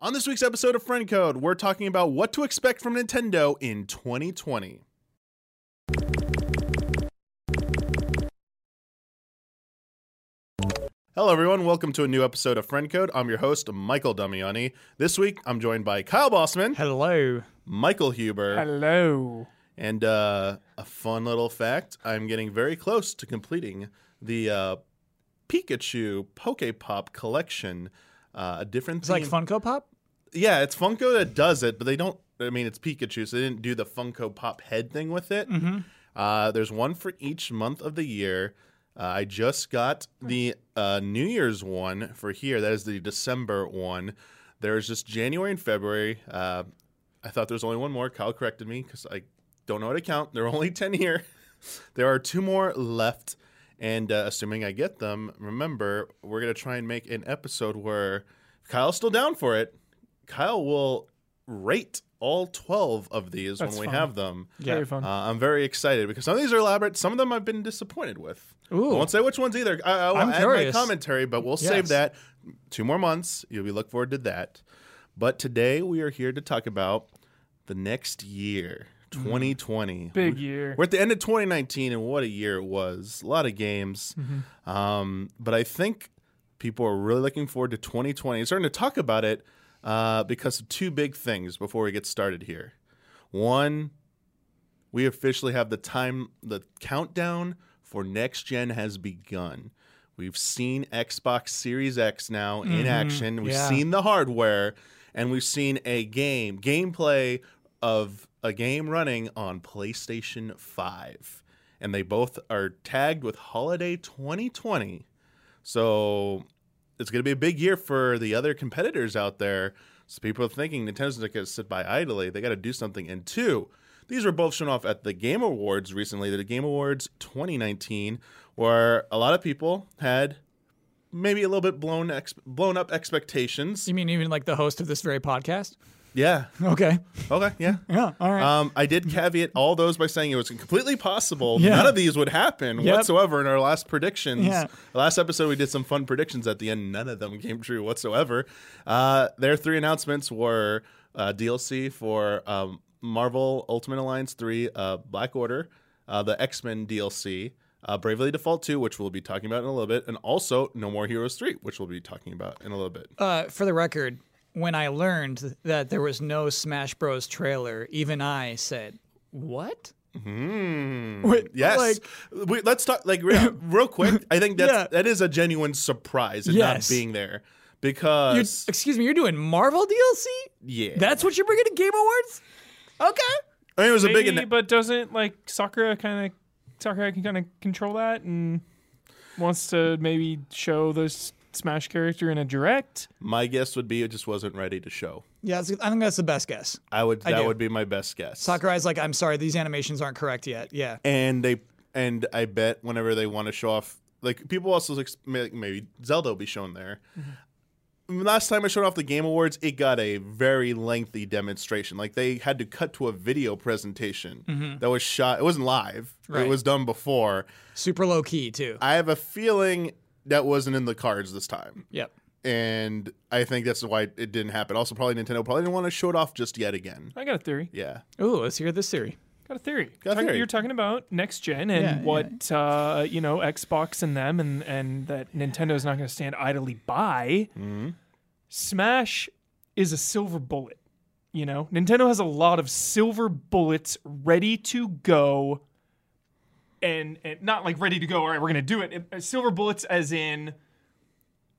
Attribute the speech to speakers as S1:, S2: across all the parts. S1: On this week's episode of Friend Code, we're talking about what to expect from Nintendo in 2020. Hello, everyone. Welcome to a new episode of Friend Code. I'm your host, Michael Damiani. This week, I'm joined by Kyle Bossman,
S2: Hello.
S1: Michael Huber,
S3: Hello.
S1: and uh, a fun little fact I'm getting very close to completing the uh, Pikachu Pokepop collection. Uh, a different
S2: It's like
S1: theme-
S2: Funko Pop?
S1: yeah, it's Funko that does it, but they don't. I mean, it's Pikachu, so they didn't do the Funko Pop head thing with it. Uh, there's one for each month of the year. Uh, I just got the uh, New Year's one for here. That is the December one. There's just January and February. Uh, I thought there was only one more. Kyle corrected me because I don't know how to count. There are only 10 here. there are two more left. And uh, assuming I get them, remember, we're going to try and make an episode where if Kyle's still down for it. Kyle will rate all 12 of these
S3: That's
S1: when we
S3: fun.
S1: have them.
S2: Yeah.
S3: Very fun.
S1: Uh, I'm very excited because some of these are elaborate. Some of them I've been disappointed with.
S2: Ooh.
S1: I won't say which ones either. I, I will
S2: I'm
S1: add
S2: curious.
S1: my commentary, but we'll save
S2: Yes.
S1: that. Two more months. You'll be look forward to that. But today we are here to talk about the next year,
S2: Mm.
S1: 2020.
S3: Big year.
S1: We're at the end of 2019, and what a year it was. A lot of games.
S2: Mm-hmm.
S1: Um, but I think people are really looking forward to 2020 and starting to talk about it uh, because of two big things before we get started here. One, we officially have the time, the countdown for next gen has begun. We've seen Xbox Series X now in action. We've
S2: yeah.
S1: seen the hardware, and we've seen a game gameplay of a game running on PlayStation Five, and they both are tagged with Holiday 2020. So it's going to be a big year for the other competitors out there. So people are thinking Nintendo's not going to sit by idly. They got to do something. And two, these were both shown off at the Game Awards recently, the Game Awards 2019, where a lot of people had maybe a little bit blown ex- blown up expectations.
S2: You mean even like the host of this very podcast?
S1: Yeah.
S2: Okay.
S1: Okay. Yeah.
S2: Yeah. All right.
S1: Um, I did caveat all those by saying it was completely possible
S2: Yeah.
S1: none of these would happen
S2: Yep.
S1: whatsoever in our last predictions.
S2: Yeah.
S1: Last episode, we did some fun predictions at the end. None of them came true whatsoever. Uh, their three announcements were uh, DLC for um, Marvel Ultimate Alliance 3, uh, Black Order, uh, the X Men DLC. Uh, Bravely Default 2, which we'll be talking about in a little bit, and also No More Heroes 3, which we'll be talking about in a little bit.
S2: uh, for the record, when I learned that there was no Smash Bros. trailer, even I said, "What?" Wait,
S1: Hmm. Yes.
S2: like-
S1: we, let's talk like re- real quick. I think that's
S2: Yeah.
S1: that is a genuine surprise in
S2: Yes.
S1: not being there
S2: You're-
S1: because
S2: excuse me, you're doing Marvel DLC?
S1: yeah.
S2: That's what you're bringing to Game Awards? Okay.
S1: I mean, it was a big
S3: Maybe,
S1: annou-
S3: but doesn't like Sakura kind of Sakura can kind of control that and wants to maybe show this Smash character in a direct.
S1: my guess would be it just wasn't ready to show.
S2: Yeah, that's- I think that's the best guess.
S1: I would that
S2: do.
S1: would be my best guess.
S2: Sakurai's like, "I'm sorry, these animations aren't correct yet." Yeah.
S1: and they and I bet whenever they want to show off, like people also ex- may- like maybe Zelda will be shown there.
S2: Mm-hmm.
S1: Last time I showed off the Game Awards, it got a very lengthy demonstration. Like they had to cut to a video presentation that was shot. It wasn't live. It
S2: Mm-hmm. Right.
S1: was done before.
S2: Super low key too.
S1: I have a feeling that wasn't in the cards this time.
S2: yep.
S1: And I think that's why it didn't happen. Also, probably Nintendo probably didn't want to show it off just yet again.
S3: I got a theory.
S1: Yeah.
S2: Ooh, let's hear this theory.
S3: Got a theory.
S1: Got a
S3: Talk-
S1: theory.
S3: You're talking about next gen and
S2: Yeah,
S3: what uh, you know Xbox and them and and that Nintendo's not going to stand idly by.
S1: Mm-hmm.
S3: Smash is a silver bullet. You know, Nintendo has a lot of silver bullets ready to go, and, and not like ready to go. All right, we're going to do it. Uh, Silver bullets, as in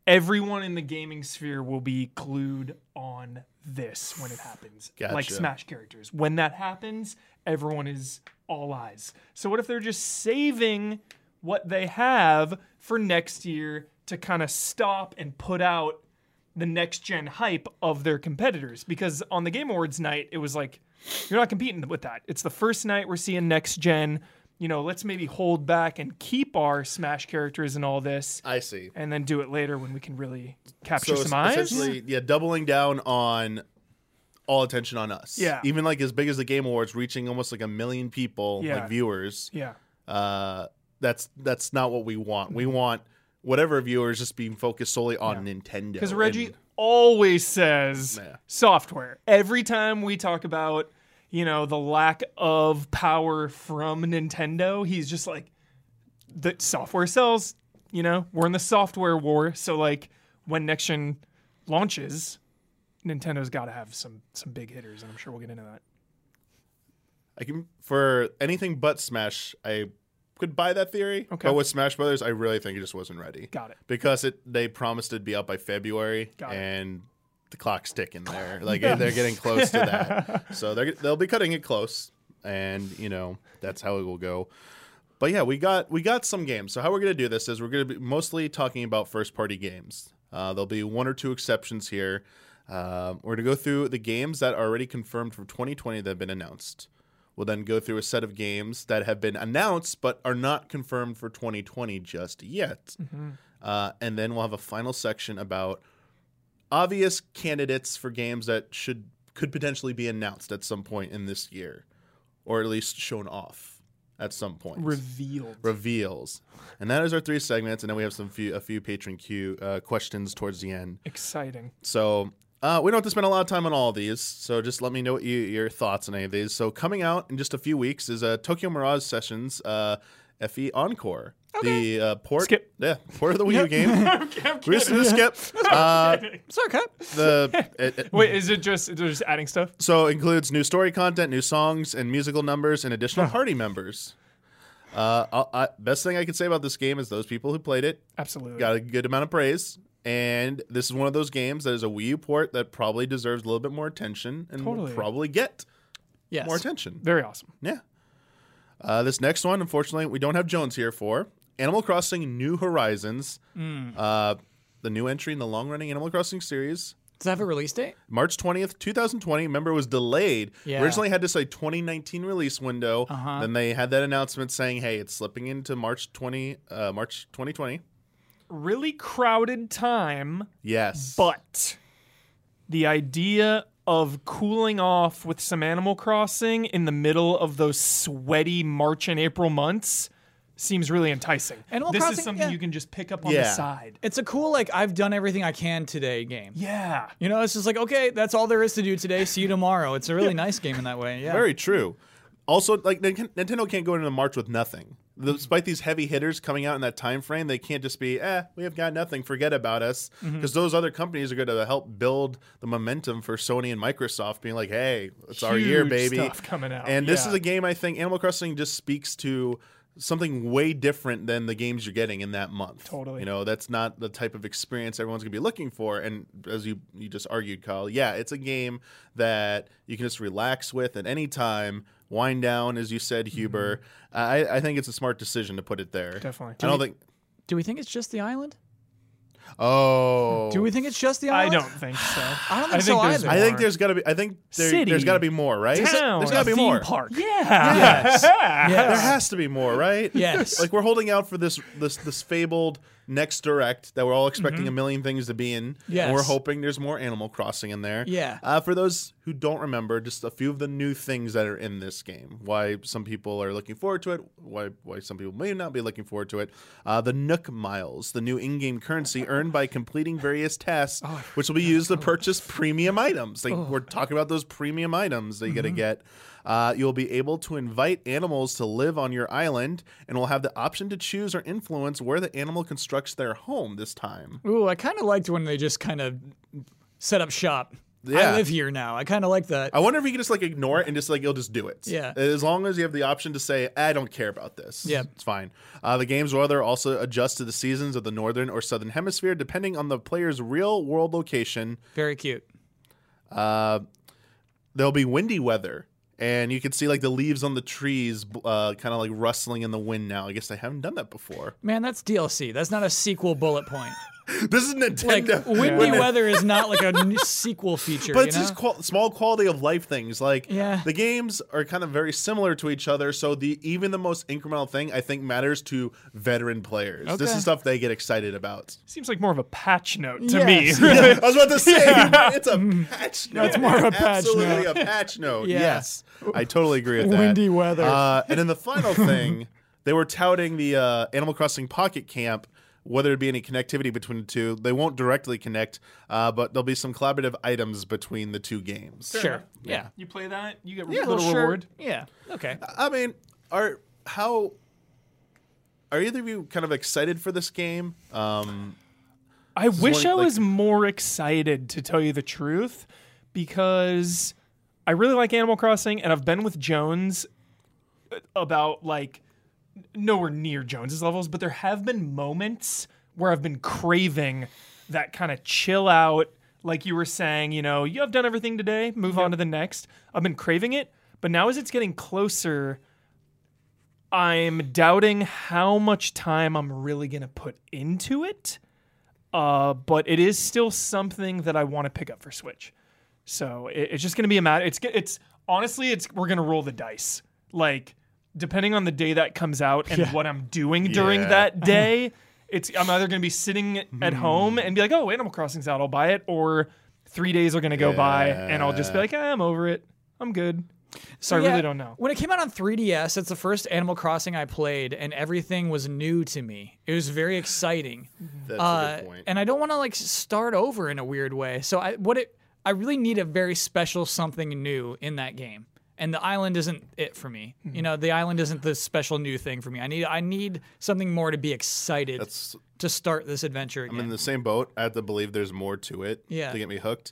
S3: everyone in the gaming sphere will be clued on this when it happens. Like
S1: Gotcha.
S3: Smash characters. When that happens, everyone is all eyes. So what if they're just saving what they have for next year to kind of stop and put out the next gen hype of their competitors? Because on the Game Awards night, it was like you're not competing with that. It's the first night we're seeing next gen. You know, let's maybe hold back and keep our Smash characters and all this
S1: I see.
S3: and then do it later when we can really
S1: So
S3: capture
S1: it's
S3: some eyes.
S1: essentially, yeah, doubling down on all attention on us.
S3: Yeah.
S1: Even like as big as the Game Awards, reaching almost like a million people,
S3: Yeah.
S1: like viewers.
S3: yeah.
S1: Uh, that's that's not what we want. We want whatever viewers just being focused solely on Nintendo.
S3: Because Reggie
S1: Oh, and-
S3: always says
S1: Yeah.
S3: software. Every time we talk about, you know, the lack of power from Nintendo, he's just like, the software sells, you know, we're in the software war. So, like, when next gen launches, Nintendo's got to have some some big hitters, and I'm sure we'll get into that.
S1: I can for anything but Smash, I could buy that theory.
S3: Okay.
S1: But with Smash Brothers, I really think it just wasn't ready.
S3: Got it.
S1: Because it they promised it'd be out by February
S3: Got it.
S1: and the clock's ticking there. Like they're getting close to that. So they're they'll be cutting it close and you know, that's how it will go. But yeah, we got we got some games. So how we're gonna do this is we're gonna be mostly talking about first party games. Uh, there'll be one or two exceptions here. Um, we're gonna go through the games that are already confirmed for 2020 that have been announced. We'll then go through a set of games that have been announced but are not confirmed for 2020 just yet. Uh, and then we'll have a final section about obvious candidates for games that should could potentially be announced at some point in this year, or at least shown off at some point
S3: Revealed.
S1: reveals, and that is our three segments. And then we have some few a few patron Q uh, questions towards the end.
S3: Exciting.
S1: So uh, we don't have to spend a lot of time on all of these. So just let me know what you, your thoughts on any of these. So coming out in just a few weeks is uh, Tokyo Mirage Sessions uh, FE Encore. The uh, port,
S3: Skip.
S1: yeah, port of the Wii U game. We're just gonna skip. Uh,
S2: Sorry, cut.
S1: the it- it-
S3: Wait, is it just they're just adding stuff?
S1: so includes new story content, new songs, and musical numbers, and additional party members. Uh, I'll- I, best thing I can say about this game is those people who played it
S3: Absolutely.
S1: got a good amount of praise. And this is one of those games that is a Wii U port that probably deserves a little bit more attention and
S3: Totally.
S1: will probably get
S2: Yes.
S1: more attention.
S3: Very awesome.
S1: Yeah. Uh, this next one, unfortunately, we don't have Jones here for Animal Crossing New Horizons, uh, the new entry in the long running Animal Crossing series.
S2: Does that have a release date?
S1: March 20th, 2020. Remember, it was delayed.
S2: Yeah.
S1: Originally had to say 2019 release window.
S2: Uh-huh.
S1: Then they had that announcement saying, hey, it's slipping into March 20, uh, March 2020.
S3: Really crowded time.
S1: Yes.
S3: But the idea of cooling off with some Animal Crossing in the middle of those sweaty March and April months seems really enticing.
S2: Animal
S3: this
S2: Crossing,
S3: is something
S2: yeah.
S3: you can just pick up on the
S1: Yeah.
S3: side.
S2: It's a cool like I've done everything I can today game.
S3: Yeah.
S2: You know, it's just like okay, that's all there is to do today. See you tomorrow. It's a really nice game in that way. Yeah.
S1: Very true. Also, like Nin- Nintendo can't go into March with nothing. Despite these heavy hitters coming out in that time frame, they can't just be, eh, we have got nothing, forget about us.
S3: Mm-hmm.
S1: Because those other companies are going to help build the momentum for Sony and Microsoft, being like, hey, it's our year,
S3: Huge
S1: baby.
S3: stuff coming out,
S1: And this
S3: yeah.
S1: is a game I think Animal Crossing just speaks to something way different than the games you're getting in that month.
S3: Totally.
S1: You know, that's not the type of experience everyone's going to be looking for. And as you you just argued, Kyle, yeah, it's a game that you can just relax with at any time, wind down, as you said,
S2: Mm-hmm.
S1: Huber. I, I think it's a smart decision to put it there.
S3: Definitely.
S1: I don't think.
S2: Do we think it's just the island?
S1: Oh.
S2: Do we think it's just the
S3: I
S2: island?
S3: don't think so.
S2: I don't think so
S3: there's
S2: either.
S1: I think
S3: more.
S1: there's got to be. I think there,
S3: City.
S1: there's got to be more, right?
S3: Town,
S1: there's got
S3: a
S1: to be
S3: theme
S1: more.
S3: Park. Yeah.
S2: Yes.
S1: There
S2: yes.
S1: has to be more, right?
S2: Yes.
S1: Like we're holding out for this this this fabled next direct that we're all expecting a million things to be in.
S2: Mm-hmm. Yes.
S1: And we're hoping there's more Animal Crossing in there.
S2: Yeah.
S1: Uh, for those who don't remember, just a few of the new things that are in this game. Why some people are looking forward to it. Why why some people may not be looking forward to it. Uh, the Nook Miles, the new in-game currency earned by completing various tasks, which will be used to purchase premium items. Like we're talking about those premium items that you gotta get. Uh, you'll be able to invite animals to live on your island, and will have the option to choose or influence where the animal constructs their home this time.
S2: Ooh, I kind of liked when they just kind of set up shop.
S1: Yeah. Oh.
S2: I live here now. I kind of like that.
S1: I wonder if you can just like ignore it and just like you'll just do it.
S2: Yeah.
S1: As long as you have the option to say, I don't care about this.
S2: Yep.
S1: It's fine. Uh, the game's weather also adjusts to the seasons of the northern or southern hemisphere depending on the player's real world location.
S2: Very cute.
S1: There'll be windy weather. And you can see like the leaves on the trees uh, kind of like rustling in the wind now. I guess they haven't done that before.
S2: Man, that's DLC. That's not a sequel bullet point.
S1: This is
S2: Like
S1: Nintendo.
S2: windy weather is not like a n- sequel feature.
S1: But
S2: you
S1: it's
S2: know?
S1: just qual- small quality of life things. Like
S2: Yeah.
S1: the games are kind of very similar to each other, so the even the most incremental thing I think matters to veteran players. This
S2: Okay.
S1: is stuff they get excited about.
S3: Seems like more of a patch note to
S2: Yes.
S3: me.
S1: I was about to say it's a patch note. It's
S2: more of a patch
S1: Absolutely a patch note.
S2: Yeah.
S1: Yes, I totally agree with that.
S2: Windy weather.
S1: Uh, and then the final thing, they were touting the uh, Animal Crossing Pocket Camp. whether it be any connectivity between the two. They won't directly connect, uh, but there'll be some collaborative items between the two games.
S2: Sure.
S3: enough.
S2: Yeah.
S3: You play that, you get a
S2: yeah.
S3: little
S2: sure.
S3: reward.
S2: Yeah. Okay.
S1: I mean, are how are either of you kind of excited for this game? Um,
S3: I wish
S1: one,
S3: I
S1: like-
S3: was more excited to tell you the truth because I really like Animal Crossing and I've been with Jones uh, about like nowhere near Jones's levels, but there have been moments where I've been craving that kind of chill out, like you were saying, you know, you have done everything today, move on to the next. I've been craving it, but now as it's getting closer, I'm doubting how much time I'm really going to put into it. Uh, but it is still something that I want to pick up for Switch. So it, it's just going to be a matter. It's g- it's honestly, it's we're going to roll the dice. Like depending on the day that comes out and what I'm doing during
S1: Yeah.
S3: that day, it's I'm either going to be sitting at home and be like, oh, Animal Crossing's out, I'll buy it, or three days are going to go by and I'll just be like, "Ah, I'm over it, I'm good. So I
S2: Yeah,
S3: really don't know.
S2: When it came out on 3DS, it's the first Animal Crossing I played, and everything was new to me. It was very exciting,
S1: that's a
S2: uh,
S1: good point.
S2: and I don't want to like start over in a weird way. So I what it I really need a very special something new in that game, and the island isn't it for me.
S3: Mm-hmm.
S2: You know, the island isn't the special new thing for me. I need I need something more to be excited
S1: that's
S2: to start this adventure again.
S1: I'm in the same boat. I have to believe there's more to it
S2: Yeah.
S1: to get me hooked.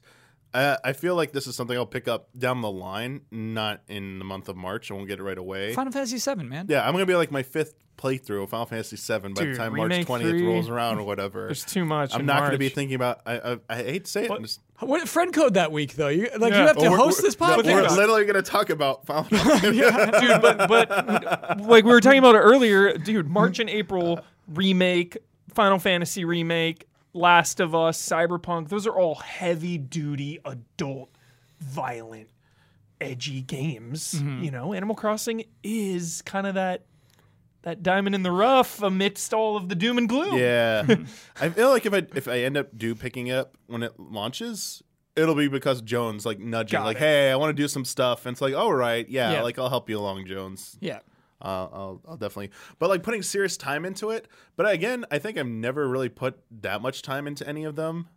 S1: Uh, I feel like this is something I'll pick up down the line, not in the month of March. I won't get it right away.
S2: Final Fantasy VII, man.
S1: Yeah, I'm gonna be like my fifth playthrough of Final Fantasy VII by
S3: Dude,
S1: the time March
S3: Remake
S1: 20th
S3: three-
S1: rolls around or whatever.
S3: There's too much.
S1: I'm
S3: in
S1: not gonna be
S3: March.
S1: thinking about. I I, I hate to say it. I'm just,
S2: What friend code that week though? You like
S3: Yeah.
S2: you have to
S1: But we're-
S2: host this
S1: we're-
S2: podcast.
S1: We're
S3: podcast.
S1: literally gonna talk about Final Fantasy.
S3: dude. But but like we were talking about it earlier, dude. March and April remake, Final Fantasy remake, Last of Us, Cyberpunk. Those are all heavy duty adult, violent, edgy games.
S1: Mm-hmm.
S3: You know, Animal Crossing is kind of that that diamond in the rough amidst all of the doom and gloom.
S1: Yeah, I feel like if I if I end up do picking it up when it launches, it'll be because Jones like nudging,
S3: Got
S1: like,
S3: it.
S1: "Hey, I want to do some stuff," and it's like, "All right, yeah,
S2: Yeah.
S1: like I'll help you along, Jones.
S2: yeah.
S1: Uh, I'll I'll definitely." But like putting serious time into it. But again, I think I've never really put that much time into any of them.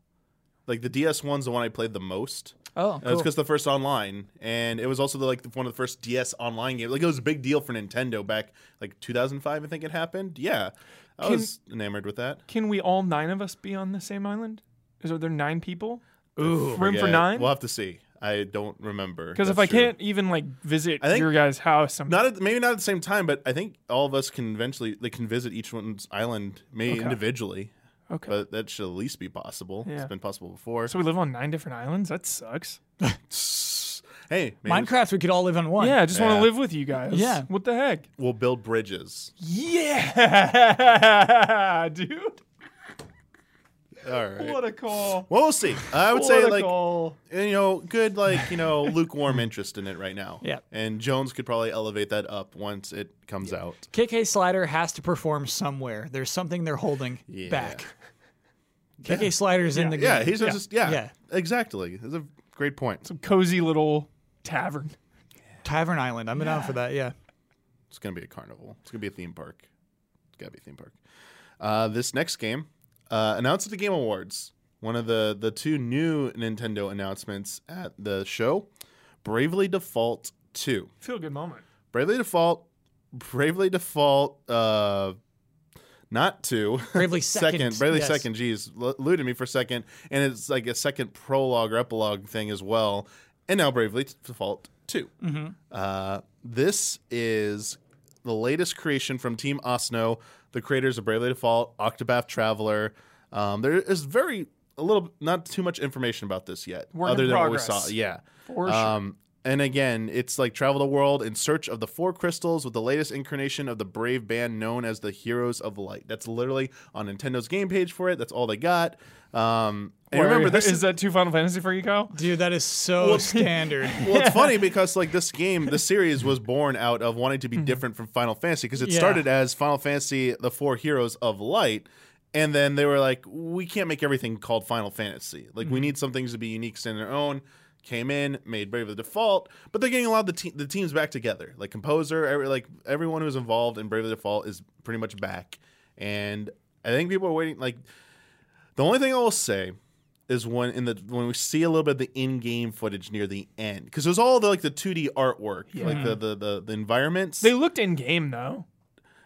S1: Like the DS one's the one I played the most.
S2: Oh,
S1: That's
S2: cool.
S1: because the first online, and it was also the, like the- one of the first DS online games. Like it was a big deal for Nintendo back like 2005, I think it happened. Yeah, I
S3: Can-
S1: was enamored with that.
S3: Can we all nine of us be on the same island? Is are there nine people?
S2: Ooh.
S3: Room for
S1: Yeah,
S3: nine?
S1: We'll have to see. I don't remember.
S3: Because if
S1: That's
S3: I
S1: true.
S3: can't even like visit
S1: I think-
S3: your guys' house, I'm
S1: not at, maybe not at the same time, but I think all of us can eventually they can visit each one's island, maybe individually.
S3: Okay.
S1: but that should at least be possible. It's
S3: Yeah.
S1: been possible before.
S3: So we live on nine different islands. That sucks.
S1: hey, maybe
S2: Minecraft, we could all live on one.
S3: Yeah, I just want
S1: Yeah.
S3: to live with you guys.
S2: Yeah.
S3: What the heck?
S1: we'll build bridges.
S3: Yeah, dude.
S1: All right.
S3: What a call.
S1: well, we'll see. I would
S3: What
S1: say
S3: a
S1: like
S3: call.
S1: you know, good like you know, lukewarm interest in it right now.
S2: Yeah.
S1: and Jones could probably elevate that up once it comes out.
S2: KK Slider has to perform somewhere. There's something they're holding
S1: Yeah.
S2: back. KK Slider's in the
S1: Yeah,
S2: game.
S1: he's just yeah,
S2: Yeah.
S1: exactly. That's a great point.
S3: Cozy little tavern.
S2: Tavern Island. I'm down for that. Yeah.
S1: It's gonna be a carnival. It's gonna be a theme park. It's gotta be a theme park. Uh, this next game uh, announced at the Game Awards. One of the the two new Nintendo announcements at the show, Bravely Default Two.
S3: Feel good moment.
S1: Bravely Default, Bravely Default, uh, not two.
S2: Bravely
S1: second,
S2: Second,
S1: Bravely
S2: yes.
S1: Second. Geez, l- eluded me for a second, and it's like a second prologue or epilogue thing as well. And now Bravely Default 2 Uh, this is the latest creation from Team Osno, the creators of Bravely Default, Octopath Traveler. Um, there is very a little, not too much information about this yet,
S3: Work in
S1: other than what we
S3: progress.
S1: saw. Yeah,
S3: For sure.
S1: um, and again, it's like travel the world in search of the four crystals with the latest incarnation of the brave band known as the Heroes of Light. That's literally on Nintendo's game page for it. That's all they got. Um, and
S3: Wait,
S1: remember,
S3: wait,
S1: this
S3: is that too Final Fantasy for you, Kyle?
S2: Dude, that is so standard.
S1: well, it's funny because like this game, the series was born out of wanting to be different from Final Fantasy because it
S2: Yeah.
S1: started as Final Fantasy: The Four Heroes of Light, and then they were like, we can't make everything called Final Fantasy. Like we need some things to be unique, stand on their own. Came in, made Brave the default, but they're getting a lot of the, te- the teams back together. Like composer, every, like everyone who's involved in Brave the Default is pretty much back, and I think people are waiting. Like the only thing I will say is when in the when we see a little bit of the in-game footage near the end because it was all the like the 2D artwork, like the the the, the environments.
S3: They looked in game though.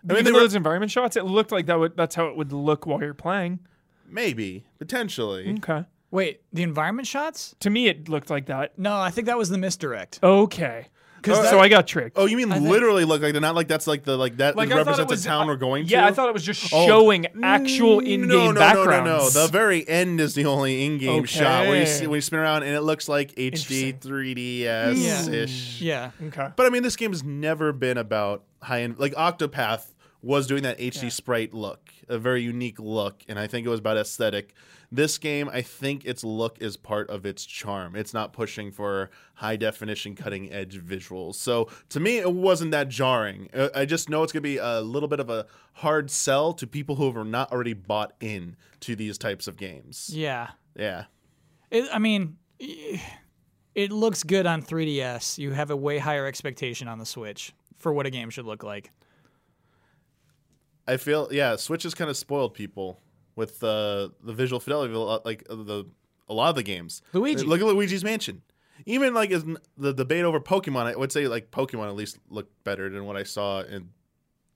S3: I
S1: mean,
S3: mean,
S1: they
S3: they
S1: were-
S3: those environment shots. It looked like that. Would, that's how it would look while you're playing.
S1: Maybe potentially.
S3: Okay.
S2: Wait, the environment shots?
S3: To me, it looked like that.
S2: No, I think that was the misdirect.
S3: Okay.
S2: 'Cause that-
S3: so I got tricked.
S1: Oh, you mean literally look like they're not like that's like the like that
S3: Like, I thought it
S1: represents
S3: was-
S1: a town
S3: I-
S1: we're going to. Oh. Mm,
S3: yeah, I thought it was just showing actual in-game
S1: no, no,
S3: backgrounds.
S1: No, no, no, The very end is the only in-game shot where you see,
S3: Okay.
S1: when you spin around and it looks like HD 3DS
S3: Hmm.
S1: ish.
S2: Yeah.
S3: Okay.
S1: But I mean, this game has never been about high end. Like Octopath was doing that HD sprite look, a very unique look, and I think it was about aesthetic. This game, I think its look is part of its charm. It's not pushing for high definition, cutting edge visuals. So to me, it wasn't that jarring. Uh, I just know it's going to be a little bit of a hard sell to people who have not already bought in to these types of games.
S2: Yeah.
S1: Yeah.
S2: It, I mean, eh, it looks good on 3DS. You have a way higher expectation on the Switch for what a game should look like.
S1: I feel yeah, Switch has kind of spoiled people with uh, the visual fidelity, of a lot- like uh, the a lot of the games.
S2: Luigi.
S1: look at Luigi's Mansion. Even like is the debate over Pokemon, I would say like Pokemon at least looked better than what I saw in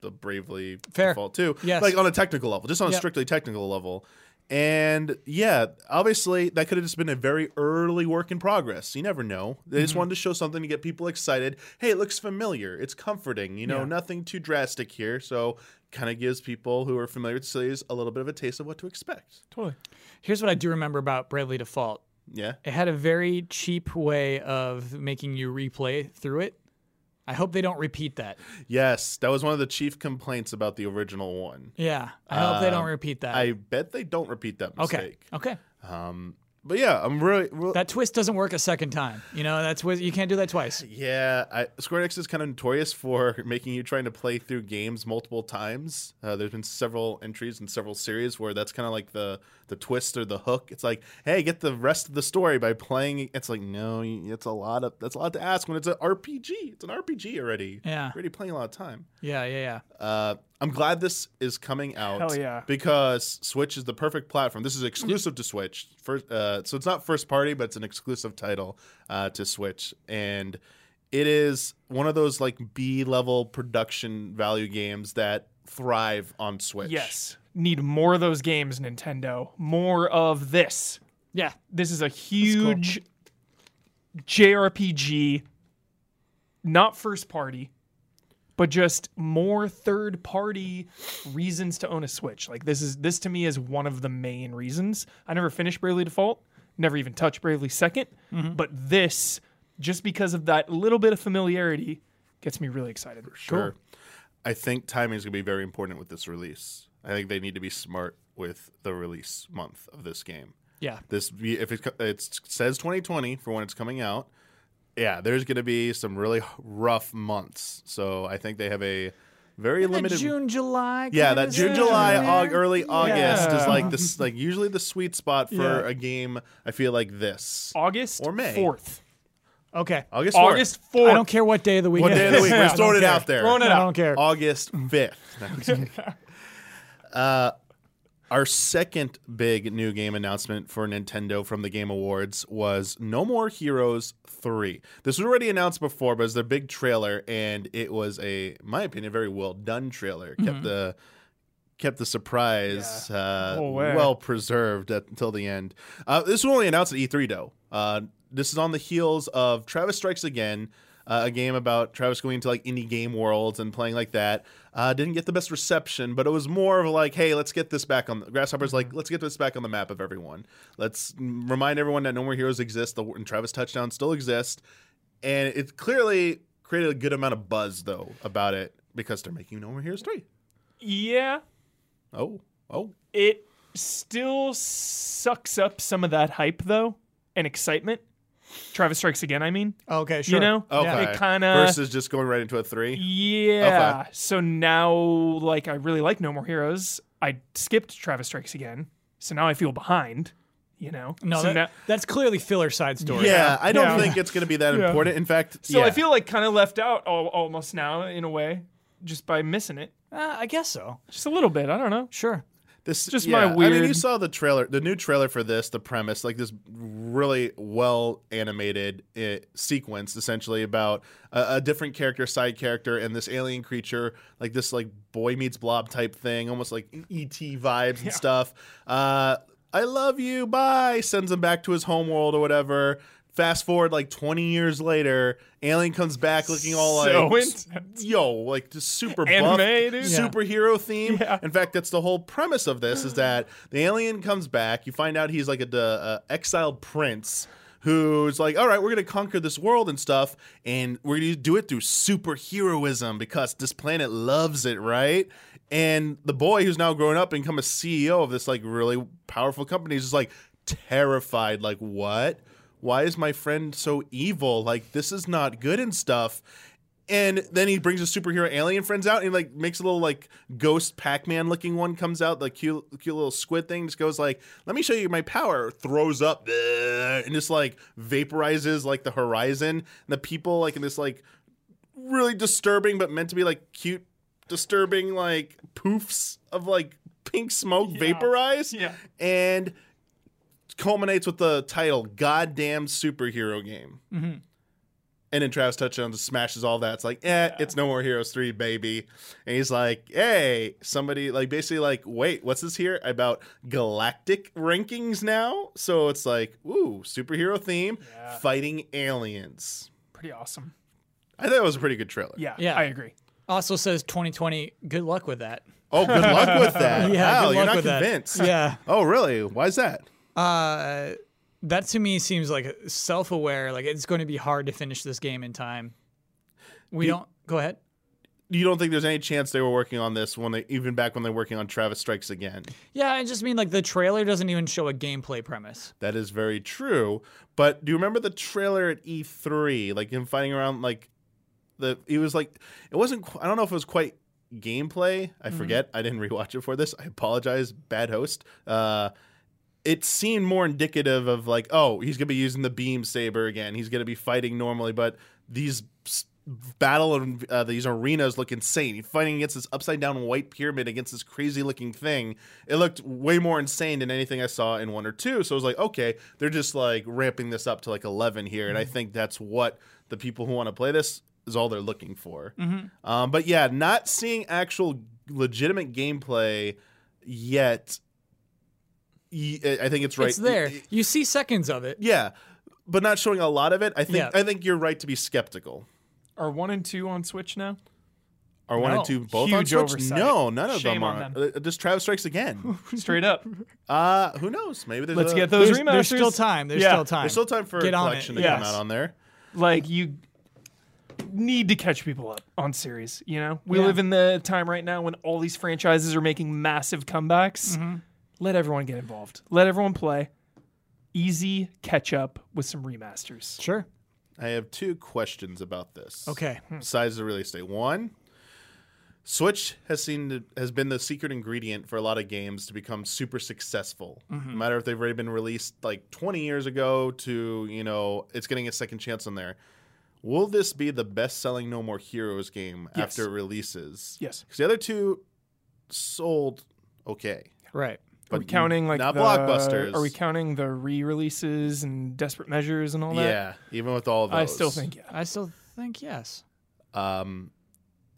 S1: the Bravely
S2: Fair.
S1: Default too.
S2: Yes.
S1: Like on a technical level, just on a
S2: Yep.
S1: strictly technical level. And yeah, obviously that could have just been a very early work in progress. You never know. They just wanted to show something to get people excited. Hey, it looks familiar. It's comforting. You know,
S3: Yeah.
S1: nothing too drastic here. So kind of gives people who are familiar with the series a little bit of a taste of what to expect.
S3: Totally.
S2: Here's what I do remember about Bravely Default
S1: Yeah.
S2: it had a very cheap way of making you replay through it. I hope they don't repeat that.
S1: Yes, that was one of the chief complaints about the original one.
S2: Yeah. I hope they don't repeat that.
S1: Um, I bet they don't repeat that
S2: okay.
S1: mistake.
S2: Okay.
S1: But yeah, I'm really, real-
S2: That twist doesn't work a second time. You know, that's what you can't do that twice.
S1: yeah. I, Square Enix is kind of notorious for making you trying to play through games multiple times. Uh, there's been several entries in several series where that's kind of like the the twist or the hook. It's like, hey, get the rest of the story by playing. It's like, no, you- it's a lot of that's a lot to ask when it's an RPG. It's an RPG already.
S2: Yeah.
S1: already playing a lot of time.
S2: Yeah, yeah, yeah.
S1: Uh, I'm glad this is coming out.
S3: Hell yeah.
S1: Because Switch is the perfect platform. This is exclusive to Switch. First, uh, so it's not first party, but it's an exclusive title uh, to Switch, and it is one of those like B level production value games that thrive on Switch.
S3: Yes. Need more of those games, Nintendo. More of this.
S2: Yeah.
S3: This is a huge JRPG, not first party, but just more third party reasons to own a Switch. Like this is this to me is one of the main reasons. I never finished Bravely Default, never even touched Bravely 2nd
S1: Mm-hmm.
S3: but this just because of that little bit of familiarity gets me really excited.
S1: Sure. I think timing is going to be very important with this release. I think they need to be smart with the release month of this game.
S2: Yeah.
S1: this if it, it says 2020 for when it's coming out yeah there's going to be some really rough months so i think they have a very limited
S2: June, July.
S1: yeah
S2: kinda
S1: that june
S2: situation
S1: july
S2: there.
S1: aug, early august is
S3: Yeah.
S1: like this like usually the sweet spot for
S3: Yeah.
S1: a game i feel like this
S3: August
S1: Or May.
S3: 4th.
S2: Okay.
S1: august 4th.
S3: August 4th.
S2: I don't care what day of the week.
S1: what
S2: it
S1: day of the
S2: is.
S1: week
S3: Yeah,
S1: we're
S3: I
S1: just throwing
S3: don't
S1: it out
S3: care.
S1: there
S3: Throwing it
S2: I
S3: out.
S2: don't care.
S1: august 5th No, I'm just kidding. uh our second big new game announcement for Nintendo from the Game Awards was No More Heroes 3. This was already announced before, but it was their big trailer, and it was a, in my opinion, very well done trailer. Kept the kept the surprise uh,
S3: Oh, wow.
S1: well preserved at, until the end. Uh, this was only announced at E3, though. Uh, this is on the heels of Travis Strikes Again, uh, a game about Travis going into like indie game worlds and playing like that. Uh, didn't get the best reception, but it was more of like, hey, let's get this back on. The, Grasshopper's like, let's get this back on the map of everyone. Let's mm, remind everyone that No More Heroes exist. The and Travis Touchdown still exist, and it clearly created a good amount of buzz though about it because they're making No More Heroes three.
S3: Yeah.
S1: Oh, oh,
S3: it still sucks up some of that hype though and excitement. Travis Strikes Again, I mean,
S2: Okay, sure.
S3: you know,
S1: Okay.
S3: it kind of
S1: versus just going right into a three.
S3: yeah. So now, like, I really like No More Heroes. I skipped Travis Strikes Again, so now I feel behind. You know,
S2: No,
S3: so,
S2: that-
S3: now-
S2: that's clearly filler side story.
S1: Yeah, I don't
S3: Yeah.
S1: think it's going to be that
S3: Yeah.
S1: important. In fact,
S3: so
S1: yeah.
S3: I feel like kind of left out al- almost now in a way, just by missing it,
S2: Uh, I guess so.
S3: just a little bit. I don't know.
S2: Sure.
S1: This
S3: Just
S1: yeah,
S3: my
S1: I mean, you
S3: weird-
S1: saw the trailer, the new trailer for this, the premise, like this really well animated uh, sequence, essentially about a, a different character, side character, and this alien creature, like this like boy meets blob type thing, almost like ET vibes and stuff. Uh, I love you, bye. Sends him back to his homeworld or whatever. Fast forward like 20 years later, alien comes back looking all
S3: So
S1: like,
S3: intense.
S1: yo, like just super buff,
S3: Anime, dude.
S2: Yeah.
S1: superhero theme.
S3: Yeah.
S1: In fact, that's the whole premise of this: is that the alien comes back. You find out he's like a, uh, exiled prince who's like, "All right, we're gonna conquer this world and stuff, and we're gonna do it through superheroism because this planet loves it, right?" And the boy who's now grown up and become a CEO of this like really powerful company is just like terrified, like, "What? Why is my friend so evil? Like, this is not good and stuff." And then he brings his superhero alien friends out and like makes a little like ghost Pac-Man looking one comes out, the cute, cute little squid thing just goes like, "Let me show you my power." Throws up bleh, and just like vaporizes like the horizon and the people like in this like really disturbing but meant to be like cute, disturbing like poofs of like pink smoke vaporize.
S3: Yeah.
S1: and culminates with the title "Goddamn Superhero Game."
S2: Mm-hmm.
S1: And then Travis Touchdown just smashes all that. It's like, eh, it's No More Heroes 3, baby. And he's like, hey, somebody, like, basically, like, wait, what's this here? About galactic rankings now? So it's like, ooh, superhero theme,
S3: Yeah.
S1: fighting aliens.
S3: Pretty awesome.
S1: I thought it was a pretty good trailer.
S3: Yeah,
S2: Yeah.
S3: I agree.
S2: Also says 2020. Good luck with that.
S1: Oh, good luck with that.
S2: Yeah,
S1: wow,
S2: good
S1: you're
S2: luck
S1: not
S2: with that.
S1: convinced.
S2: Yeah.
S1: Oh, really? Why is that?
S2: Uh, that to me seems like self-aware. Like it's going to be hard to finish this game in time. We don't. Go ahead.
S1: You don't think there's any chance they were working on this when they, even back when they're working on Travis Strikes Again?
S2: Yeah, I just mean like the trailer doesn't even show a gameplay premise.
S1: That is very true. But do you remember the trailer at E3? Like him fighting around, like the it was like it wasn't. qu- I don't know if it was quite gameplay. I forget. I didn't rewatch it for this. I apologize. Bad host. Uh, it seemed more indicative of like, oh, he's gonna be using the beam saber again. He's gonna be fighting normally, but these s- battle and uh, these arenas look insane. He's fighting against this upside down white pyramid against this crazy looking thing. It looked way more insane than anything I saw in one or two. So I was like, okay, they're just like ramping this up to like eleven here, and I think that's what the people who want to play this is all they're looking for.
S2: Mm-hmm.
S1: Um, but yeah, not seeing actual legitimate gameplay yet. y- I think it's right.
S2: It's there.
S1: y- y-
S2: You see seconds of it.
S1: Yeah, but not showing a lot of it. I think
S2: Yeah.
S1: I think you're right to be skeptical.
S3: Are one and two on Switch now?
S1: Are one
S2: No.
S1: and two both on
S3: Huge
S1: Switch?
S3: oversight.
S1: No, none of
S3: Shame
S1: them
S3: on
S1: are. Uh, Just Travis Strikes Again.
S3: Straight up.
S1: uh, who knows? Maybe there's
S3: Let's
S1: a,
S3: get those
S2: There's,
S3: remasters.
S2: there's still time. There's
S3: Yeah.
S2: still time.
S1: There's still time for
S2: Get
S1: a
S2: on it,
S1: collection to come
S3: yes.
S1: out on there.
S3: Like you need to catch people up on series. You know, we
S2: Yeah.
S3: live in the time right now when all these franchises are making massive comebacks. Let everyone get involved. Let everyone play. Easy catch up with some remasters.
S2: sure.
S1: I have two questions about this.
S2: Okay.
S1: Besides Hmm. the real estate, one, Switch has seen the- has been the secret ingredient for a lot of games to become super successful.
S3: Mm-hmm.
S1: No matter if they've already been released like 20 years ago to you know it's getting a second chance on there. Will this be the best selling No More Heroes game
S3: Yes.
S1: after it releases?
S3: Yes.
S1: Because the other two sold okay.
S2: Right.
S1: But
S3: are we counting like
S1: not
S3: the,
S1: blockbusters.
S3: Are we counting the re-releases and desperate measures and all that?
S1: yeah, even with all of those.
S3: I still think yeah.
S2: I still think yes.
S1: Um,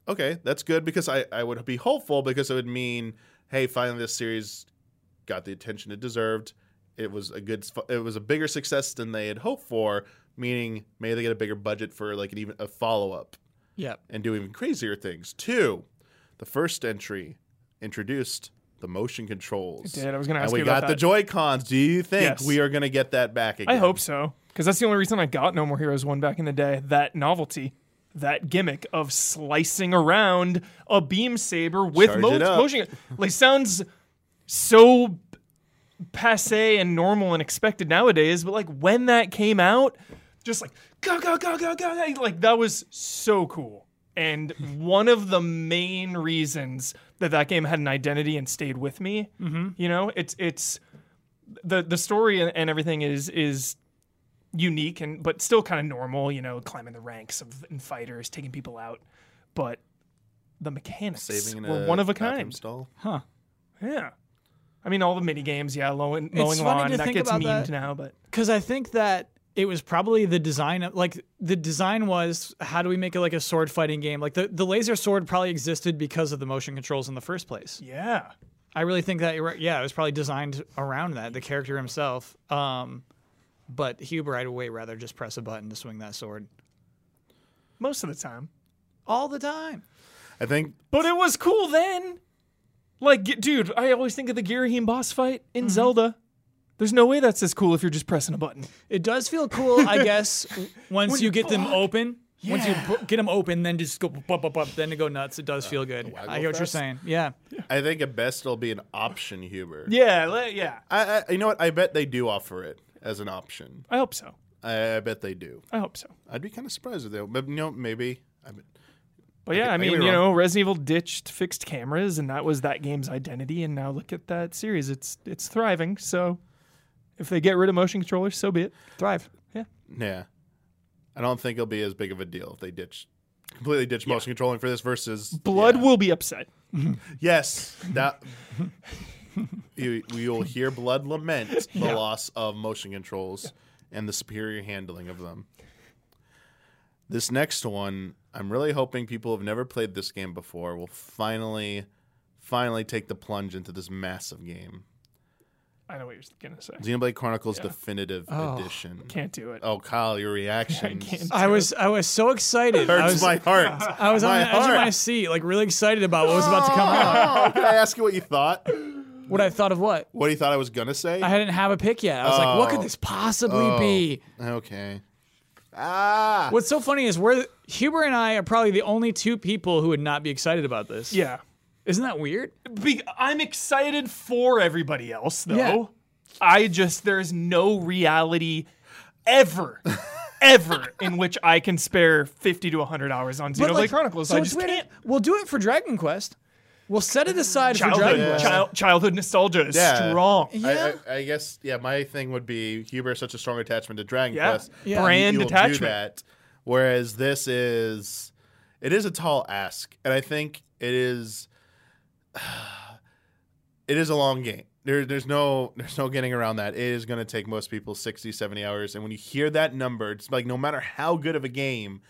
S1: okay, that's good because I, I would be hopeful because it would mean, hey, finally this series got the attention it deserved. It was a good, it was a bigger success than they had hoped for. Meaning, maybe they get a bigger budget for like an even a follow up
S2: Yep.
S1: and do even crazier things. Two, the first entry introduced the motion controls.
S3: It did. I was gonna ask
S1: and we
S3: you
S1: got
S3: about
S1: the
S3: that.
S1: Joy Cons. Do you think
S3: Yes.
S1: we are going to get that back again?
S3: I hope so. Because that's the only reason I got No More Heroes 1 back in the day. That novelty, that gimmick of slicing around a beam saber with
S1: Charge
S3: mo-
S1: it up.
S3: motion. Like, sounds so passe and normal and expected nowadays, but like when that came out, just like go, go, go, go, go. Like, that was so cool. And one of the main reasons that that game had an identity and stayed with me,
S1: Mm-hmm.
S3: you know, it's, it's, the the story and, and everything is is unique and but still kind of normal. You know, climbing the ranks of and fighters, taking people out, but the mechanics
S1: Saving in
S3: were
S1: a
S3: one of a
S1: bathroom
S3: kind.
S1: Stall.
S3: Yeah, I mean, all the mini games, yeah, mowing,
S2: It's
S3: mowing
S2: funny
S3: lawn
S2: to
S3: that
S2: think
S3: gets
S2: about
S3: memed
S2: that.
S3: now, but
S2: because I think that it was probably the design of like the design was how do we make it like a sword fighting game? Like the, the laser sword probably existed because of the motion controls in the first place.
S3: yeah,
S2: I really think that you're right. Yeah, it was probably designed around that the character himself. Um, but Huber, I'd way rather just press a button to swing that sword
S3: most of the time.
S2: all the time.
S1: I think
S3: But it was cool then. Like, g- dude, I always think of the Girahim boss fight in
S2: Mm-hmm.
S3: Zelda. There's no way that's as cool if you're just pressing a button.
S2: It does feel cool, I guess, once you get them
S3: fuck.
S2: open. Once you
S3: Yeah.
S2: bu- get them open, then just go bump, bump, bump, then to go nuts. It
S1: Oh,
S2: does feel good. I get what you're
S1: fest?
S2: saying. Yeah.
S1: I think at best it'll be an option, Huber.
S3: Yeah, le- yeah.
S1: I, I you know what? I bet they do offer it as an option.
S3: I hope so.
S1: I, I bet they do.
S3: I hope so. But
S1: I'd be kind of surprised if they. But you know, maybe. I mean,
S3: yeah, I
S1: I could be
S3: mean, you
S1: wrong.
S3: know, Resident Evil ditched fixed cameras, and that was that game's identity. And now look at that series; it's it's thriving. So, if they get rid of motion controllers, so be it.
S2: Thrive.
S1: yeah. I don't think it'll be as big of a deal if they ditch completely ditch motion controlling for this versus
S3: Blood
S1: Yeah.
S3: will be upset.
S1: Yes, that you we will hear blood lament the loss of motion controls and the superior handling of them. This next one, I'm really hoping people who've never played this game before will finally, finally take the plunge into this massive game.
S3: I know what you're gonna say.
S1: Xenoblade Chronicles Definitive Edition.
S3: Can't do it.
S1: Oh, Kyle, your reaction
S3: can't.
S2: Oh, I was I was so excited. I
S1: hurts
S2: was,
S1: my heart.
S2: I was on
S1: my
S2: the edge of my
S1: heart.
S2: seat, like really excited about what was about to come out.
S1: Oh, can I ask you what you thought?
S2: What I thought of what?
S1: What you thought I was gonna say?
S2: I didn't have a pick yet. I was like, what could
S1: Oh.
S2: this possibly be?
S1: Okay. Ah.
S2: What's so funny is we're Huber and I are probably the only two people who would not be excited about this.
S3: Yeah,
S2: Isn't that weird?
S3: Be- I'm excited for everybody else, though.
S2: Yeah.
S3: I just there's no reality ever, ever in which I can spare fifty to hundred hours on Xenoblade
S2: But, like,
S3: Chronicles. I
S2: it's
S3: just
S2: weird.
S3: can't.
S2: We'll do it for Dragon Quest. We'll set it aside for
S3: Childhood,
S2: Dragon Quest.
S3: child, childhood nostalgia is
S1: Yeah.
S3: strong.
S1: I-
S2: Yeah.
S1: I, I guess yeah. My thing would be Huber has such a strong attachment to Dragon
S3: Yeah.
S1: Quest.
S2: Yeah.
S3: Brand
S1: you will
S3: attachment.
S1: Do that, whereas this is, it is a tall ask, and I think it is, it is a long game. There, there's no there's no getting around that. It is going to take most people 60, 70 hours, and when you hear that number, it's like no matter how good of a game,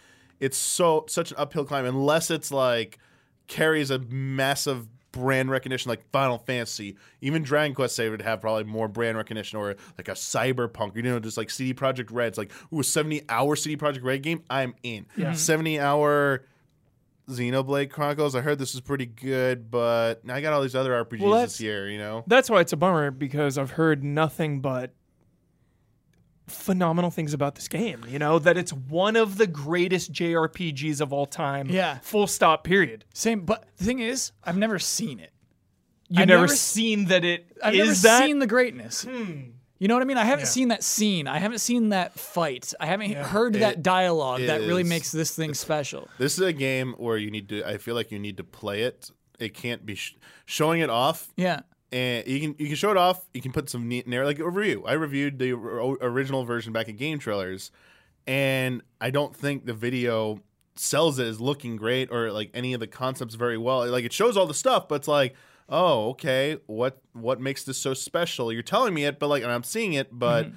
S1: it's so such an uphill climb unless it's like carries a massive brand recognition like Final Fantasy. Even Dragon Quest say would have probably more brand recognition or like a cyberpunk. You know, just like CD Project Red's like, ooh, a 70 hour CD Project Red game, I'm in.
S3: Mm-hmm.
S1: 70 hour Xenoblade Chronicles, I heard this is pretty good, but I got all these other RPGs
S3: Well, that's-
S1: this year, you know?
S3: That's why it's a bummer because I've heard nothing but phenomenal things about this game. You know that it's one of the greatest JRPGs of all time.
S2: Yeah.
S3: Full stop. Period.
S2: Same, but the thing is, I've never seen it.
S3: You've
S2: I've
S3: never,
S2: never s-
S3: seen that it
S2: I've
S3: is
S2: never
S3: that Hmm.
S2: seen the greatness. You know what I mean? I haven't seen that scene. I haven't seen that fight. I haven't heard that dialogue that really
S1: is-
S2: makes this thing special.
S1: This is a game where you need to, I feel like you need to play it. It can't be sh- showing it off
S2: Yeah.
S1: and you can you can show it off. You can put some neat narrative, like a review. I reviewed the o- original version back at Game Trailers, and I don't think the video sells it as looking great or like any of the concepts very well. Like it shows all the stuff, but it's like, oh, okay, what what makes this so special? You're telling me it, but like, and I'm seeing it, but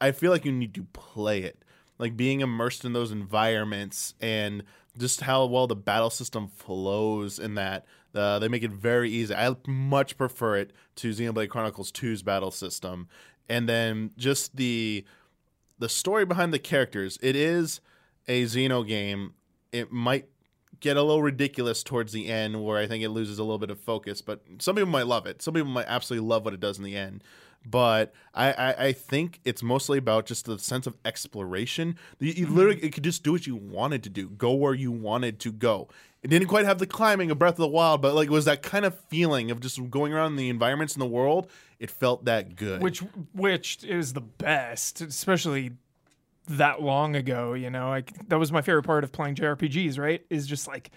S1: I feel like you need to play it, like being immersed in those environments and just how well the battle system flows in that. Uh, they make it very easy. I much prefer it to Xenoblade Chronicles 2's battle system, and then just the the story behind the characters. It is a Xeno game. It might get a little ridiculous towards the end where I think it loses a little bit of focus, but some people might love it. Some people might absolutely love what it does in the end. But I, I, I think it's mostly about just the sense of exploration. You, you literally it could just do what you wanted to do, go where you wanted to go. It didn't quite have the climbing of Breath of the Wild, but like it was that kind of feeling of just going around the environments in the world. It felt that good.
S3: which which is the best, especially that long ago. You know, like that was my favorite part of playing JRPGs. Right, is just like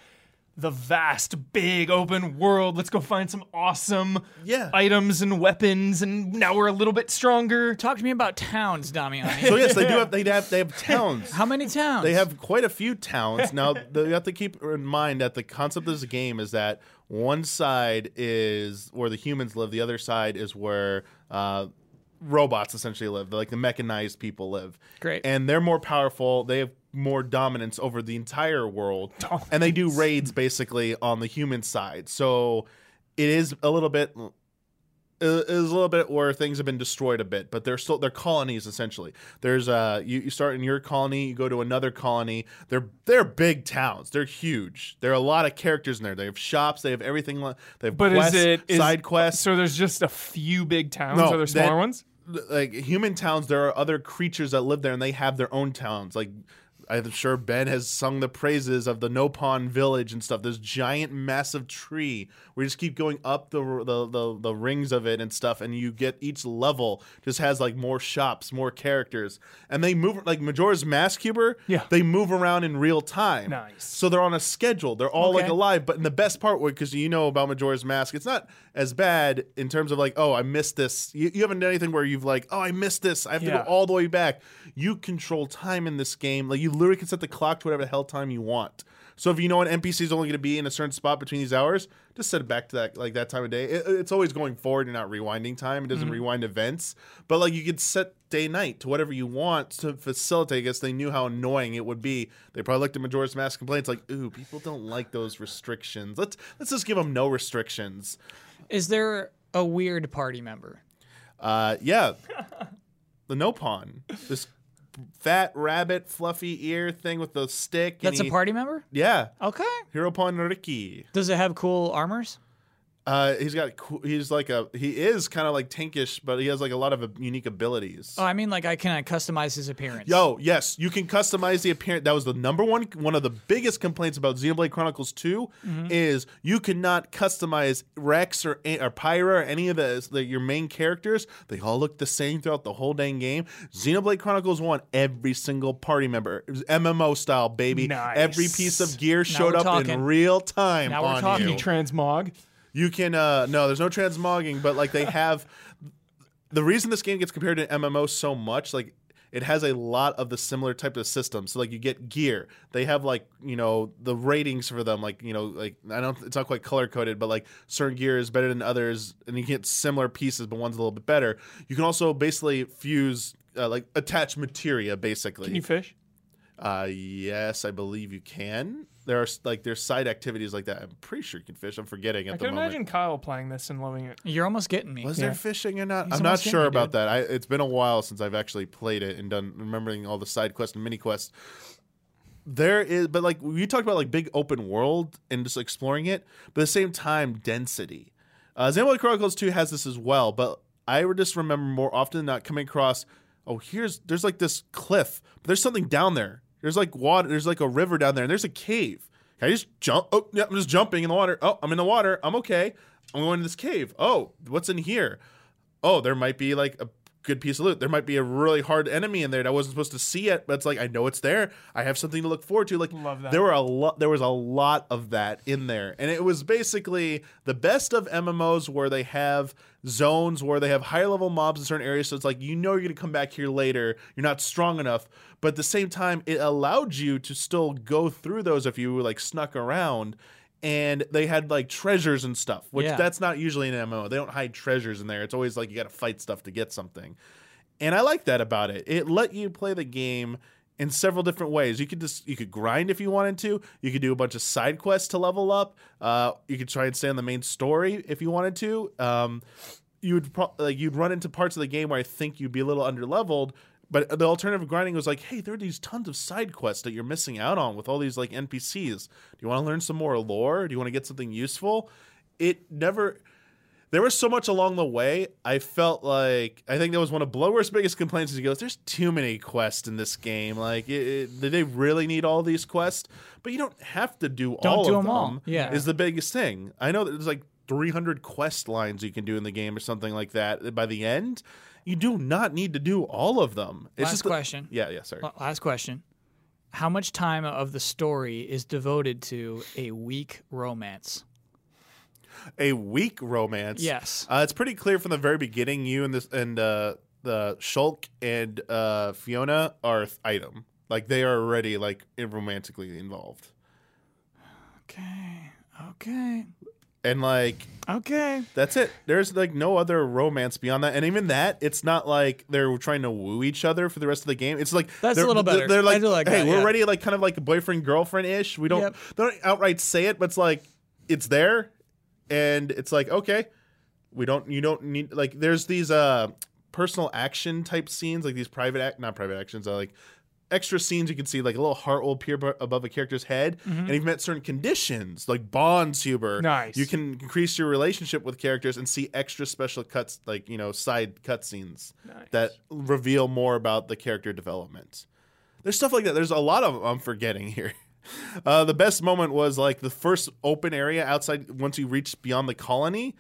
S3: the vast, big, open world. Let's go find some awesome
S1: Yeah.
S3: items and weapons, and now we're a little bit stronger.
S2: Talk to me about towns, Damiani.
S1: So yes, they do have they have they have towns.
S2: How many towns?
S1: They have quite a few towns. Now, the, you have to keep in mind that the concept of this game is that one side is where the humans live, the other side is where uh, robots essentially live, like the mechanized people live.
S2: Great.
S1: And they're more powerful. They have more dominance over the entire world. And they do raids basically on the human side. So it is a little bit is is a little bit where things have been destroyed a bit, but they're still they're colonies essentially. There's uh you, you start in your colony, you go to another colony. They're they're big towns. They're huge. There are a lot of characters in there. They have shops. They have everything. li- They have
S3: But
S1: quests,
S3: is it is-
S1: side quests?
S3: So there's just a few big towns.
S1: No,
S3: Are there
S1: that-
S3: smaller ones?
S1: like human towns, there are other creatures that live there, and they have their own towns. Like I'm sure Ben has sung the praises of the Nopon village and stuff. This giant, massive tree. We just keep going up the, the the the rings of it and stuff, and you get each level just has like more shops, more characters, and they move like Majora's Mask Cuber.
S3: Yeah.
S1: they move around in real time.
S3: Nice.
S1: So they're on a schedule. They're all like
S2: Okay.
S1: alive. But in the best part, because you know about Majora's Mask, it's not as bad in terms of like, oh, I missed this. You, you haven't done anything where you've like, oh, I missed this. I have to
S3: Yeah.
S1: go all the way back. You control time in this game. Like you literally can set the clock to whatever the hell time you want. So if you know an NPC is only going to be in a certain spot between these hours, just set it back to that like that time of day. It, it's always going forward and not rewinding time. It doesn't rewind events, but like you could set day night to whatever you want to facilitate. I guess they knew how annoying it would be. They probably looked at Majora's Mask complaints like, "Ooh, people don't like those restrictions. Let's let's just give them no restrictions."
S2: Is there a weird party member?
S1: Uh, yeah, the no pawn. This fat rabbit, fluffy ear thing with the stick. and
S2: That's a
S1: he-
S2: party member?
S1: Yeah,
S2: Okay.
S1: Hero Pawn Ricky.
S2: Does it have cool armors?
S1: Uh, he's got coo- he's like a he is kind of like tankish, but he has like a lot of uh, unique abilities.
S2: Oh, I mean, like I can I customize his appearance.
S1: Yo, yes, you can customize the appearance. That was the number one, one of the biggest complaints about Xenoblade Chronicles 2
S2: Mm-hmm.
S1: is you cannot customize Rex or A- or Pyra or any of the, the your main characters. They all look the same throughout the whole dang game. Xenoblade Chronicles 1, every single party member, it was MMO style, baby.
S3: Nice.
S1: Every piece of gear showed
S2: we're
S1: up in
S2: talking.
S1: real time
S2: Now we're
S1: on
S2: talking.
S1: you.
S3: You transmog.
S1: You can uh no, there's no transmogging, but like they have the reason this game gets compared to MMO so much, like it has a lot of the similar type of systems. So like you get gear. They have like, you know, the ratings for them, like, you know, like I don't it's not quite color coded, but like certain gear is better than others and you get similar pieces, but one's a little bit better. You can also basically fuse uh, like attach materia basically.
S3: Can you fish?
S1: Uh, yes, I believe you can. There are s- like there's side activities like that. I'm pretty sure you can fish. I'm forgetting at
S3: I
S1: the
S3: can
S1: moment.
S3: imagine Kyle playing this and loving it.
S2: You're almost getting me.
S1: Was
S3: Yeah.
S1: there fishing or not?
S2: He's
S1: I'm not
S2: almost
S1: sure
S2: in,
S1: about
S2: dude.
S1: that. I, it's been a while since I've actually played it and done remembering all the side quests and mini quests. There is, but like you talked about, like big open world and just exploring it, but at the same time, density. Uh, Xenoblade Chronicles 2 has this as well, but I would just remember more often than not coming across. Oh, here's there's like this cliff, but there's something down there. There's like water. There's like a river down there, and there's a cave. Can I just jump? Oh, yeah, I'm just jumping in the water. Oh, I'm in the water. I'm okay. I'm going to this cave. Oh, what's in here? oh, there might be like a good piece of loot. There might be a really hard enemy in there that I wasn't supposed to see it, but it's like I know it's there. I have something to look forward to. Like
S3: Love that.
S1: there were a lot there was a lot of that in there. And it was basically the best of MMOs where they have zones where they have higher level mobs in certain areas so it's like you know you're going to come back here later. You're not strong enough, but at the same time it allowed you to still go through those if you like snuck around. And they had like treasures and stuff, which
S2: Yeah.
S1: that that's not usually an MMO. They don't hide treasures in there. It's always like you got to fight stuff to get something. And I like that about it. It let you play the game in several different ways. You could just you could grind if you wanted to. You could do a bunch of side quests to level up. Uh, you could try and stay on the main story if you wanted to. Um, you would pro- like you'd run into parts of the game where I think you'd be a little under leveled. But the alternative grinding was like, hey, there are these tons of side quests that you're missing out on with all these like NPCs. Do you want to learn some more lore? Do you want to get something useful? It never there was so much along the way. I felt like I think that was one of Blower's biggest complaints. Is he goes, "There's too many quests in this game. Like, it, it, do they really need all these quests? But you don't have to do
S2: Don't
S1: all
S2: do
S1: of
S2: them all. Yeah.
S1: is the biggest thing. I know that there's like 300 quest lines you can do in the game or something like that. By the end, you do not need to do all of them. It's
S2: Last
S1: just the-
S2: question.
S1: yeah, yeah. Sorry.
S2: La- Last question. how much time of the story is devoted to a weak romance?
S1: a weak romance.
S2: Yes.
S1: uh, it's pretty clear from the very beginning. You and this and uh, the Shulk and uh, Fiona are th- item. Like they are already like romantically involved,
S2: Okay. Okay.
S1: and like
S2: Okay.
S1: that's it. There's like no other romance beyond that, and even that, it's not like they're trying to woo each other for the rest of the game. It's like
S2: That's
S1: they're,
S2: a little better.
S1: They're
S2: I
S1: like,
S2: do like
S1: hey,
S2: that,
S1: we're
S2: yeah.
S1: already like kind of like boyfriend girlfriend ish. We don't
S2: Yep.
S1: they don't outright say it, but it's like it's there, and it's like okay, we don't you don't need like there's these uh personal action type scenes like these private act not private actions uh, like extra scenes you can see like a little heart will appear abo- above a character's head
S2: Mm-hmm.
S1: and you've met certain conditions like bonds huber
S3: Nice.
S1: you can increase your relationship with characters and see extra special cuts like you know side cutscenes that reveal more about the character development there's stuff like that there's a lot of i'm forgetting here uh, the best moment was like the first open area outside once you reach beyond the colony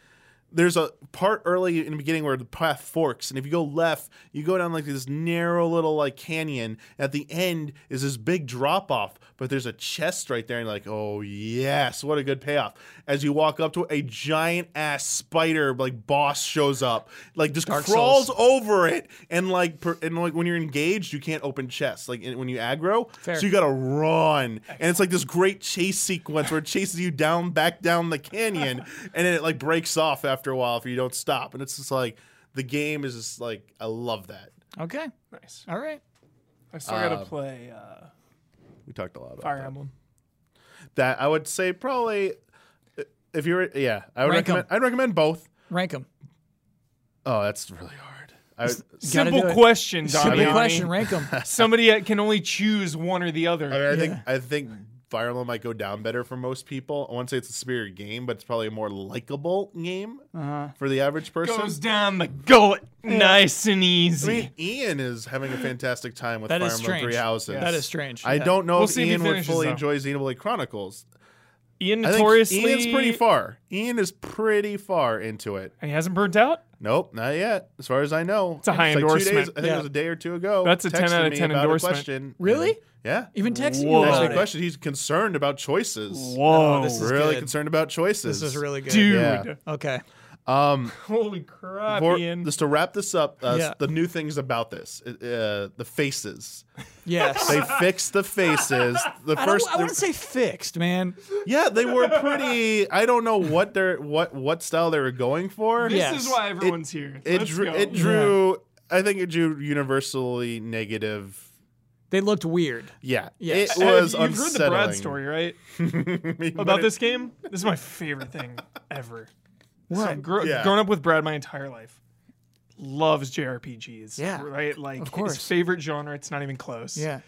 S1: there's a part early in the beginning where the path forks and if you go left you go down like this narrow little like canyon at the end is this big drop off but there's a chest right there and you're like oh yes what a good payoff as you walk up to it, a giant ass spider like boss shows up like just
S2: Dark
S1: crawls
S2: Souls.
S1: over it and like per, and like when you're engaged you can't open chests like in, when you aggro
S2: Fair.
S1: so you gotta run and it's like this great chase sequence where it chases you down back down the canyon and then it like breaks off after a while if you don't stop and it's just like the game is just like i love that
S2: Okay.
S3: Nice.
S2: All right.
S3: I still
S1: Um,
S3: gotta play uh,
S1: we talked a lot about
S3: Fire
S1: that.
S3: Emblem.
S1: that i would say probably uh, if you're yeah i would
S2: Rank 'em.
S1: recommend i'd recommend both
S2: Rank them.
S1: oh that's really hard I would,
S2: Gotta do
S3: Simple
S2: it.
S3: question, Damiani.
S2: Simple question. Rank them.
S3: Somebody that can only choose one or the
S1: I, mean,
S3: other.
S1: I think I think Fire Emblem might go down better for most people. I wouldn't say it's a superior game, but it's probably a more likable game
S2: Uh-huh.
S1: for the average person.
S3: Goes down the gullet, nice and
S1: I
S3: easy.
S1: mean, Ian is having a fantastic time with
S2: That
S1: Fire
S2: is
S1: Emblem
S2: strange.
S1: Three Houses.
S2: That is strange.
S1: I
S2: Yeah.
S1: don't know
S3: We'll
S1: if
S3: see if he
S1: Ian would
S3: finishes,
S1: fully
S3: though.
S1: enjoy Xenoblade Chronicles.
S3: Ian
S1: I think
S3: notoriously
S1: Ian's pretty far. Ian is pretty far into it.
S3: He hasn't burnt out.
S1: Nope, not yet. As far as I know, it's
S3: a high
S1: like two days-
S3: endorsement.
S1: I think
S2: Yeah.
S1: it was a day or two ago.
S3: That's a 10
S1: texted
S3: out of
S1: me
S3: 10
S1: about a
S3: endorsement.
S1: question.
S2: Really?
S1: Yeah.
S2: Even texting you
S3: Whoa.
S1: That's
S2: about
S1: the
S2: it.
S1: question. He's concerned about choices.
S3: Whoa,
S2: Oh, this is
S1: Really
S2: good.
S1: concerned about choices.
S2: This is really good.
S3: dude!
S1: Yeah.
S2: Okay.
S1: Um,
S3: Holy crap,
S1: for-
S3: Ian!
S1: just to wrap this up, uh,
S2: Yeah.
S1: the new things about this, uh, the faces.
S2: Yes.
S1: They fixed the faces. The
S2: I,
S1: first,
S2: don't, I wouldn't say fixed, man.
S1: yeah, they were pretty. I don't know what they're what what style they were going for.
S3: This
S2: Yes.
S3: is why everyone's here.
S1: it
S3: Let's
S1: drew.
S3: go.
S1: It drew. I think it drew universally negative.
S2: They looked weird.
S1: Yeah,
S2: Yes.
S1: it
S3: Have-
S1: was
S3: You've heard the Brad
S1: unsettling.
S3: story, right?
S1: But
S3: About
S1: it-
S3: this game. This is my favorite thing ever. So
S2: What?
S3: gro-
S1: Yeah.
S3: Grown up with Brad my entire life, loves JRPGs.
S2: Yeah.
S3: right. Like his
S2: course.
S3: favorite genre. It's not even close.
S2: Yeah.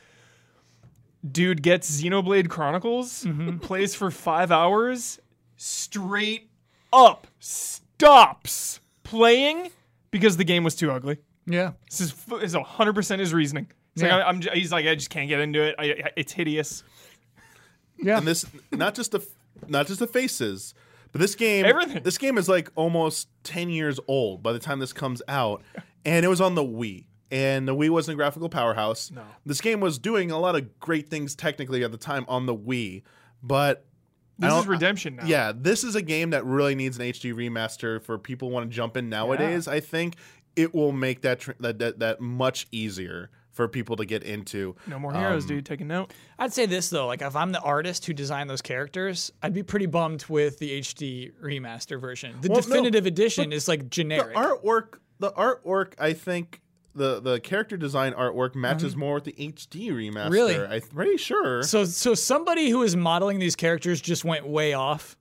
S3: dude gets Xenoblade Chronicles,
S1: Mm-hmm.
S3: plays for five hours, straight up stops playing because the game was too ugly.
S2: Yeah.
S3: This is f- is hundred percent his reasoning. He's
S2: Yeah.
S3: like, I- I'm, j- he's like, I just can't get into it. I, I- it's hideous.
S1: and this not just the not just the faces but this game
S3: Everything.
S1: this game is like almost 10 years old by the time this comes out and it was on the wii and the wii wasn't a graphical powerhouse no this game was doing a lot of great things technically at the time on the wii but I
S3: This is
S1: don't- uh,
S3: redemption now.
S1: yeah, this is a game that really needs an HD remaster for people who want to jump in nowadays. I think it will make that, tr- that that that much easier for people to get into.
S3: No more
S1: Um,
S3: heroes, dude. Take a note.
S2: I'd say this though, like if I'm the artist who designed those characters, I'd be pretty bummed with the HD remaster version. The
S1: Well, no,
S2: definitive edition is like generic.
S1: artwork the artwork i think the the character design artwork matches more with the hd remaster
S2: Mm-hmm. Really?
S1: i'm pretty sure
S2: so so somebody who is modeling these characters just went way off.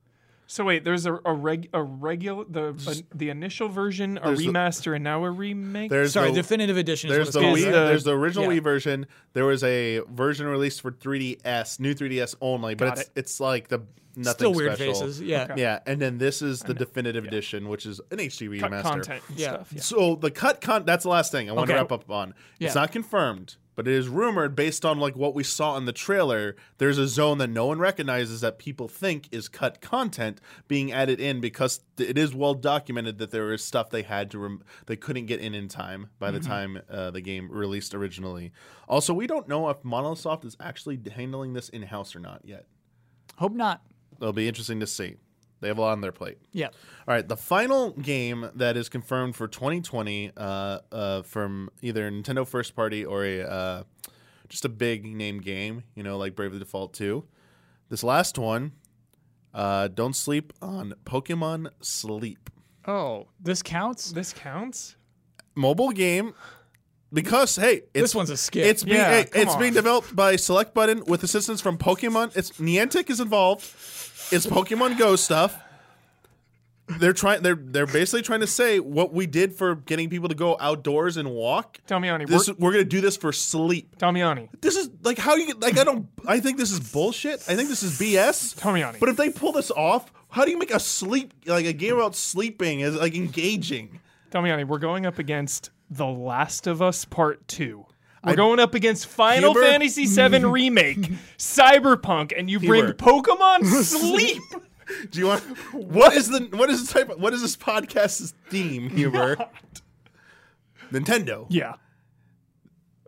S3: So wait, there's a a reg a regular the a- the initial version, a
S1: the-
S3: remaster, and now a remake.
S1: there's
S2: Sorry,
S1: the,
S2: definitive edition is
S1: there's
S2: what
S1: the,
S2: it's called.
S1: Wii,
S3: the-
S1: there's the original
S2: yeah.
S1: Wii version. There was a version released for 3DS, new 3DS only, but
S3: Got
S1: it's
S3: it.
S1: it's like the nothing
S2: Still weird
S1: special.
S2: faces. Yeah.
S1: Yeah, and then this is the definitive edition, which is an HD
S3: Cut
S1: remaster.
S3: content and
S2: Yeah.
S3: stuff.
S1: So the cut con that's the last thing I want
S2: Okay.
S1: to wrap up on.
S2: Yeah.
S1: It's not confirmed. But it is rumored, based on like what we saw in the trailer, there's a zone that no one recognizes that people think is cut content being added in because th- it is well documented that there is stuff they had to rem- they couldn't get in in time by
S2: Mm-hmm.
S1: the time uh, the game released originally. Also, we don't know if Monosoft is actually handling this in house or not yet.
S2: Hope not.
S1: It'll be interesting to see. They have a lot on their plate.
S2: Yeah.
S1: All right, the final game that is confirmed for 2020 uh, uh, from either Nintendo first party or a uh, just a big name game, you know, like Bravely Default 2. This last one, uh, don't sleep on Pokemon Sleep
S2: Oh, this counts.
S3: This counts?
S1: mobile game because hey, it's
S2: This one's a skip.
S1: It's being
S3: Yeah,
S1: hey,
S3: come
S1: it's being
S3: on.
S1: developed by Select Button with assistance from Pokemon. It's Niantic is involved. It's Pokemon Go stuff. They're trying. They're they're basically trying to say what we did for getting people to go outdoors and walk.
S3: Damiani,
S1: This
S3: we're,
S1: we're gonna do this for sleep.
S3: Damiani,
S1: This is like how you like. I don't. I think this is bullshit. I think this is BS.
S3: Tomiani.
S1: But if they pull this off, how do you make a sleep like a game about sleeping is like engaging?
S3: Damiani, we're going up against The Last of Us Part 2. We're going up against Final
S1: Huber?
S3: Fantasy VII Remake, Cyberpunk, and you bring
S1: Huber.
S3: Pokemon Sleep.
S1: Do you want what is the what is the type of, what is this podcast's theme, Huber? Nintendo.
S3: yeah.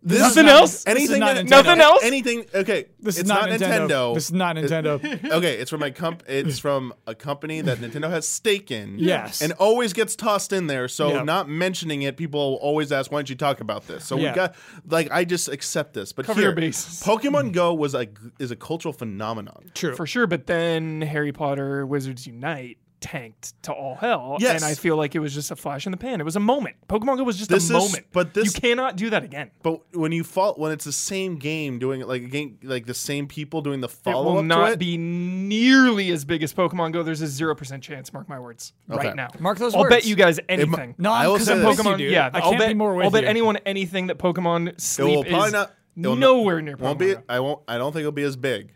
S1: This
S3: Nothing
S1: is not-
S3: else?
S1: Anything
S2: not
S1: that-
S2: Nintendo.
S3: Nothing else?
S1: Anything okay.
S2: this
S1: it's
S2: is not, Nintendo. This is not Nintendo.
S1: okay, it's from a comp it's from a company that Nintendo has stake in.
S2: Yes.
S1: And always gets tossed in there. So
S2: Yep.
S1: not mentioning it, people will always ask, why don't you talk about this? So
S2: Yeah.
S1: we got like I just accept this. But
S3: Cover
S1: here,
S3: your bases.
S1: Pokemon Go was a is a cultural phenomenon.
S2: True.
S3: for sure. But then Harry Potter Wizards Unite tanked to all hell,
S1: Yes.
S3: and I feel like it was just a flash in the pan. It was a moment. Pokemon Go was just
S1: This is-
S3: a moment.
S1: but this-
S3: you cannot do that again.
S1: But when you fall, when it's the same game doing it like a game, like the same people doing the
S3: It
S1: follow
S3: will
S1: up
S3: not
S1: to it,
S3: be nearly as big as Pokemon Go. There's a zero percent chance. Mark my words.
S1: Okay.
S3: Right now,
S2: Mark those
S3: I'll
S2: words.
S3: bet you guys anything.
S2: No,
S1: I will
S2: because
S1: say
S2: I'm
S1: this.
S2: with
S3: Pokemon.
S2: you, dude.
S3: Yeah,
S2: I can't
S3: will bet,
S2: be more with
S3: I'll bet
S2: you.
S3: anyone anything that Pokemon Sleep
S1: will probably
S3: is
S1: not- it will not-
S3: nowhere near Pokemon.
S1: won't be.
S3: Go.
S1: I won't. I don't think it'll be as big,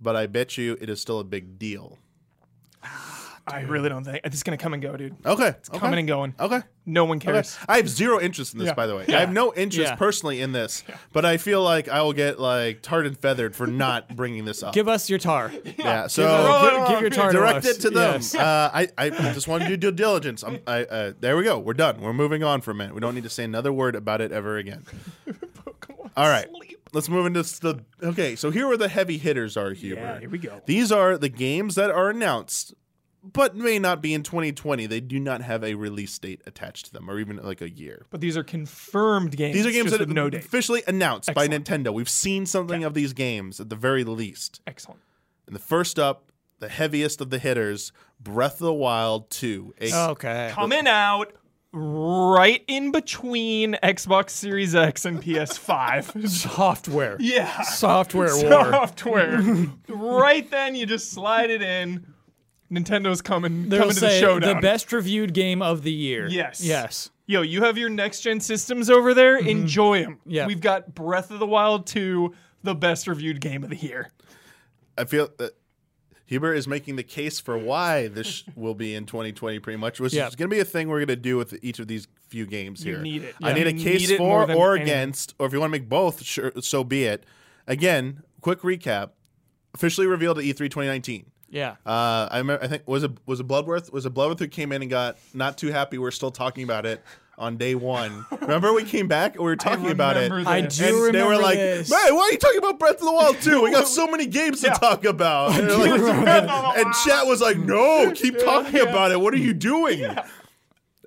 S1: but I bet you it is still a big deal.
S3: I really don't think it's gonna come and go, dude.
S1: Okay, it's
S3: Coming and going.
S1: Okay.
S3: No one
S1: Okay.
S3: cares.
S1: I have zero interest in this,
S3: Yeah.
S1: by the way. I have no interest
S2: Yeah.
S1: personally in this, but I feel like I will get like tarred and feathered for not bringing this up.
S2: Give us your tar.
S1: yeah,
S2: us-
S1: so
S2: give- give your tar to
S1: direct
S2: us.
S1: it to them.
S2: Yes.
S1: Uh, I, I just want to do due diligence. I'm, I, uh, there we go. We're done. We're moving on from it. We don't need to say another word about it ever again.
S3: Pokemon
S1: All right.
S3: Sleep.
S1: Let's move into s- the okay. So here are the heavy hitters are Huber.
S3: Yeah, here we go.
S1: These are the games that are announced, but may not be in 2020. They do not have a release date attached to them, or even like a year.
S3: But these are confirmed games.
S1: These are games
S3: just
S1: that
S3: with
S1: have
S3: no date.
S1: officially announced by
S3: Excellent.
S1: Nintendo. We've seen something of these games at the very least.
S3: Excellent.
S1: And the first up, the heaviest of the hitters, Breath of the Wild 2. A-
S3: Oh,
S2: Okay.
S3: Coming out right in between Xbox Series X and PS5.
S2: Software.
S3: yeah.
S2: Software war.
S3: Software. right then, you just slide it in. Nintendo's coming,
S2: They'll
S3: coming to the
S2: say
S3: showdown.
S2: the best reviewed game of the year.
S3: Yes.
S2: Yes.
S3: Yo, you have your next gen systems over there. Enjoy them.
S2: Yeah.
S3: We've got Breath of the Wild 2, the best reviewed game of the year.
S1: I feel that Huber is making the case for why this will be in 2020, pretty much, which
S2: Yeah.
S1: is going to be a thing we're going to do with each of these few games
S3: You
S1: here.
S3: need it.
S1: I
S3: Yeah.
S1: need a
S3: You
S1: case
S3: need it more
S1: for
S3: than
S1: or
S3: anything.
S1: against, or if you want to make both, sure, so be it. Again, quick recap: officially revealed at E E3 2019.
S2: Yeah.
S1: Uh, I remember. I think was it was it Bloodworth was it Bloodworth who came in and got not too happy. We're still talking about it on day one. remember we came back and we were talking about it.
S3: remember
S2: I
S3: this.
S2: do
S1: And
S2: remember
S1: they were like,
S2: this.
S1: "Man, why are you talking about Breath of the Wild too? We got so many games to talk about." And, they're like- and chat was like, "No, keep talking about it. What are you doing?"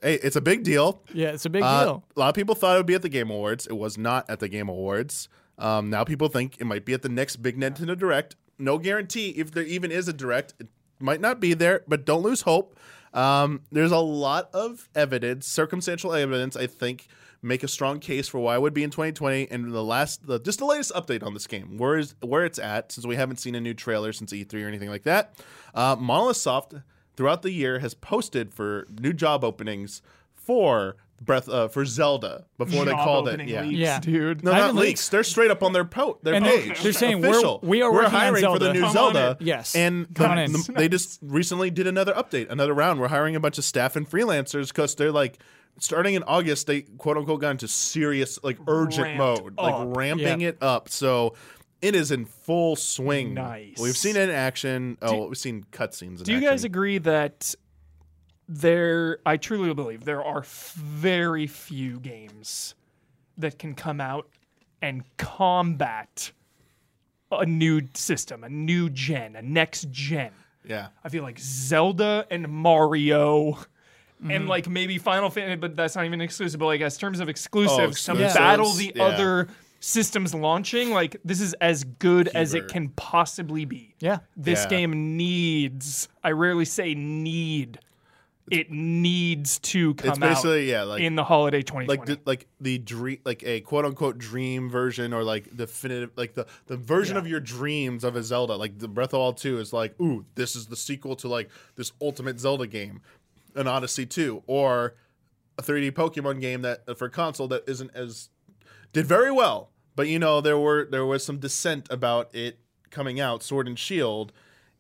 S1: Hey, it's a big deal.
S2: Yeah, it's a big
S1: Uh,
S2: deal.
S1: a lot of people thought it would be at the Game Awards. It was not at the Game Awards. Um, now people think it might be at the next big Nintendo Direct. No guarantee if there even is a Direct. It might not be there, but don't lose hope. Um, there's a lot of evidence, circumstantial evidence, I think, make a strong case for why it would be in 2020. And the last, the, just the latest update on this game, where is where it's at, since we haven't seen a new trailer since E3 or anything like that. Uh, Monolith Soft throughout the year has posted for new job openings for Breath uh, for Zelda before they
S3: Job
S1: called it.
S3: opening
S1: Yeah.
S3: leaks,
S2: Yeah.
S3: dude.
S1: No,
S2: I
S1: not
S2: haven't
S1: leaks. They're straight up on their po- their
S2: And they-
S1: page.
S2: they're saying, we're-
S1: Official.
S2: we are
S1: we're
S2: working on
S1: hiring for the
S2: Zelda.
S1: new
S2: Come on
S1: Zelda.
S2: in. Yes.
S1: and
S2: Come on
S1: the-
S2: in.
S1: the- they just recently did another update, another round. We're hiring a bunch of staff and freelancers because they're like starting in August, they quote unquote got into serious, like urgent
S3: Ramped
S1: mode,
S3: up.
S1: like ramping it up. So it is in full swing.
S3: Nice.
S1: We've seen it in action. Oh, we've seen cutscenes. in
S3: Do you guys
S1: action.
S3: agree that there? I truly believe there are f- very few games that can come out and combat a new system, a new gen, a next gen.
S1: Yeah.
S3: I feel like Zelda and Mario.
S1: Mm-hmm.
S3: And like maybe Final Fantasy, but that's not even exclusive. But like as terms of exclusives, some
S1: Oh, exclusives,
S3: battle the
S1: yeah.
S3: other systems launching. Like this is as good as it
S1: Keyword.
S3: can possibly be.
S2: Yeah.
S3: This
S1: Yeah.
S3: game needs. I rarely say need. It needs to come
S1: It's basically yeah,
S3: out
S1: like
S3: in the holiday 2020.
S1: like the, like the dream, like a quote unquote dream version or like definitive, like the the version of your dreams of a Zelda. Like the Breath of the Wild Two is like, ooh, this is the sequel to like this ultimate Zelda game, an Odyssey Two, or a 3D Pokemon game that for console that isn't as did very well, but you know there were there was some dissent about it coming out, Sword and Shield,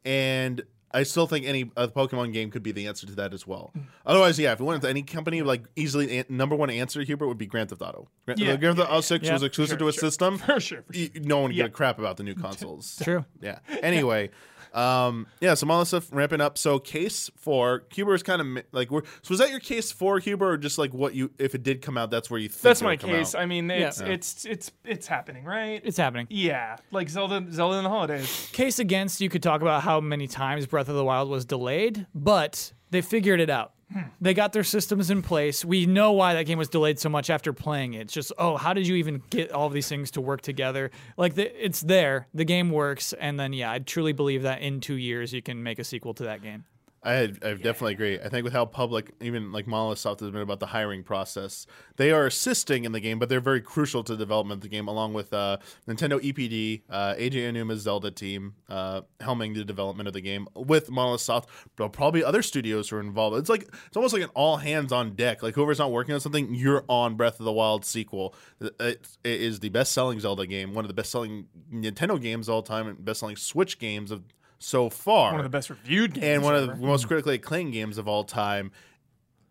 S1: and I still think any uh, Pokemon game could be the answer to that as well.
S3: Mm.
S1: Otherwise, yeah, if we went to any company, like easily an- number one answer, Hubert would be Grand Theft Auto. Grand,
S3: Yeah,
S1: Grand Theft Auto Six
S2: yeah.
S1: was exclusive to a system.
S3: for sure. for sure.
S1: y- No one would
S3: Yeah.
S1: give a crap about the new consoles.
S2: True.
S1: Yeah. Anyway, um, yeah. So all this stuff ramping up. So case four, Cuba is kind of mi- like we're. So was that your case four, Cuba, or just like what you if it did come out, that's where you think
S3: That's
S1: it
S3: my
S1: would come
S3: case.
S1: out?
S3: I mean, it's
S2: Yeah.
S3: it's it's it's happening, right?
S2: It's happening.
S3: yeah, like Zelda Zelda in the holidays.
S2: Case against, you could talk about how many times Breath of the Wild was delayed, but they figured it out. They got their systems in place. We know why that game was delayed so much after playing it. It's just, oh, how did you even get all of these things to work together? Like, the, it's there. The game works. And then, yeah, I truly believe that in two years, you can make a sequel to that game.
S1: I, I definitely agree. I think with how public, even like Microsoft has been about the hiring process, they are assisting in the game, but they're very crucial to the development of the game, along with uh, Nintendo EPD, uh, AJ Onuma's Zelda team, uh, helming the development of the game with Microsoft. But probably other studios who are involved. It's like it's almost like an all hands on deck. Like whoever's not working on something, you're on Breath of the Wild sequel. It, it is the best selling Zelda game, one of the best selling Nintendo games of all time, and best selling Switch games of so far
S3: One of the best reviewed games.
S1: and one of the most critically acclaimed games of all time.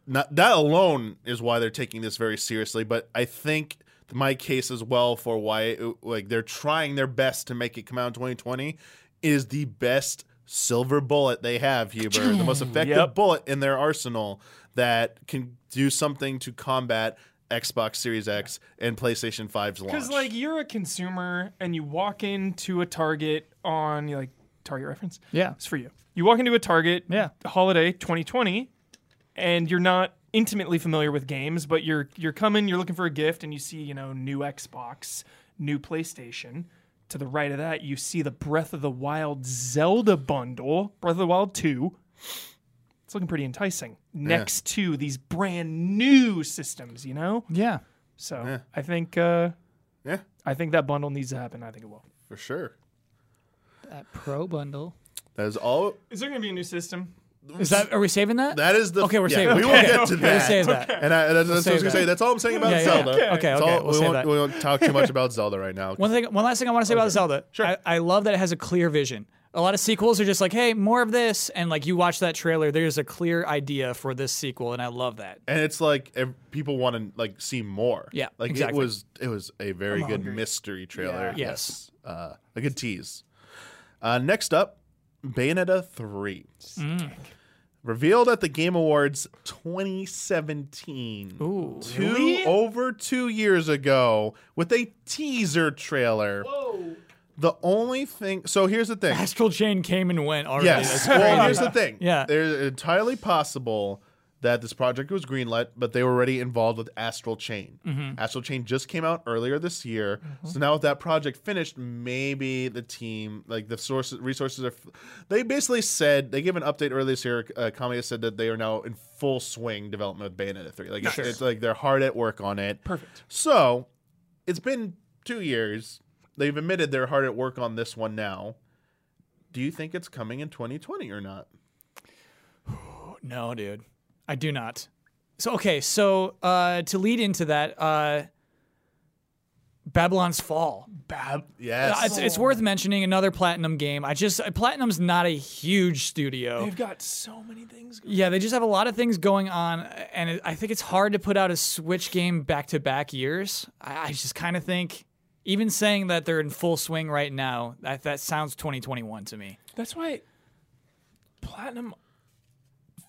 S1: Not, that alone is why they're taking this very seriously, but I think my case as well for why it, like they're trying their best to make it come out in 2020 is the best silver bullet they have, Huber, the most effective
S3: Yep.
S1: bullet in their arsenal that can do something to combat Xbox Series X and PlayStation 5's launch.
S3: Because like you're a consumer and you walk into a Target on you like Target reference.
S2: Yeah.
S3: It's for you. You walk into a Target
S2: Yeah.
S3: holiday 2020 and you're not intimately familiar with games, but you're you're coming, you're looking for a gift and you see, you know, new Xbox, new PlayStation. To the right of that, you see the Breath of the Wild Zelda bundle, Breath of the Wild 2. It's looking pretty enticing. Next to these brand new systems, you know?
S2: Yeah.
S3: So I think uh,
S1: yeah,
S3: I think that bundle needs to happen. I think it will.
S1: for sure.
S2: That pro bundle.
S1: That is all.
S3: Is there going to be a new system?
S2: Is that, are we saving that?
S1: That is the.
S2: okay, we're
S1: yeah,
S2: saving
S1: We
S2: it.
S1: will
S2: okay.
S1: get to
S2: We'll
S1: that.
S2: save that.
S1: And I, that's, that's what I was
S2: save
S1: gonna say.
S2: that.
S1: That's all I'm saying about
S2: Yeah, yeah,
S1: Zelda.
S2: yeah. Okay,
S1: That's
S2: okay,
S1: all-
S2: we'll
S1: we
S2: save
S1: won't,
S2: that.
S1: we won't talk too much about Zelda right now.
S2: One thing, one last thing I want to say about Zelda.
S1: Sure.
S2: I, I love that it has a clear vision. A lot of sequels are just like, hey, more of this, and like you watch that trailer, there's a clear idea for this sequel, and I love that.
S1: and it's like ev- people want to like see more.
S2: Yeah,
S1: like
S2: exactly.
S1: it was it was a very good
S3: hungry.
S1: mystery trailer.
S3: Yeah.
S2: Yes.
S1: uh, a good tease. Uh, next up, Bayonetta three. Revealed at the Game Awards 2017,
S2: Ooh.
S1: two
S3: Really?
S1: over two years ago, with a teaser trailer.
S3: Oh,
S1: The only thing, so here's the thing.
S2: Astral Chain came and went already.
S1: Yes.
S2: That's
S1: Well, here's the thing.
S2: Yeah.
S1: It's entirely possible that this project was greenlit, but they were already involved with Astral Chain. Astral Chain just came out earlier this year. So now with that project finished, maybe the team, like the sources, resources are. f- They basically said, they gave an update earlier this year. Uh, Kamiya said that they are now in full swing development with Bayonetta 3. Like, it's,
S3: Sure.
S1: it's like they're hard at work on it.
S3: perfect.
S1: So it's been two years. They've admitted they're hard at work on this one now. Do you think it's coming in 2020 or not?
S2: No, dude. I do not. So okay, so uh to lead into that, uh Babylon's Fall.
S3: Bab.
S1: Yes.
S2: It's, it's worth mentioning another Platinum game. I just Platinum's not a huge studio.
S3: They've got so many things. Going.
S2: Yeah, they just have a lot of things going on, and it, I think it's hard to put out a Switch game back to back years. I, I just kind of think, even saying that they're in full swing right now, that, that sounds 2021 to me.
S3: That's why platinum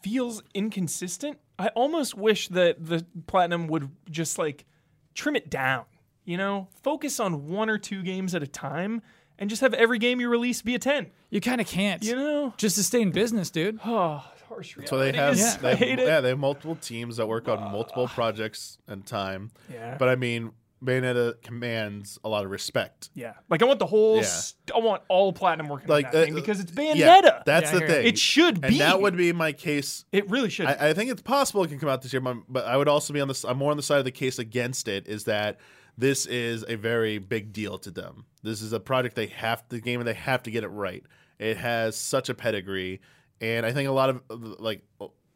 S3: feels inconsistent. I almost wish that the platinum would just like trim it down. You know, focus on one or two games at a time, and just have every game you release be a ten.
S2: You kind of can't,
S3: You know.
S2: just to stay in business, dude.
S3: Oh, harsh reality.
S1: So they have,
S2: is-
S1: they
S3: I
S1: have-
S3: hate it.
S1: yeah, they have multiple teams that work on multiple projects and time.
S3: Yeah.
S1: But I mean, Bayonetta commands a lot of respect.
S3: Yeah. Like I want the whole.
S1: Yeah.
S3: St- I want all platinum working
S1: Like
S3: on that
S1: uh,
S3: thing because it's Bayonetta.
S1: yeah, that's
S2: Yeah,
S1: the
S2: I hear it.
S1: thing.
S3: it should be.
S1: and that would be my case.
S3: It really should.
S1: I, I think it's possible it can come out this year, but- but I would also be on this. I'm more on the side of the case against it. Is that this is a very big deal to them. This is a project they have the game, and they have to get it right. It has such a pedigree, and I think a lot of like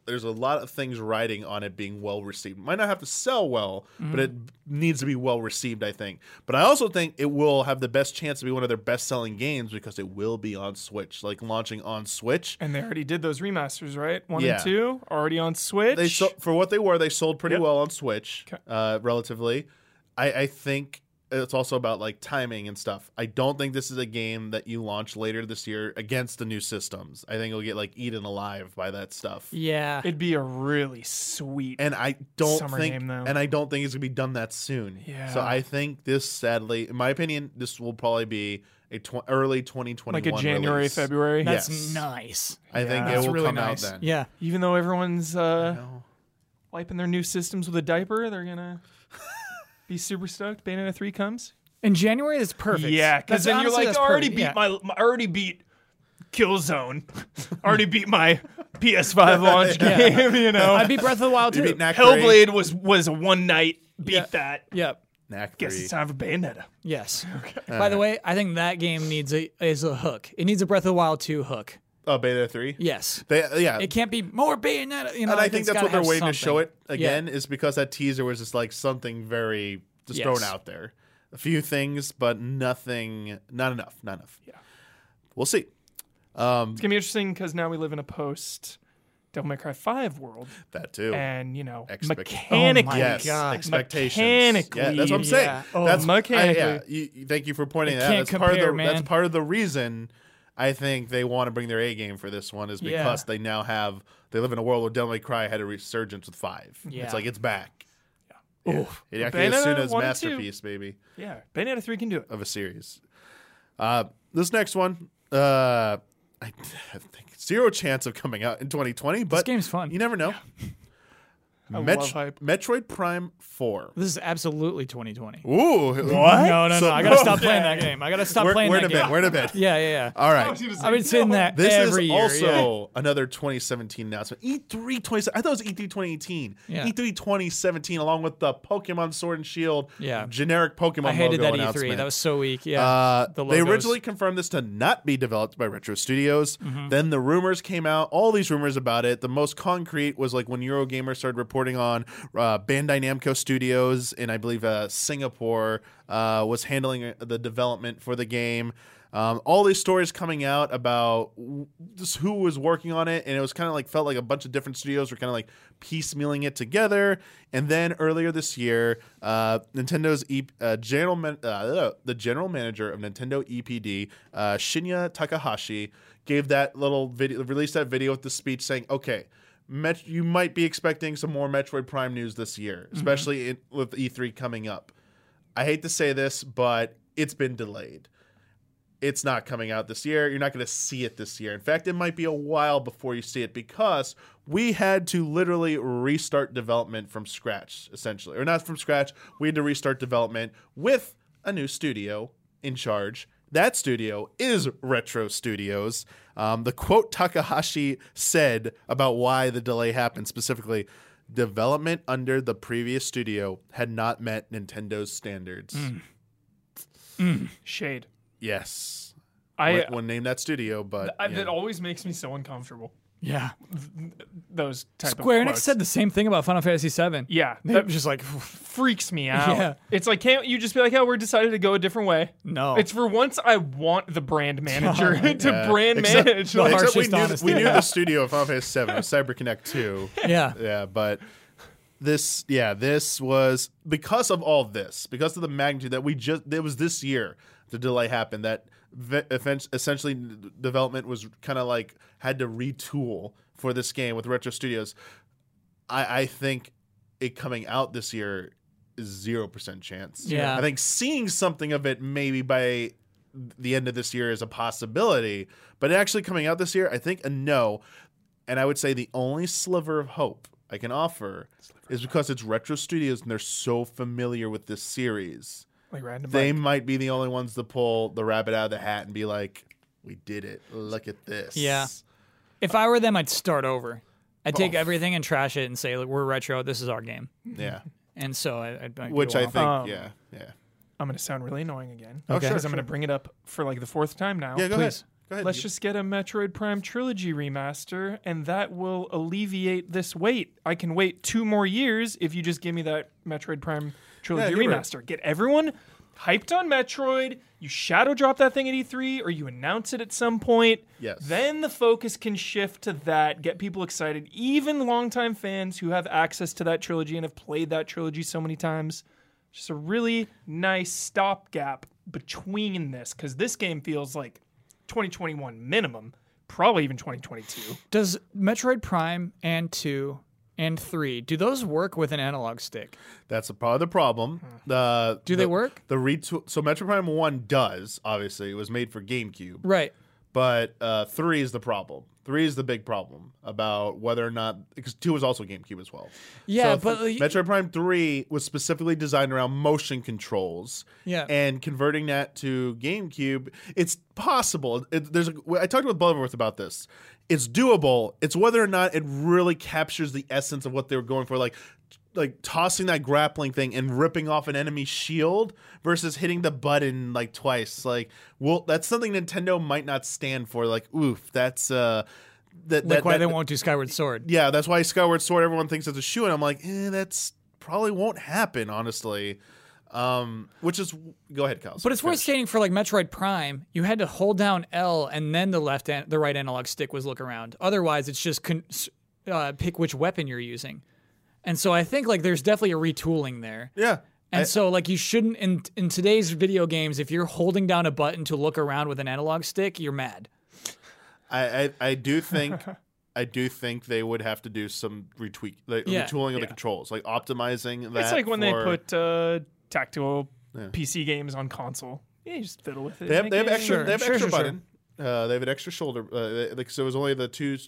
S1: there's a lot of things riding on it being well received. Might not have to sell well, but it needs to be well received. I think. But I also think it will have the best chance to be one of their best selling games because it will be on Switch, like launching on Switch.
S3: and they already did those remasters, right? One
S1: Yeah.
S3: and two already on Switch.
S1: they so, for what they were, they sold pretty
S3: Yep.
S1: well on Switch,
S3: 'Kay.
S1: uh, relatively. I, I think it's also about like timing and stuff. I don't think this is a game that you launch later this year against the new systems. I think it'll get like eaten alive by that stuff.
S2: Yeah,
S3: It'd be a really sweet.
S1: And I don't
S3: Summer
S1: think,
S3: game, though.
S1: and I don't think it's gonna be done that soon.
S3: Yeah.
S1: So I think this, sadly, in my opinion, this will probably be a tw- early 2021,
S3: like a January,
S1: release.
S3: February.
S1: Yeah.
S2: that's
S1: yes.
S2: nice.
S1: I think
S3: Yeah.
S1: it
S3: That's
S1: will
S3: really
S1: come
S3: nice.
S1: out then.
S2: Yeah,
S3: Even though everyone's
S1: You
S3: uh,
S1: know?
S3: wiping their new systems with a diaper, they're gonna be super stoked. Bayonetta three comes.
S2: in January is perfect.
S3: Yeah,
S2: That's
S3: because then you're
S2: honestly,
S3: like,
S2: that's
S3: I already
S2: perfect.
S3: beat
S2: Yeah.
S3: my, my, I already beat Killzone, already beat my PS5 launch game. You know,
S2: I beat Breath of the Wild
S1: You
S2: too.
S1: beat Knack three.
S3: Hellblade was was a one night beat
S2: Yeah.
S3: that.
S2: Yep.
S1: Knack
S3: Guess
S1: three.
S3: it's time for Bayonetta.
S2: Yes. By the way, I think that game needs a is a hook. It needs a Breath of the Wild 2 hook.
S1: Oh, beta three.
S2: Yes.
S1: They, yeah,
S2: It can't be more Bayonetta. You know,
S1: and I think
S2: it's
S1: that's
S2: gotta
S1: what they're
S2: have
S1: waiting to show
S2: something.
S1: it again is because that teaser was just like something very just thrown
S2: Yes.
S1: out there. A few things, but nothing, not enough, not enough.
S3: Yeah.
S1: We'll see.
S3: It's gonna be interesting because now we live in a post Devil May Cry Five world,
S1: That too.
S3: and you know,
S1: Expect-
S3: mechanically,
S2: Oh my
S1: yes,
S2: God.
S1: expectations.
S3: Mechanically,
S1: yeah, that's what I'm saying.
S2: yeah. Oh,
S1: that's
S3: mechanically.
S1: I- yeah, you- you- thank you for pointing
S2: It
S1: that. out.
S2: can't
S1: That's part of the.
S2: compare, man.
S1: That's part of the reason I think they want to bring their A game for this one is
S2: Yeah.
S1: because they now have they live in a world where Devil May Cry had a resurgence with five.
S2: Yeah.
S1: It's like it's back.
S3: Yeah.
S1: It actually as soon
S3: Bayonetta
S1: as
S3: one and two.
S1: masterpiece, baby.
S3: yeah, Bayonetta three can do it.
S1: of a series. Uh, this next one, uh, I think zero chance of coming out in 2020, but
S2: game's fun.
S1: You never know.
S3: I
S1: Met-
S3: love hype.
S1: Metroid Prime 4.
S2: This is absolutely 2020.
S1: Ooh.
S3: What?
S2: No, no, no.
S1: So-
S2: I gotta stop
S1: Okay.
S2: playing that game. I gotta stop
S1: We're,
S2: playing
S1: we're in a
S2: that
S1: bit.
S2: game.
S1: We're in a bit.
S2: yeah, yeah, yeah.
S1: All right.
S2: I've been saying that
S1: This
S2: every
S1: is
S2: year. yeah.
S1: also another 2017 announcement. E E3 2017. I thought it was E E3 2018.
S2: Yeah.
S1: E3 2017, along with the Pokemon Sword and Shield
S2: Yeah.
S1: generic Pokemon
S2: I hated
S1: logo
S2: that E3.
S1: announcement.
S2: That was so weak. Yeah.
S1: Uh,
S2: the
S1: they
S2: logos.
S1: originally confirmed this to not be developed by Retro Studios.
S2: Mm-hmm.
S1: Then the rumors came out, all these rumors about it. The most concrete was like when Eurogamer started reporting on uh, Bandai Namco Studios in, I believe, uh, Singapore uh, was handling the development for the game. Um, all these stories coming out about w- just who was working on it, and it was kind of like felt like a bunch of different studios were kind of like piecemealing it together. And then earlier this year, uh, Nintendo's e- uh, general man- uh, uh, the general manager of Nintendo EPD, uh, Shinya Takahashi, gave that little video, released that video with the speech saying, "Okay." Met- you might be expecting some more Metroid Prime news this year, especially in- with E3 coming up. I hate to say this, but it's been delayed. It's not coming out this year. You're not going to see it this year. In fact, it might be a while before you see it because we had to literally restart development from scratch, essentially. Or not from scratch. We had to restart development with a new studio in charge. That studio is Retro Studios. Um, the quote Takahashi said about why the delay happened specifically development under the previous studio had not met Nintendo's standards.
S3: Hmm. Shade.
S1: Yes.
S3: I
S1: Wouldn't name that studio, but
S3: I,
S1: yeah.
S3: that always makes me so uncomfortable.
S2: Yeah.
S3: Those type
S2: Square
S3: of
S2: Enix
S3: quotes.
S2: said the same thing about Final Fantasy VII.
S3: yeah,
S2: They were
S3: that
S2: just like,
S3: freaks me out.
S2: Yeah.
S3: It's like, can't you just be like, oh, we're decided to go a different way?
S2: no.
S3: It's for once I want the brand manager to
S1: Oh. Yeah.
S3: brand
S1: Except-
S3: manage.
S2: The
S3: Like,
S1: Except we
S2: harshest
S1: knew,
S2: honesty.
S1: we knew the studio of Final Fantasy Seven, CyberConnect Two.
S2: yeah.
S1: Yeah, but this, yeah, this was because of all this, because of the magnitude that we just. It was this year the delay happened that ve- effen- essentially development was kind of like had to retool for this game with Retro Studios. I, I think it coming out this year is zero percent chance.
S2: Yeah.
S1: I think seeing something of it maybe by the end of this year is a possibility, but actually coming out this year, I think a no. And I would say the only sliver of hope I can offer is because it's Retro Studios and they're so familiar with this series.
S3: like random.
S1: They might be the only ones to pull the rabbit out of the hat and be like, "We did it! Look at this!"
S2: Yeah. If I were them, I'd start over. I'd take
S1: Oh.
S2: everything and trash it and say, look, we're retro. This is our game.
S1: yeah.
S2: And so I, I'd, I'd
S1: Which
S2: go
S1: I
S2: off.
S1: think,
S3: Um,
S1: yeah, yeah,
S3: I'm going to sound really annoying again.
S1: Oh, sure,
S3: Because I'm
S1: sure.
S3: going to bring it up for like the fourth time now.
S1: yeah. Go
S2: please.
S1: ahead. Go ahead.
S3: Let's
S1: You-
S3: just get a Metroid Prime trilogy remaster, and that will alleviate this wait. I can wait two more years if you just give me that Metroid Prime trilogy
S1: you're right.
S3: remaster. Get everyone hyped on Metroid. You shadow drop that thing at E3, or you announce it at some point.
S1: Yes.
S3: Then the focus can shift to that. Get people excited, even longtime fans who have access to that trilogy and have played that trilogy so many times just a really nice stopgap between this because this game feels like 2021 minimum, probably even 2022.
S2: Does Metroid Prime and 2 and 3, do those work with an analog stick?
S1: That's a part of the problem. The
S2: Hmm. Do
S1: the-
S2: they work?
S1: The retool. So Metro Prime One does obviously. It was made for GameCube,
S2: Right.
S1: but uh, three is the problem. Three is the big problem about whether or not because two was also GameCube as well.
S2: Yeah,
S1: So
S2: but,
S1: th-
S2: like-
S1: Metroid Prime Three was specifically designed around motion controls.
S2: Yeah.
S1: and converting that to GameCube, it's possible. It, there's a, I talked with Butterworth about this. It's doable. It's whether or not it really captures the essence of what they were going for, like like tossing that grappling thing and ripping off an enemy's shield versus hitting the button like twice. Like, well, that's something Nintendo might not stand for. Like, oof, that's uh, that
S2: Like
S1: that,
S2: why
S1: that-
S2: they won't do Skyward Sword.
S1: yeah, that's why Skyward Sword everyone thinks it's a shoe, and I'm like, eh, that's probably won't happen, honestly. Um, which is go ahead, Kyle.
S2: But it's worth stating for like Metroid Prime, you had to hold down L and then the left, an- the right analog stick was look around. Otherwise, it's just con- s- uh, pick which weapon you're using. And so I think like there's definitely a retooling there.
S1: yeah,
S2: And so, like, you shouldn't in in today's video games. If you're holding down a button to look around with an analog stick, you're mad.
S1: I, I I do think I do think they would have to do some retweak, like
S2: Yeah.
S1: retooling of the
S3: Yeah.
S1: controls, like optimizing that.
S3: it's like when
S1: for-
S3: they put uh, tactile PC games on console. Yeah, you just fiddle with it.
S1: they have,
S3: make
S1: they have
S3: it-
S1: extra
S2: Sure,
S1: they have
S2: sure,
S1: extra
S2: sure, sure.
S1: button. Uh, they have an extra shoulder. Uh, they- like so, it was only the two.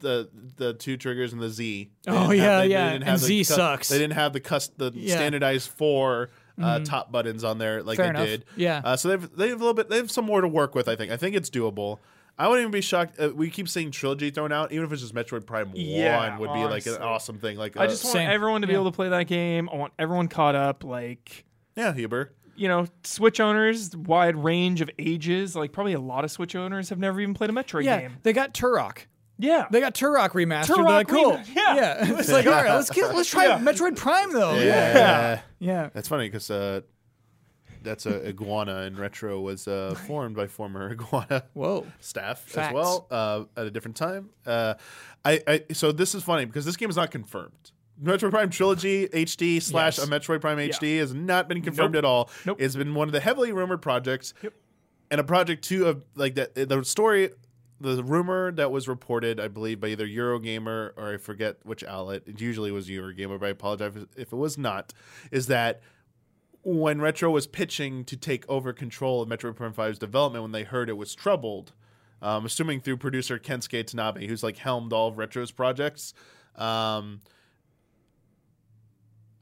S1: The, the two triggers and the Z. They
S2: Oh,
S1: didn't
S2: yeah,
S1: they
S2: yeah,
S1: didn't
S2: and
S1: have
S2: Z
S1: cu-
S2: sucks.
S1: They didn't have the cus- the
S2: Yeah. Mm-hmm.
S1: standardized four uh, top buttons on there like
S2: Fair
S1: they
S2: enough.
S1: did.
S2: Yeah.
S1: Uh, so they've they have a little bit they have some more to work with. I think I think it's doable. I wouldn't even be shocked. Uh, we keep seeing trilogy thrown out, even if it's just Metroid Prime
S3: Yeah,
S1: One would be like an
S3: honestly.
S1: awesome thing. Like
S3: I
S1: uh,
S3: just want
S2: Same.
S3: everyone to be
S2: Yeah.
S3: able to play that game. I want everyone caught up. Like,
S1: yeah, Huber.
S3: you know, Switch owners, wide range of ages. Like, probably a lot of Switch owners have never even played a Metroid
S2: Yeah,
S3: game.
S2: they got Turok.
S3: Yeah.
S2: They got Turok remastered. They're
S3: Turok
S2: like, cool.
S3: rem- yeah.
S2: It's like, all right, let's get, let's try
S3: Yeah.
S2: Metroid Prime though. Yeah.
S1: yeah.
S2: Yeah.
S1: That's funny because uh, that's a iguana, and retro was uh, formed by former iguana
S2: Whoa.
S1: staff as
S2: Facts.
S1: well uh, at a different time. Uh, I, I so this is funny because this game is not confirmed. Metroid Prime Trilogy HD slash
S2: Yes.
S1: a Metroid Prime HD has not been confirmed at
S3: Nope.
S1: all.
S3: Nope.
S1: It's been one of the heavily rumored projects, and a project two of like that the story. The rumor that was reported, I believe, by either Eurogamer or I forget which outlet, it usually was Eurogamer, but I apologize if it was not, is that when Retro was pitching to take over control of Metroid Prime 5's development, when they heard it was troubled, um, assuming through producer Kensuke Tanabe, who's like helmed all of Retro's projects, um,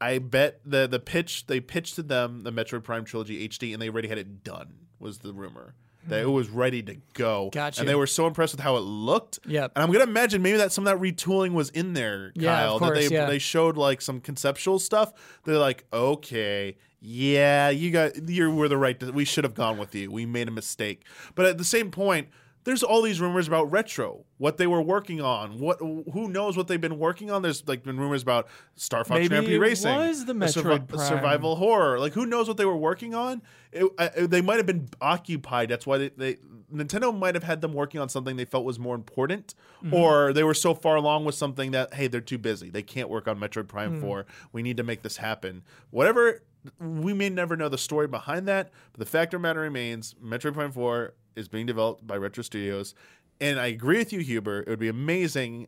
S1: I bet the the pitch they pitched to them the Metroid Prime trilogy HD, and they already had it done. Was the rumor that it was ready to go?
S2: Hmm. Gotcha.
S1: And they were so impressed with how it looked.
S2: Yep.
S1: And I'm gonna imagine maybe that some of that retooling was in there, Kyle.
S2: Yeah, of
S1: that
S2: course,
S1: they
S2: yeah.
S1: they showed like some conceptual stuff. They're like, okay, yeah, you got you were the right. We should have gone with you. We made a mistake. But at the same point, there's all these rumors about retro, what they were working on, what who knows what they've been working on. There's like been rumors about Star Fox
S3: Maybe
S1: Stampede
S3: it
S1: Racing,
S3: was the
S1: a survi-
S3: Metroid Prime.
S1: survival horror. Like who knows what they were working on? It, I, I- they might have been occupied. That's why they, they Nintendo might have had them working on something they felt was more important,
S3: Mm-hmm.
S1: or they were so far along with something that hey, they're too busy. They can't work on Metroid
S3: Hmm.
S1: Prime Four. We need to make this happen. Whatever. We may never know the story behind that, but the fact of the matter remains: Metroid Prime Four is being developed by Retro Studios, and I agree with you, Huber. It would be amazing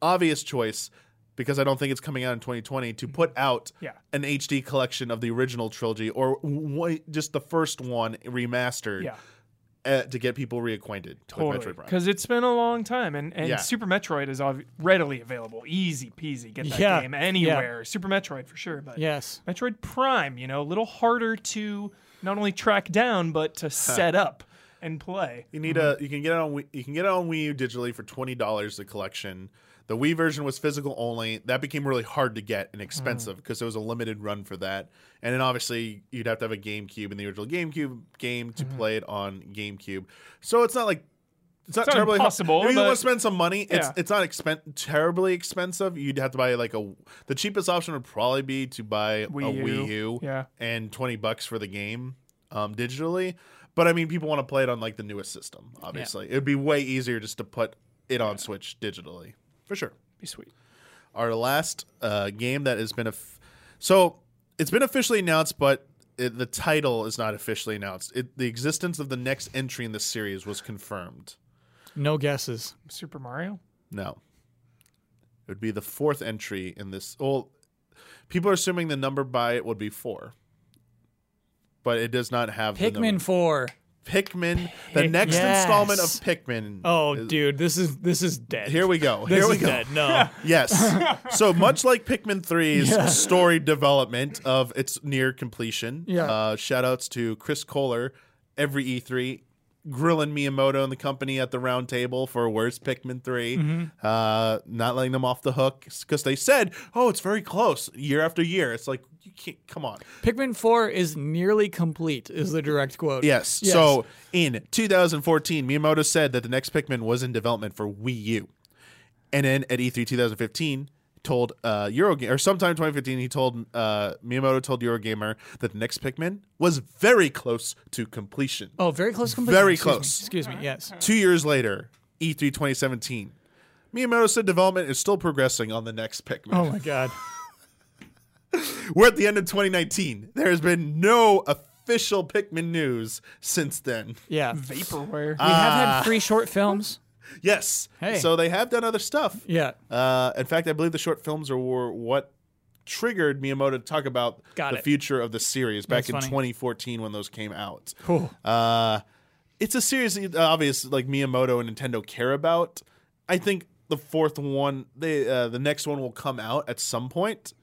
S1: obvious choice because I don't think it's coming out in 2020 to put out
S3: Mm-hmm. Yeah.
S1: an HD collection of the original trilogy or w- just the first one remastered
S3: Yeah.
S1: uh, to get people reacquainted with Metroid Prime.
S3: Because it's been a long time, and, and
S1: Yeah.
S3: Super Metroid is obvi- readily available, easy peasy. Get that
S2: Yeah,
S3: game
S2: yeah.
S3: anywhere. Super Metroid for sure, but
S2: Yes.
S3: Metroid Prime, you know, a little harder to not only track down but to set up and play.
S1: You need a you can get it on Wii- you can get it on Wii U digitally for twenty dollars the collection. The Wii version was physical only. That became really hard to get
S3: Mm-hmm.
S1: and expensive because there was a limited run for that. And then obviously you'd have to have a GameCube and the original GameCube game
S3: Mm-hmm.
S1: to play it on GameCube. So it's not like it's not,
S3: not
S1: terribly hard.
S3: impossible,
S1: If you
S3: but-
S1: want to spend some money, it's
S3: Yeah.
S1: it's not expen- terribly expensive. You'd have to buy like a the cheapest option would probably be to buy
S3: Wii
S1: a
S3: U.
S1: Wii U
S3: Yeah.
S1: and 20 bucks for the game um, digitally. But I mean, people want to play it on like the newest system, obviously. It'd be way easier just to put it on Switch digitally, for sure.
S3: Be sweet.
S1: Our last uh, game that has been. Aff- so it's been officially announced, but it, the title is not officially announced. It, the existence of the next entry in the series was confirmed.
S2: No guesses.
S3: Super Mario.
S1: No. It would be the fourth entry in this. Well, people are assuming the number by it would be four, but it does not have the number.
S2: Pikmin Four.
S1: Pikmin, the next
S2: Yes.
S1: installment of Pikmin.
S2: Oh, dude, this is this is dead.
S1: Here we go.
S2: This
S1: Here we
S2: is
S1: go.
S2: dead. No.
S1: Yes. so much like Pikmin 3's story development of its near completion,
S2: Yeah.
S1: uh, shout outs to Chris Kohler, every E3, grilling Miyamoto and the company at the round table for where's Pikmin 3, uh, not letting them off the hook because they said, oh, it's very close year after year. It's like, you can't, come on.
S2: Pikmin Four is nearly complete. Is the direct quote?
S1: Yes. So in 2014, Miyamoto said that the next Pikmin was in development for Wii U, and then at E E3 2015, told uh, Eurogame or sometime 2015, he told uh, Miyamoto told Eurogamer that the next Pikmin was very close to completion.
S2: Oh, very close. to Completion.
S1: Very
S2: Excuse me.
S1: close.
S2: Excuse me. Yes.
S1: Two years later, E E3 2017, Miyamoto said development is still progressing on the next Pikmin.
S2: Oh my God.
S1: We're at the end of 2019. There has been no official Pikmin news since then.
S2: Yeah. We
S3: Vaporware.
S2: have
S1: Ah.
S2: had three short films.
S1: Yes.
S2: Hey.
S1: So they have done other stuff.
S2: Yeah.
S1: Uh, in fact, I believe the short films are, were what triggered Miyamoto to talk about
S2: Got
S1: the
S2: it.
S1: future of the series back
S2: That's
S1: in
S2: funny.
S1: 2014 when those came out.
S2: Cool.
S1: Uh, it's a series that, uh, obvious like Miyamoto and Nintendo care about. I think the fourth one, they uh, the next one will come out at some point.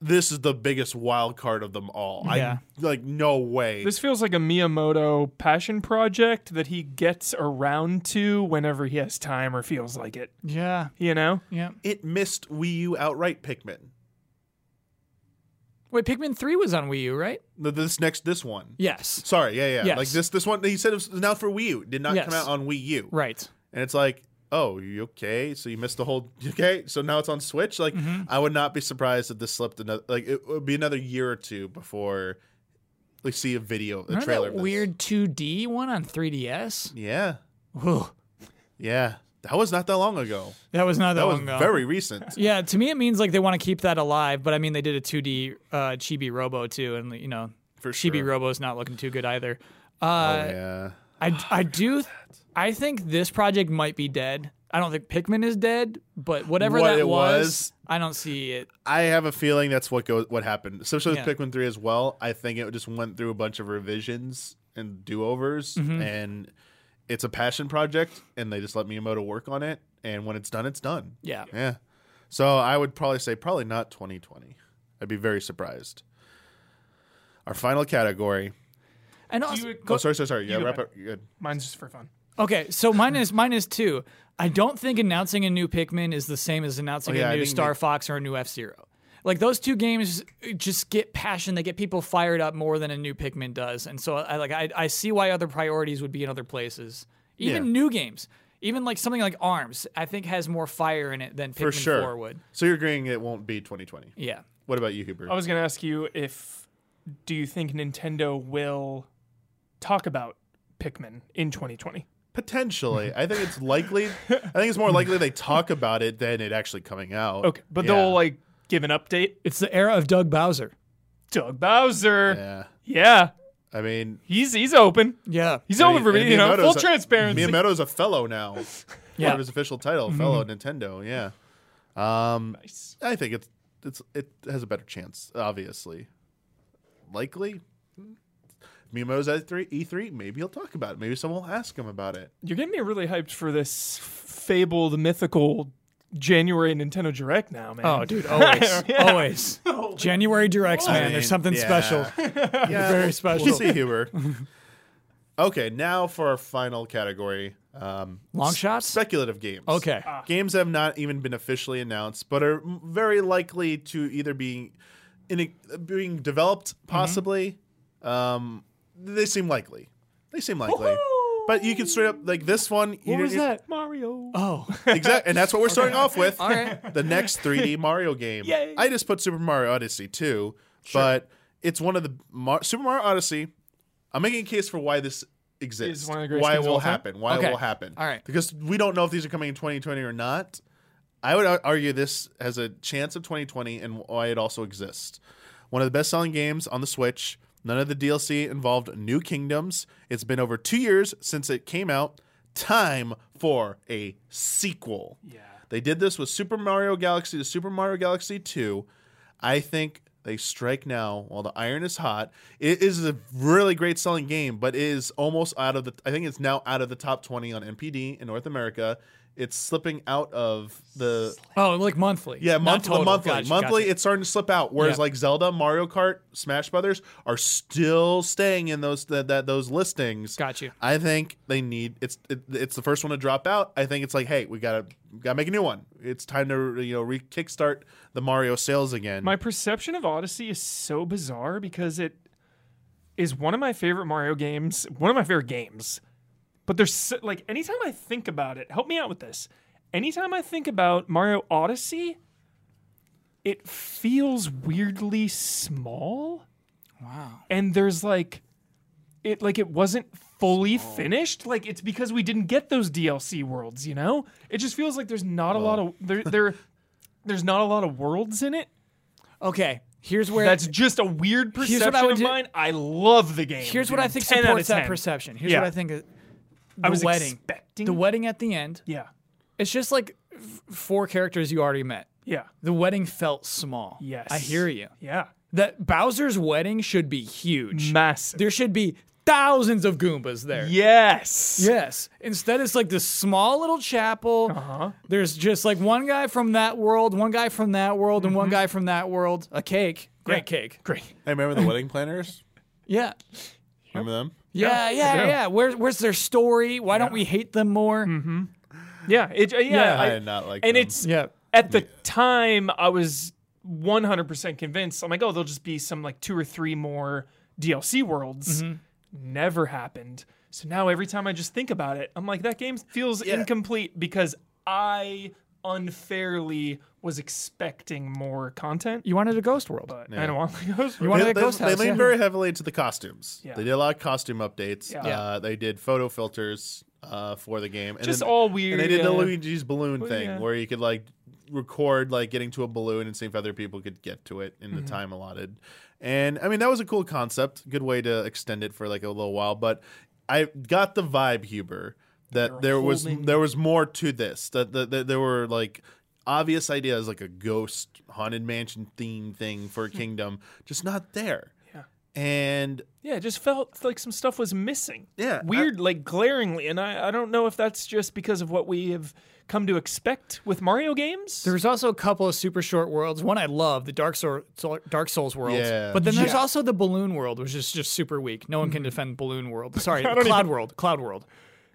S1: This is the biggest wild card of them all.
S2: Yeah.
S1: I like no way.
S3: This feels like a Miyamoto passion project that he gets around to whenever he has time or feels like it.
S2: Yeah.
S3: You know?
S2: Yeah.
S1: it missed Wii U outright Pikmin.
S2: Wait, Pikmin Three was on Wii U, right?
S1: Th- This next this one.
S2: Yes.
S1: Sorry, yeah, yeah.
S2: Yes.
S1: Like this, this one. He said it was announced for Wii U. It Did not come
S2: Yes.
S1: out on Wii U.
S2: Right.
S1: And it's like, oh, you okay? So you missed the whole okay. So now it's on Switch. Like,
S2: Mm-hmm.
S1: I would not be surprised if this slipped another. Like, it would be another year or two before we see a video, a
S2: Remember
S1: trailer. of
S2: that
S1: this.
S2: weird 2D one on 3DS?
S1: Yeah,
S2: Whew.
S1: yeah. That was not that long ago.
S2: That was not that,
S1: That was
S2: long ago.
S1: very recent.
S2: Yeah, to me it means like they want to keep that alive, but I mean they did a 2D uh, Chibi Robo too, and you know
S1: For
S2: Chibi
S1: sure.
S2: Robo's not looking too good either. Uh,
S1: Oh, yeah.
S2: I I do I think this project might be dead. I don't think Pikmin is dead, but whatever
S1: What
S2: that
S1: it
S2: was,
S1: was-
S2: I don't see it.
S1: I have a feeling that's what goes what happened, especially with
S2: Yeah.
S1: Pikmin three as well. I think it just went through a bunch of revisions and do overs, and it's a passion project, and they just let Miyamoto work on it, and when it's done, it's done.
S2: Yeah.
S1: yeah. So I would probably say probably not 2020. I'd be very surprised. Our final category.
S2: And also,
S3: would
S1: oh, sorry, sorry, sorry. Yeah,
S3: go
S1: wrap
S3: ahead.
S1: up. You're Good.
S3: Mine's just for fun.
S2: okay, so mine is mine is two. I don't think announcing a new Pikmin is the same as announcing
S1: Oh, yeah, I
S2: a new
S1: didn't
S2: Star
S1: make-
S2: Fox or a new F Zero. Like those two games just get passion, they get people fired up more than a new Pikmin does, and so I like I, I see why other priorities would be in other places. Even
S1: Yeah.
S2: new games, even like something like Arms, I think has more fire in it than Pikmin
S1: for sure.
S2: 4 would.
S1: So you're agreeing it won't be 2020.
S2: Yeah.
S1: What about you, Huber?
S3: I was going to ask you if do you think Nintendo will talk about Pikmin in 2020?
S1: Potentially,
S3: Mm-hmm.
S1: I think it's likely. I think it's more likely they talk about it than it actually coming out.
S3: Okay, but
S1: Yeah.
S3: they'll like give an update.
S2: It's the era of Doug Bowser.
S3: Doug Bowser.
S1: Yeah,
S3: Yeah,
S1: I mean,
S3: he's he's open.
S2: Yeah.
S3: He's open for me, you know, full
S1: Miyamoto's a-
S3: transparency. Mm-hmm.
S1: Miyamoto's a fellow now. Part
S2: Yeah.
S1: of his official title, fellow Nintendo. Yeah. Um,
S3: Nice.
S1: I think it's it's it has a better chance, obviously. Likely. Miyamoto's at three E three. Maybe he'll talk about it. Maybe someone will ask him about it.
S3: You're getting me really hyped for this fabled mythical January Nintendo Direct now, man.
S2: Oh, dude, always. Always. January directs, man.
S1: I mean,
S2: There's something
S1: yeah.
S2: special.
S1: Yeah,
S2: Very
S1: we'll-
S2: special.
S1: We'll see Huber. okay, now for our final category. Um,
S2: Long
S1: s-
S2: shots?
S1: Speculative games.
S2: Okay.
S3: Ah.
S1: Games have not even been officially announced, but are m- very likely to either be in a, being developed,
S3: Mm-hmm.
S1: possibly. Um, they seem likely. They seem likely. But you can straight up like this one. you
S3: what was
S1: you-
S3: that? Mario.
S2: Oh.
S1: Exactly, and that's what we're starting off with.
S2: All right.
S1: The next 3D Mario game.
S3: Yay.
S1: I just put Super Mario Odyssey too, but it's one of the Mar- Super Mario Odyssey. I'm making a case for why this exists,
S3: Is one of the greatest
S1: why it
S3: games of
S1: will
S3: all time?
S1: happen, why
S2: Okay.
S1: it will happen.
S2: All right.
S1: because we don't know if these are coming in 2020 or not. I would ar- argue this has a chance of 2020 and why it also exists. One of the best selling games on the Switch. None of the DLC involved New Kingdoms. It's been over two years since it came out. Time for a sequel.
S3: Yeah.
S1: They did this with Super Mario Galaxy to Super Mario Galaxy 2. I think they strike now while the iron is hot. It is a really great selling game, but it is almost out of the I think it's now out of the top 20 on NPD in North America. It's slipping out of the
S2: Oh, like monthly.
S1: yeah,
S2: Not
S1: monthly,
S2: total.
S1: monthly,
S2: Gotcha,
S1: monthly.
S2: gotcha.
S1: It's starting to slip out. Whereas
S2: Yeah.
S1: like Zelda, Mario Kart, Smash Brothers are still staying in those that, that those listings.
S2: Got you.
S1: I think they need it's it, it's the first one to drop out. I think it's like, hey, we gotta gotta make a new one. It's time to you know re kickstart the Mario sales again.
S3: My perception of Odyssey is so bizarre because it is one of my favorite Mario games, one of my favorite games. But there's so, like anytime I think about it, help me out with this. Anytime I think about Mario Odyssey, it feels weirdly small
S2: Wow.
S3: and there's like it like it wasn't fully finished like it's because we didn't get those DLC worlds, you know? It just feels like there's not a lot of there there there's not a lot of worlds in it.
S2: Okay. Here's where
S3: That's just a weird
S2: Here's
S3: perception
S2: what I would
S3: of
S2: do-
S3: mine. I love the game.
S2: here's what
S3: dude.
S2: I think
S3: 10 out of
S2: supports that
S3: 10.
S2: perception. Here's
S3: Yeah.
S2: what I think is the
S3: I was
S2: wedding.
S3: expecting
S2: The wedding at the end.
S3: Yeah,
S2: It's just like f- four characters you already met.
S3: yeah,
S2: The wedding felt small.
S3: yes.
S2: I hear you.
S3: Yeah,
S2: That Bowser's wedding should be huge.
S3: massive.
S2: There should be thousands of Goombas there.
S3: yes.
S2: Yes. Instead, it's like this small little chapel.
S3: Uh-huh.
S2: There's just like one guy from that world, one guy from that world, and one guy from that world. A cake. Great
S3: Mm-hmm. Yeah.
S2: cake.
S3: Great.
S1: I remember the wedding planners.
S2: Yeah.
S1: Remember them?
S2: Yeah,
S3: Yeah,
S2: yeah,
S3: I
S2: yeah.
S3: do.
S2: Where's where's their story? Why don't we hate them more?
S1: Mm-hmm.
S3: Yeah. It, uh, yeah.
S2: Yeah.
S1: I,
S3: I-
S1: did not like.
S3: and
S1: them.
S3: it's
S2: Yeah.
S3: at the time I was 100% convinced. I'm like, oh, there'll just be some like two or three more DLC worlds.
S2: Mm-hmm.
S3: Never happened. So now every time I just think about it, I'm like, that game feels incomplete because I unfairly was expecting more content.
S2: You wanted a ghost world.
S3: But I don't want like those.
S2: You wanted
S1: they,
S2: a ghost
S1: they
S2: house.
S1: leaned
S2: yeah.
S1: very heavily into the costumes.
S3: Yeah.
S1: They did a lot of costume updates.
S3: Yeah.
S1: Uh, they did photo filters uh, for the game. And
S3: Just
S1: then-
S3: all weird,
S1: And they did the
S3: yeah.
S1: Luigi's balloon thing
S3: yeah.
S1: where you could like record like getting to a balloon and seeing if other people could get to it in the time allotted. And I mean that was a cool concept. Good way to extend it for like a little while. But I got the vibe, Huber, that there was
S3: holding-
S1: there was more to this. That, that, that there were like obvious ideas like a ghost haunted mansion theme thing for a kingdom, just not there.
S3: Yeah.
S1: And
S3: yeah, it just felt like some stuff was missing.
S1: Yeah, I-
S3: Weird, like glaringly. And I, I don't know if that's just because of what we have come to expect with Mario games.
S2: There was also a couple of super short worlds. One I love, the Dark, Soul, Soul- Dark Souls world.
S1: Yeah. Mm-hmm.
S2: But then there's also the Balloon World, which is just super weak. No one can defend Balloon World. Sorry, Cloud World. Cloud World.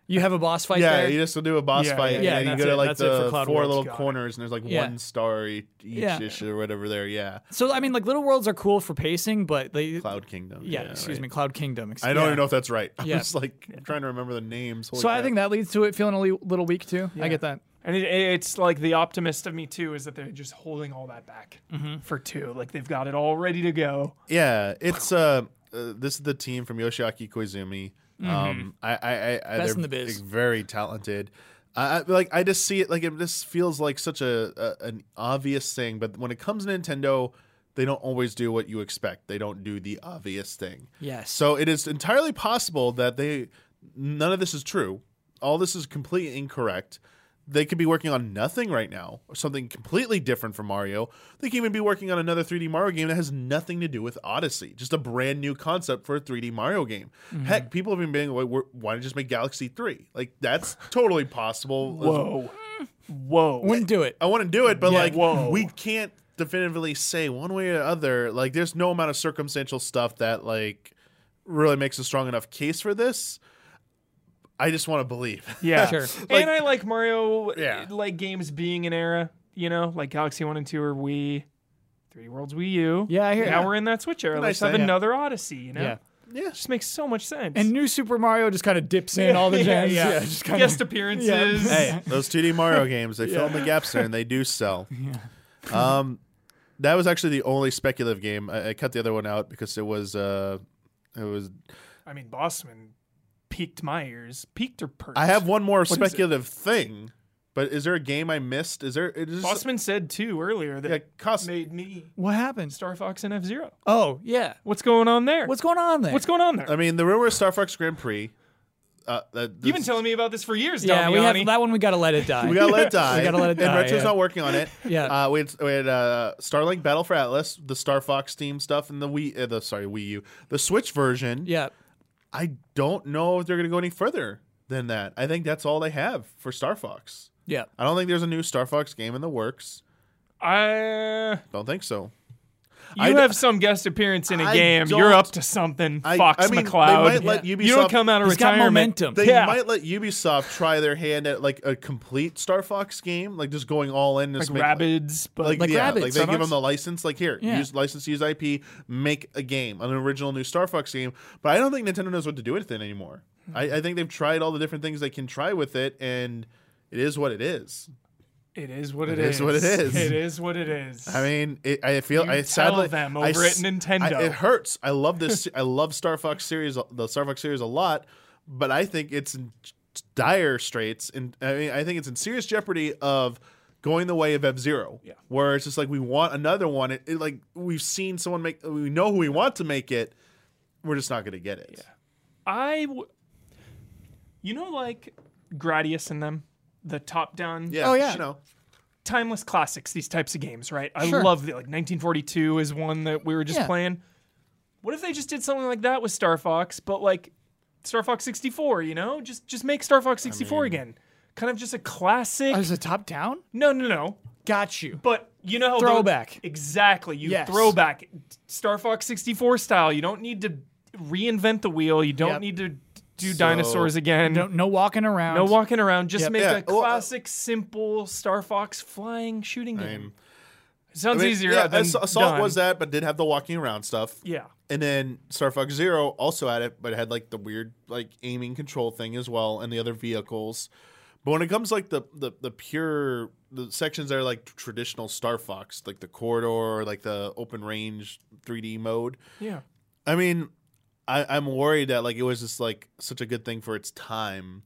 S2: You have a boss fight
S1: yeah,
S2: there.
S1: you just do a boss
S3: Yeah,
S1: fight,
S3: yeah,
S1: and
S2: yeah,
S1: then you
S4: that's
S1: go to
S4: it.
S1: like
S4: That's it for
S1: the
S4: Cloud
S1: four
S4: Worlds.
S1: little
S4: Got it.
S1: corners, and there's like
S2: Yeah.
S1: one star each, each
S2: Yeah.
S1: issue or whatever. There, yeah,
S2: so I mean, like Little Worlds are cool for pacing, but they
S1: Cloud Kingdom.
S2: yeah, excuse
S1: right.
S2: me, Cloud Kingdom. ex-
S1: I don't
S2: yeah.
S1: even know if that's right. I'm
S2: Yeah.
S1: just like trying to remember the names. Holy
S2: So I
S1: crap.
S2: think that leads to it feeling a li- little weak too. I get that.
S3: And it, it's like the optimist of me too is that they're just holding all that back
S2: Mm-hmm.
S3: for two. Like they've got it all ready to go.
S1: Yeah, it's uh, uh this is the team from Yoshiaki Koizumi. Um, I, I, I, I
S2: Mm-hmm. Best
S1: they're
S2: in the biz.
S1: like, very talented. I, I like. I just see it like it just feels like such a, a an obvious thing. But when it comes to Nintendo, they don't always do what you expect. They don't do the obvious thing.
S2: Yes.
S1: So it is entirely possible that they none of this is true. All this is completely incorrect. They could be working on nothing right now, or something completely different from Mario. They could even be working on another 3D Mario game that has nothing to do with Odyssey, just a brand new concept for a 3D Mario game. Heck, people have been being like, "We're- why not just make Galaxy 3? Like, that's totally possible.
S3: Whoa. Whoa.
S2: Wouldn't do it.
S1: I want to do it, but
S2: Yeah,
S1: like
S3: whoa.
S1: we can't definitively say one way or other. Like there's no amount of circumstantial stuff that like really makes a strong enough case for this. I just want to believe.
S3: yeah.
S2: Sure.
S3: and I like Mario
S1: Yeah.
S3: like games being an era, you know, like Galaxy 1 and 2 are Wii, 3D Worlds Wii U.
S2: Yeah, I hear
S3: Now
S2: you.
S3: we're in that Switch era.
S1: Nice
S3: Let's have
S1: idea.
S3: another Odyssey, you know?
S2: Yeah.
S1: Yeah.
S3: Just makes so much sense.
S2: And New Super Mario just kind of dips in all the gens.
S3: yeah.
S2: just kind
S3: guest appearances.
S1: Hey, those 2D Mario games, they fill in the gaps there and they do sell. Um that was actually the only speculative game. I, I cut the other one out because it was uh it was
S3: I mean, Bossman piqued my ears. Piqued or perked?
S1: I have one more
S3: it?
S1: speculative thing, but is there a game I missed? Is there it is
S3: Bossman said too earlier that
S1: yeah, cost,
S3: made me
S2: What happened?
S3: Star Fox and F Zero.
S2: Oh yeah.
S3: What's going on there?
S2: What's going on there?
S3: What's going on there?
S1: I mean, the rumor of Star Fox Grand Prix. Uh, that
S3: You've been
S1: this-
S3: telling me about this for years,
S2: yeah, we have
S3: Damiani.
S2: that one. We gotta let it die.
S1: we gotta let it die.
S2: We gotta let it
S1: And
S2: die,
S1: Retro's
S2: yeah.
S1: not working on it.
S2: Yeah.
S1: Uh, we had, we had uh, Starlink Battle for Atlas, the Star Fox team stuff, and the Wii. Uh, the sorry Wii U, the Switch version.
S2: yeah.
S1: I don't know if they're gonna go any further than that. I think that's all they have for Star Fox.
S2: Yeah.
S1: I don't think there's a new Star Fox game in the works.
S3: I- uh,
S1: Don't think so.
S3: you
S1: I d-
S3: have some guest appearance in a
S1: I
S3: game.
S1: don't-
S3: You're up to something,
S1: I-
S3: Fox
S1: I mean, they
S3: McCloud.
S1: might let
S3: You
S1: Ubisoft-
S3: don't come out of
S2: He's got
S3: retirement.
S2: momentum.
S1: They
S3: Yeah.
S1: might let Ubisoft try their hand at like a complete Star Fox game, like just going all in. Just
S3: Like
S1: make,
S3: Rabbids, but
S1: like,
S2: Like
S1: yeah,
S2: Rabbids,
S1: like they
S2: Star
S1: give
S2: Fox?
S1: them the license. Like here,
S2: Yeah.
S1: use license to use IP, make a game, an original new Star Fox game. But I don't think Nintendo knows what to do with it anymore. I, I think they've tried all the different things they can try with it, and it is what it is.
S3: it is what it
S1: is what it is.
S3: It is what it is.
S1: I mean, it, I feel
S3: You
S1: I
S3: tell
S1: sadly
S3: them
S1: I
S3: over
S1: s-
S3: at Nintendo.
S1: I- it hurts. I love this. I love Star Fox series, the Star Fox series a lot, but I think it's in dire straits, and I mean, I think it's in serious jeopardy of going the way of F Zero.
S3: Yeah.
S1: where it's just like we want another one. It, it, like we've seen someone make. We know who we want to make it. We're just not going to get it.
S3: I, w- you know, like Gradius and them, the top-down
S1: Yeah.
S2: Oh, yeah.
S1: You know.
S3: timeless classics, these types of games, right? I
S2: Sure.
S3: love the like 1942 is one that we were just
S2: Yeah.
S3: playing. What if they just did something like that with Star Fox, but like Star Fox 64, you know? Just just make Star Fox 64 again. Kind of just a classic.
S2: Oh, is it top down?
S3: no, no, no.
S2: Got you.
S3: But you know how the-
S2: Throwback.
S3: exactly. You
S2: Yes.
S3: throwback Star Fox 64 style. You don't need to reinvent the wheel. You don't
S2: Yep.
S3: need to d- do
S1: So-
S3: dinosaurs again.
S2: No, no walking around.
S3: no walking around. Just
S2: Yep.
S3: make
S1: Yeah,
S3: a
S1: well, uh,
S3: classic, simple Star Fox flying shooting game.
S1: And-
S3: Sounds
S1: I mean,
S3: easier
S1: yeah,
S3: than
S1: Ass- Assault
S3: done.
S1: was that, but did have the walking around stuff.
S3: Yeah.
S1: And then Star Fox Zero also had it, but it had like the weird like aiming control thing as well, and the other vehicles. But when it comes like the the, the pure the sections that are like traditional Star Fox, like the corridor, like the open range 3D mode.
S3: Yeah.
S1: I mean, I, I'm worried that like it was just like such a good thing for its time,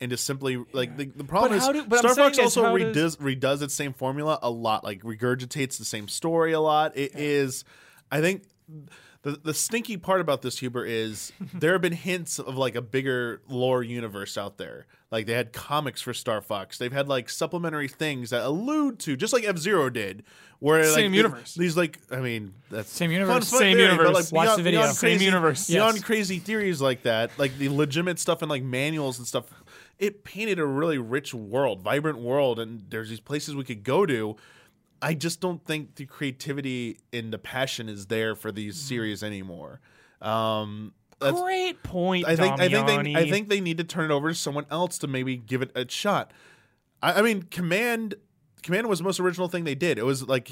S1: and to simply like the, the problem
S3: But
S1: is
S3: how do- but I'm
S1: Star
S3: saying
S1: Fox
S3: is
S1: also
S3: how
S1: redoes
S3: does-
S1: redoes its same formula a lot, like regurgitates the same story a lot. It is, I think. The, the stinky part about this Huber is there have been hints of like a bigger lore universe out there. Like they had comics for Star Fox. They've had like supplementary things that allude to just like F Zero did, where like,
S3: Same
S1: the-
S3: universe.
S1: These like I mean that's
S2: Same universe.
S1: fun
S3: Same
S1: theory,
S3: universe.
S1: But like
S2: Watch
S1: beyond-
S2: the video.
S1: beyond
S2: Same
S1: crazy-
S3: universe.
S1: Beyond
S2: Yes.
S1: crazy theories like that, like the legitimate stuff and like manuals and stuff, it painted a really rich world, vibrant world, and there's these places we could go to. I just don't think
S2: Mm.
S1: the creativity and the passion is there for these series anymore. Um, That's,
S3: Great point,
S1: I think I think they
S3: Damiani.
S1: I think they need to turn it over to someone else to maybe give it a shot. I, I mean, Command Command was the most original thing they did. It was like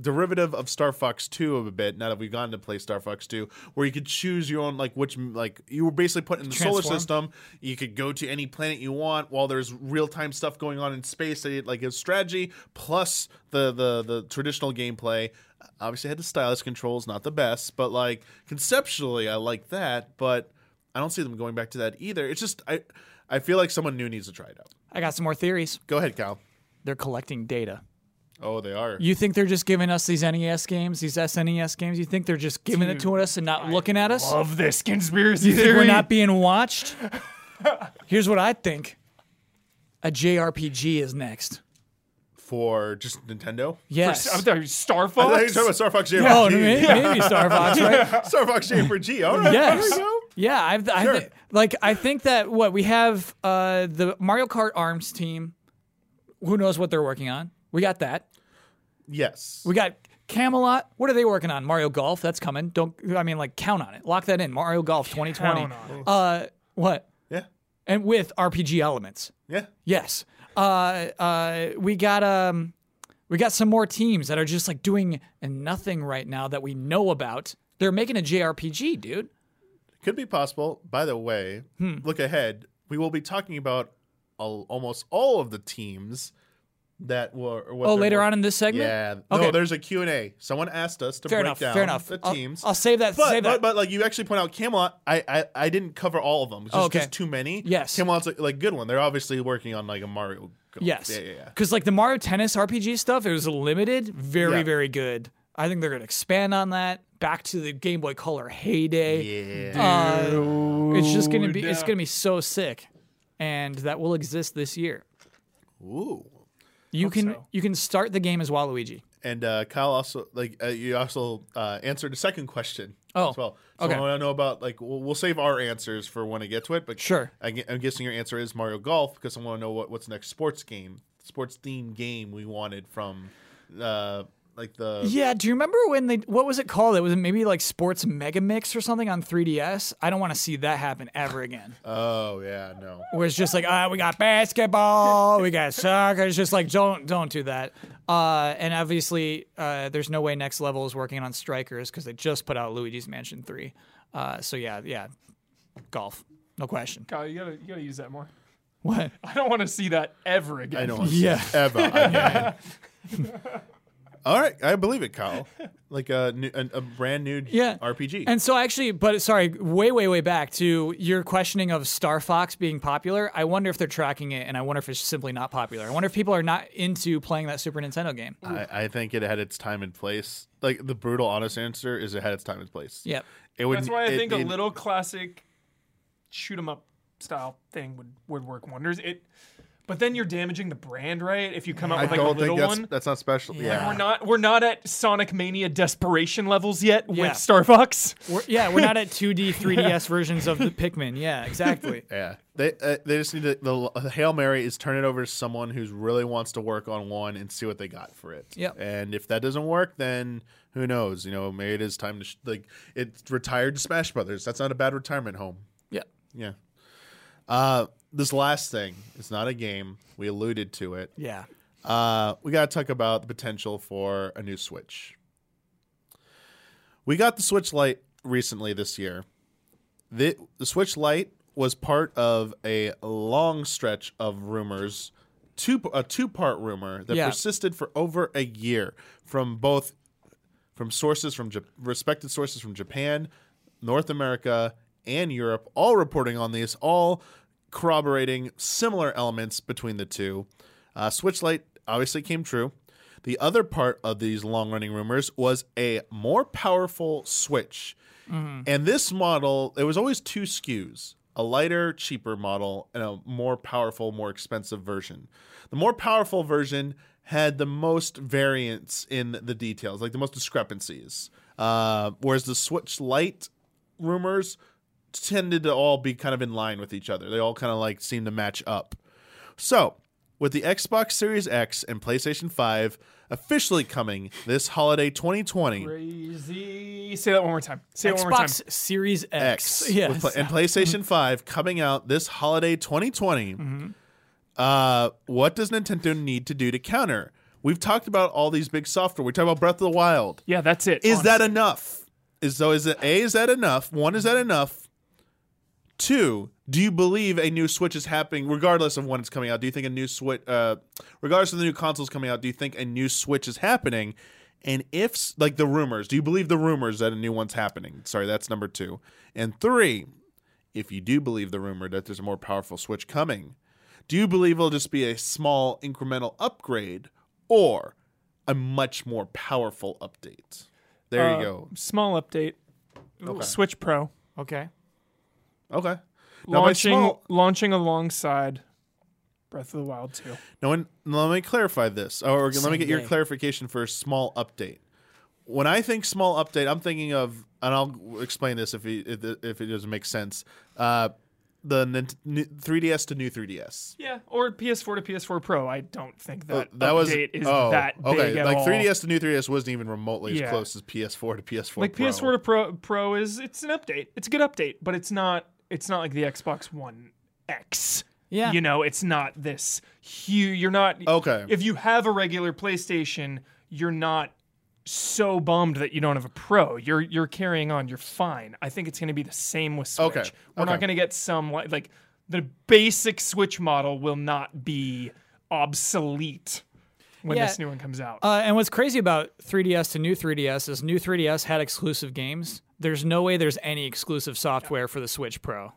S1: derivative of Star Fox Two of a bit. Now that we've gone to play Star Fox Two, where you could choose your own like which like you were basically put in the solar
S2: Transform.
S1: system. You could go to any planet you want while there's real time stuff going on in space. They did, like a strategy plus the the the traditional gameplay. Obviously, I had the stylus controls, not the best, but like conceptually, I like that. But I don't see them going back to that either. It's just I I feel like someone new needs to try it out.
S2: I got some more theories.
S1: Go ahead, Cal.
S2: They're collecting data.
S1: Oh, they are.
S2: You think they're just giving us these NES games, these SNES games? You think they're just giving it to us and not looking at us?
S3: love this conspiracy
S2: You think
S3: theory.
S2: we're not being watched? Here's what I think. A JRPG is next.
S1: For just Nintendo.
S3: For-
S2: Yes.
S3: I'm sorry, Star
S1: I
S3: Fox.
S1: thought you were talking about Star Fox JRPG.
S2: oh, maybe, maybe Star Fox, right?
S1: Star Fox JRPG. All right.
S2: Yes.
S1: There we go.
S2: Yeah, I've, I
S1: Sure.
S2: thi- like I think that what we have uh, the Mario Kart Arms team. Who knows what they're working on? We got that.
S1: Yes.
S2: We got Camelot. What are they working on? Mario Golf. That's coming. Don't I mean like count on it. Lock that in. Mario Golf 2020.
S3: Count on
S2: Uh, what?
S1: yeah.
S2: And with RPG elements.
S1: Yeah.
S2: Yes. Uh, uh, we got um, we got some more teams that are just like doing nothing right now that we know about. They're making a JRPG, dude.
S1: Could be possible. By the way,
S2: Hmm.
S1: look ahead. We will be talking about al- almost all of the teams that were. what
S2: Oh,
S1: they're
S2: later
S1: wor-
S2: on in this segment.
S1: Yeah.
S2: Okay.
S1: No, there's a Q&A. Someone asked us to
S2: Fair
S1: break
S2: enough.
S1: down
S2: Fair enough.
S1: the
S2: I'll-
S1: teams.
S2: I'll, save that.
S1: but,
S2: save
S1: but,
S2: that.
S1: but like you actually point out Camelot, I I, I didn't cover all of them. It's just,
S2: Oh, Okay.
S1: just too many.
S2: Yes.
S1: Camelot's like, like good one. They're obviously working on like a Mario. Go-
S2: yes.
S1: Yeah, yeah, yeah.
S2: Because like the Mario Tennis RPG stuff, it was limited. Very,
S1: Yeah.
S2: very good. I think they're gonna expand on that. Back to the Game Boy Color heyday.
S1: Yeah.
S2: Uh, it's just gonna be. It's
S3: Dude.
S2: gonna be so sick, and that will exist this year.
S1: Ooh.
S2: You can
S3: so.
S2: you can start the game as Waluigi.
S1: And uh, Kyle also like uh, you also uh, answered a second question
S2: Oh,
S1: as well. So
S2: okay.
S1: I want to know about like we'll, we'll save our answers for when I get to it. But
S2: Sure.
S1: I, gue- I'm guessing your answer is Mario Golf because I want to know what what's the next sports game, sports themed game we wanted from uh, like the
S2: Yeah, do you remember when they what was it called? It was maybe like Sports Mega Mix or something on 3DS. I don't want to see that happen ever again.
S1: oh yeah no
S2: where it's just like, ah, we got basketball, we got soccer. It's just like, don't don't do that. Uh, and obviously, uh, there's no way Next Level is working on Strikers because they just put out Luigi's Mansion Three. Uh, so yeah, yeah, golf, no question.
S3: Kyle, you gotta, you gotta use that more.
S2: What?
S3: I don't want to see that ever again.
S1: I don't want to
S2: Yeah.
S1: see it ever again. All right, I believe it, Kyle. Like a new, a, a brand new
S2: Yeah.
S1: RPG.
S2: And so actually, but sorry, way way way back to your questioning of Star Fox being popular. I wonder if they're tracking it, and I wonder if it's simply not popular. I wonder if people are not into playing that Super Nintendo game.
S1: I, I think it had its time and place. Like the brutal, honest answer is it had its time and place.
S2: Yep.
S1: It would,
S3: That's why I
S1: it-
S3: think a
S1: it-
S3: little classic shoot 'em up style thing would, would work wonders. It, but then you're damaging the brand, right? If you come out
S1: I
S3: with like a
S1: don't
S3: little
S1: think that's
S3: one,
S1: that's not special. Yeah.
S3: we're not we're not at Sonic Mania desperation levels yet
S2: Yeah.
S3: with Star Fox.
S2: We're, yeah, we're not at 2D, 3DS versions of the Pikmin. Yeah, exactly.
S1: Yeah. They uh, they just need to the, the hail mary is turn it over to someone who's really wants to work on one and see what they got for it.
S2: Yep.
S1: And if that doesn't work, then who knows? You know, maybe it is time to sh- like it's retired Smash Brothers. That's not a bad retirement home.
S2: Yeah.
S1: Yeah. Uh, this last thing is not a game. We alluded to it.
S2: Yeah.
S1: Uh, we got to talk about the potential for a new Switch. We got the Switch Lite recently this year. The, the Switch Lite was part of a long stretch of rumors, two a two part rumor that
S2: Yeah.
S1: persisted for over a year from both from sources from Jap- respected sources from Japan, North America, and Europe, all reporting on these, all corroborating similar elements between the two. Uh, Switch Lite obviously came true. The other part of these long running rumors was a more powerful Switch. And this model, there was always two SKUs a lighter, cheaper model, and a more powerful, more expensive version. The more powerful version had the most variance in the details, like the most discrepancies. Uh, whereas the Switch Lite rumors tended to all be kind of in line with each other. They all kind of like seemed to match up. So with the Xbox Series X and PlayStation 5 officially coming this holiday 2020.
S3: Crazy. Say that one more time. Say it one more time.
S2: Xbox Series X.
S1: X with
S2: Yes. Mm-hmm.
S1: pla- and PlayStation 5 coming out this holiday 2020. Uh, what does Nintendo need to do to counter? We've talked about all these big software. We talked about Breath of the Wild.
S3: Yeah, that's it.
S1: Is
S3: Honest-
S1: that enough? Is so is it A is that enough? One is that enough? Two, do you believe a new Switch is happening regardless of when it's coming out? Do you think a new Switch uh regardless of the new consoles coming out, do you think a new Switch is happening? And if s- like the rumors, do you believe the rumors that a new one's happening? Sorry, that's number 2. And 3, if you do believe the rumor that there's a more powerful Switch coming, do you believe it'll just be a small incremental upgrade or a much more powerful update? There
S3: Uh,
S1: you go.
S3: Small update. Switch Pro
S2: Okay.
S1: Okay. Now, by
S3: launching
S1: small-
S3: launching alongside Breath of the Wild 2.
S1: No, and let me clarify this, or let me
S2: Same
S1: get your
S2: day.
S1: clarification for a small update. When I think small update, I'm thinking of, and I'll explain this if it, if it- if it doesn't make sense. Uh, the Nint- new 3ds to new 3ds.
S3: Yeah, or PS4 to PS4 Pro. I don't think that
S1: that was
S3: update is
S1: oh,
S3: that big
S1: okay.
S3: at
S1: like
S3: all.
S1: 3ds to new 3ds wasn't even remotely as
S3: Yeah.
S1: close as PS4 to PS4.
S3: like
S1: Pro.
S3: PS4 to Pro Pro is it's an update. It's a good update, but it's not it's not like the Xbox One X.
S2: Yeah.
S3: You know, it's not this huge you're not
S1: Okay.
S3: If you have a regular PlayStation, you're not so bummed that you don't have a Pro. You're you're carrying on. You're fine. I think it's going to be the same with Switch.
S1: Okay,
S3: We're not
S1: okay.
S3: going to get some like, like the basic Switch model will not be obsolete when
S2: Yeah.
S3: this new one comes out.
S2: Uh, and what's crazy about 3DS to new 3DS is new 3DS had exclusive games. There's no way there's any exclusive software for the Switch Pro.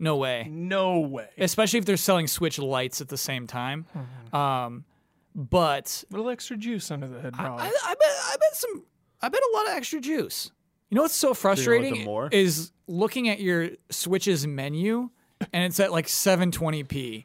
S2: No way.
S3: no way.
S2: Especially if they're selling Switch lights at the same time. Um, but
S3: little extra juice under the hood, probably.
S2: I, I bet I bet some I bet a lot of extra juice. You know what's so frustrating
S1: them more?
S2: is looking at your Switch's menu and it's at like 720p.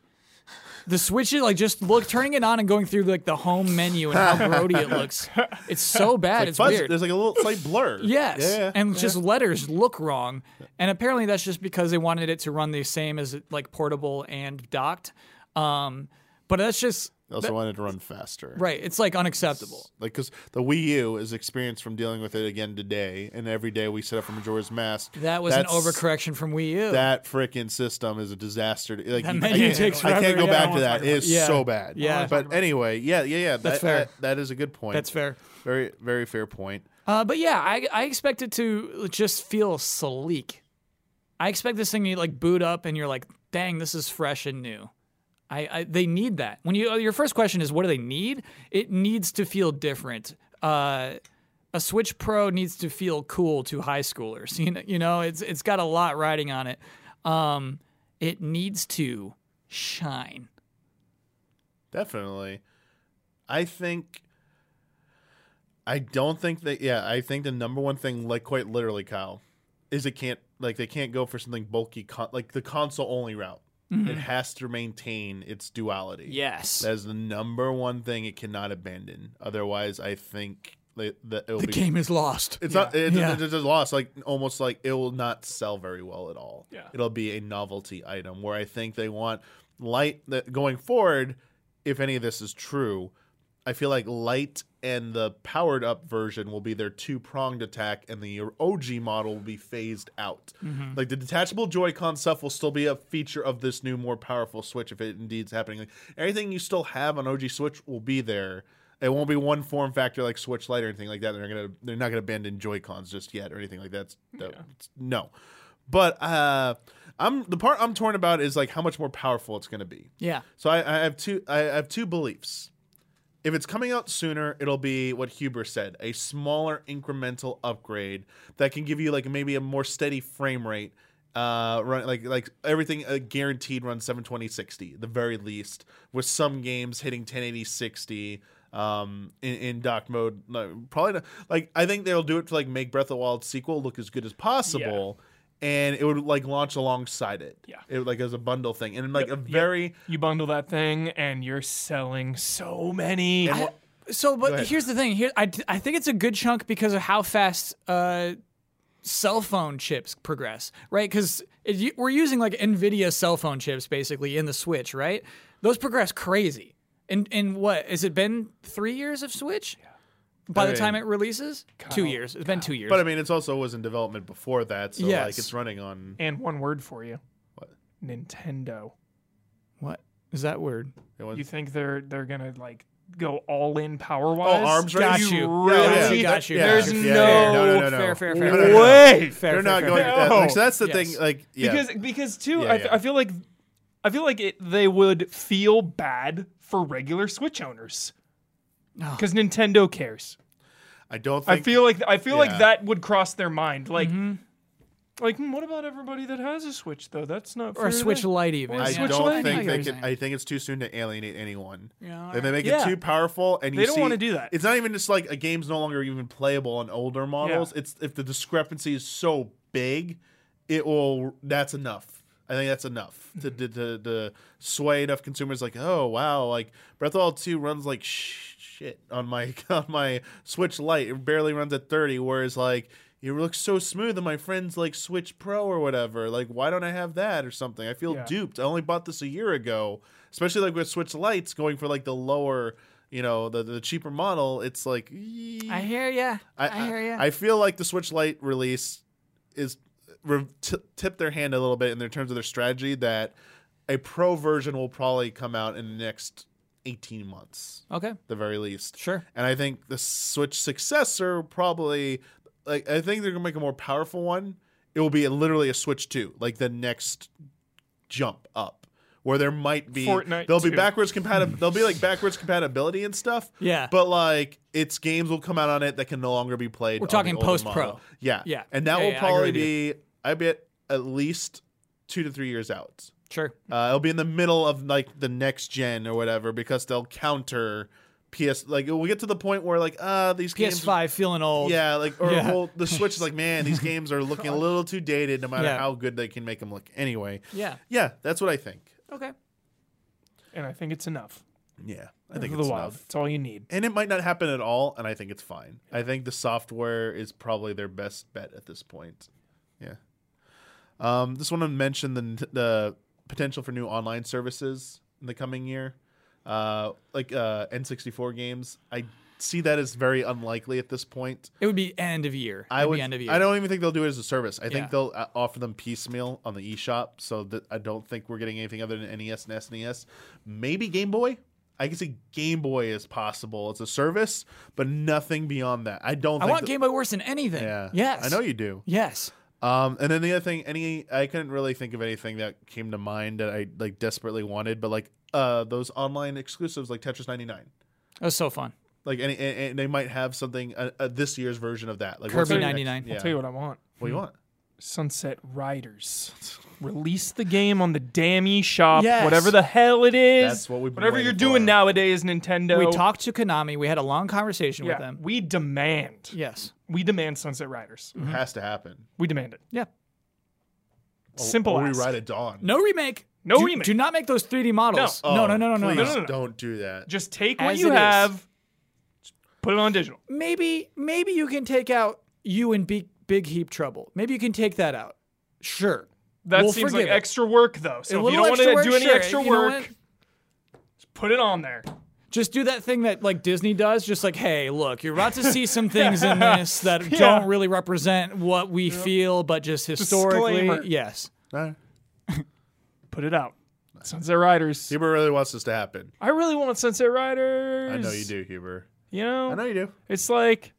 S2: The Switch is like just look turning it on and going through like the home menu and how grody it looks. It's so bad. It's,
S1: Fuzz-
S2: weird.
S1: There's like a little slight blur.
S2: Yes,
S1: Yeah, yeah.
S2: and just letters look wrong, and apparently that's just because they wanted it to run the same as like portable and docked. Um, but that's just
S1: I also wanted to run faster.
S2: right. It's like unacceptable.
S1: Like, because the Wii U is experienced from dealing with it again today, and every day we set up for Majora's Mask.
S2: That was an
S1: That's-
S2: overcorrection from Wii U.
S1: That freaking system is a disaster. to- Like,
S2: That
S1: you- I,
S2: menu
S1: can't-
S2: takes
S1: I can't
S2: forever,
S1: go
S2: yeah, I
S1: back
S2: don't
S1: to
S2: wanna
S1: that.
S2: talk
S1: It is
S2: about it.
S1: so bad.
S2: Yeah. I don't wanna
S1: But anyway, yeah, yeah, yeah. That's
S2: fair.
S1: that is a good point.
S2: That's fair.
S1: Very, very fair point.
S2: Uh, but yeah, I, I expect it to just feel sleek. I expect this thing to like boot up and you're like, dang, this is fresh and new. I, I they need that. When you your first question is what do they need? It needs to feel different. Uh, a Switch Pro needs to feel cool to high schoolers. You know, you know, it's it's got a lot riding on it. Um, it needs to shine.
S1: Definitely. I think. I don't think that. Yeah, I think the number one thing, like quite literally, Kyle, is it can't like they can't go for something bulky, con- like the console only route. It has to maintain its duality.
S2: Yes.
S1: that is the number one thing it cannot abandon. Otherwise, I think that, that it'll
S2: the
S1: be.
S2: game is lost.
S1: It's not. It's,
S2: Yeah.
S1: it's just lost. Like almost like it will not sell very well at all.
S3: Yeah.
S1: It'll be a novelty item where I think they want light that going forward. If any of this is true, I feel like light and the powered up version will be their two pronged attack, and the OG model will be phased out. Like the detachable Joy-Con stuff will still be a feature of this new, more powerful Switch if it indeed's happening. Like, everything you still have on OG Switch will be there. It won't be one form factor like Switch Lite or anything like that. They're gonna they're not gonna abandon Joy Cons just yet or anything like that. That- No, but uh, I'm the part I'm torn about is like how much more powerful it's gonna be.
S2: yeah.
S1: So I, I have two I have two beliefs. If it's coming out sooner, it'll be what Huber said, a smaller incremental upgrade that can give you like maybe a more steady frame rate. Uh, run like like everything uh, guaranteed runs 720 60 the very least with some games hitting 1080 60 um in, in dock mode No, probably not, like I think they'll do it to like make Breath of the Wild sequel look as good as possible and it would like launch alongside it
S3: Yeah.
S1: it would, like as a bundle thing and like a very
S3: you bundle that thing and you're selling so many.
S1: And
S3: I-
S1: what-
S2: So, but
S1: ahead.
S2: here's the thing. Here, I, I think it's a good chunk because of how fast uh, cell phone chips progress, right? Because is you- we're using like Nvidia cell phone chips basically in the Switch, right? Those progress crazy. In in what has it been three years of Switch? By
S1: I
S2: the
S1: mean-
S2: time it releases, two years. It's been two years.
S1: But I mean, it's also was in development before that, so like
S2: Yes.
S1: it's running on.
S3: And one word for you. What? Nintendo.
S2: what is that word?
S1: It was,
S3: You think they're they're gonna like go all in power
S1: oh,
S3: wise?
S1: arms
S2: Got
S1: race?
S2: you.
S1: Yeah,
S3: Really?
S1: yeah.
S2: Got you.
S1: Yeah,
S3: There's
S1: yeah,
S3: no
S1: yeah, yeah. no, no, no,
S2: fair,
S1: no.
S2: fair,
S3: way.
S2: fair,
S1: no, no.
S2: fair.
S1: They're not
S2: fair,
S1: going
S2: fair.
S1: with that. Like,
S3: No.
S1: so that's the
S2: Yes.
S1: thing. Like, yeah.
S3: Oh, Because because too,
S1: Yeah,
S3: I, f-
S1: yeah.
S3: I feel like I feel like it, they would feel bad for regular Switch owners
S2: Oh.
S3: because Nintendo cares.
S1: I don't think.
S3: I feel like I feel
S1: yeah. Mm-hmm.
S3: like that would cross their mind. Like, like hmm, what about everybody that has a Switch though? That's not
S2: Or
S3: fair
S2: a Switch
S3: to them.
S2: Lite even.
S3: Or a
S1: I
S3: Switch
S1: don't
S3: Lite?
S2: I
S1: think they
S2: get what you're
S1: could.
S2: saying.
S1: I think it's too soon to alienate anyone.
S2: Yeah,
S1: If they make
S3: Yeah.
S1: it too powerful, and you
S3: They don't
S1: see-
S3: wanna do that.
S1: It's not even just like a game's no longer even playable on older models. It's if the discrepancy is so big, it will. That's enough. I think that's enough to to, to, to sway enough consumers. Like, oh wow, like Breath of the Wild Two runs like sh- shit on my on my Switch Lite. It barely runs at thirty, whereas like. It looks so smooth, and my friends like Switch Pro or whatever. Like, why don't I have that or something? I feel
S3: Yeah.
S1: duped. I only bought this a year ago, especially like with Switch Lights going for like the lower, you know, the, the cheaper model. It's like
S2: I hear ya. I, hear ya.
S1: I feel like the Switch Lite release is re- t- tip their hand a little bit in their terms of their strategy that a pro version will probably come out in the next 18 months
S2: okay,
S1: the very least.
S2: Sure.
S1: And I think the Switch successor probably like I think they're gonna make a more powerful one. It will be literally a Switch two, like the next jump up, where there might be
S3: Fortnite
S1: there'll
S3: 2.
S1: be backwards compatible. there'll be like backwards compatibility and stuff.
S2: Yeah.
S1: But like its games will come out on it that can no longer be played.
S2: We're
S1: on the
S2: talking
S1: older
S2: post-pro.
S1: model. Yeah.
S2: Yeah.
S1: And that
S2: Yeah,
S1: will
S2: yeah, I agree
S1: probably
S2: with
S1: be I bet at least two to three years out.
S2: sure.
S1: Uh, it'll be in the middle of like the next gen or whatever because they'll counter PS. Like we'll get to the point where like ah these games.
S2: PS5 feeling old.
S1: Yeah, like or
S2: Yeah.
S1: well, the Switch is like, man, these games are looking a little too dated, no matter
S2: Yeah.
S1: how good they can make them look. Anyway,
S2: Yeah.
S1: yeah, that's what I think.
S2: Okay.
S3: And I think it's enough.
S1: Yeah, I think
S3: for
S1: it's
S3: the wild.
S1: enough.
S3: It's all you need.
S1: And it might not happen at all, and I think it's fine. I think the software is probably their best bet at this point. Yeah. Um, this one mentioned the the potential for new online services in the coming year, uh, like uh, N64 games. I see that as very unlikely at this point.
S2: It would be end of year.
S1: I
S2: It'd
S1: would.
S2: be end of year.
S1: I don't even think they'll do it as a service. I
S2: Yeah.
S1: think they'll uh, offer them piecemeal on the eShop. So that I don't think we're getting anything other than NES and SNES. Maybe Game Boy. I can see Game Boy is possible as a service, but nothing beyond that. I don't.
S2: I
S1: think
S2: want
S1: that-
S2: Game Boy worse than anything.
S1: Yeah.
S2: Yes.
S1: I know you do.
S2: Yes.
S1: Um, and then the other thing, any I couldn't really think of anything that came to mind that I like desperately wanted, but like uh those online exclusives like Tetris 99.
S2: That was so fun.
S1: Like any, and, and they might have something uh, uh, this year's version of that. Like
S2: Kirby
S1: what's the next-
S2: 99.
S1: Yeah.
S3: I'll tell you what Mm-hmm. I want.
S1: What do you want?
S3: Sunset Riders. Release the game on the damn eShop,
S2: Yes.
S3: whatever the hell it is.
S1: That's what we've been
S3: Whatever
S1: waiting
S3: you're doing
S1: for.
S3: nowadays, Nintendo.
S2: We talked to Konami. We had a long conversation
S3: yeah,
S2: with them.
S3: We demand.
S2: Yes.
S3: We demand Sunset Riders.
S1: It has to happen.
S3: We demand it.
S2: Yeah.
S3: Simple
S1: Or Oh, we
S3: ask.
S1: ride at dawn.
S2: No remake.
S3: No
S2: do,
S3: remake.
S2: Do not make those 3D models.
S1: Oh,
S2: no, no, no, no, no,
S1: please
S2: no.
S3: no, no.
S1: Don't do that.
S3: Just take what
S2: As
S3: you
S2: it is.
S3: have, put it on digital.
S2: Maybe, maybe you can take out you and Big Big Heap Trouble. Maybe you can take that out. Sure.
S3: That
S2: We'll
S3: seems like
S2: forgive it.
S3: extra work, though.
S2: A
S3: So if you
S2: little
S3: don't want to
S2: extra work,
S3: do any
S2: sure.
S3: extra
S2: You know
S3: work,
S2: what?
S3: just put it on there.
S2: Just do that thing that like Disney does, just like, hey, look, you're about to see some things in this that don't really represent what we feel, but just historically,
S3: Disclaimer.
S2: yes.
S1: No.
S3: Put it out. Sunset Riders.
S1: Huber really wants this to happen.
S3: I really want Sunset Riders.
S1: I know you do, Huber.
S3: You know,
S1: I know you do.
S3: It's like,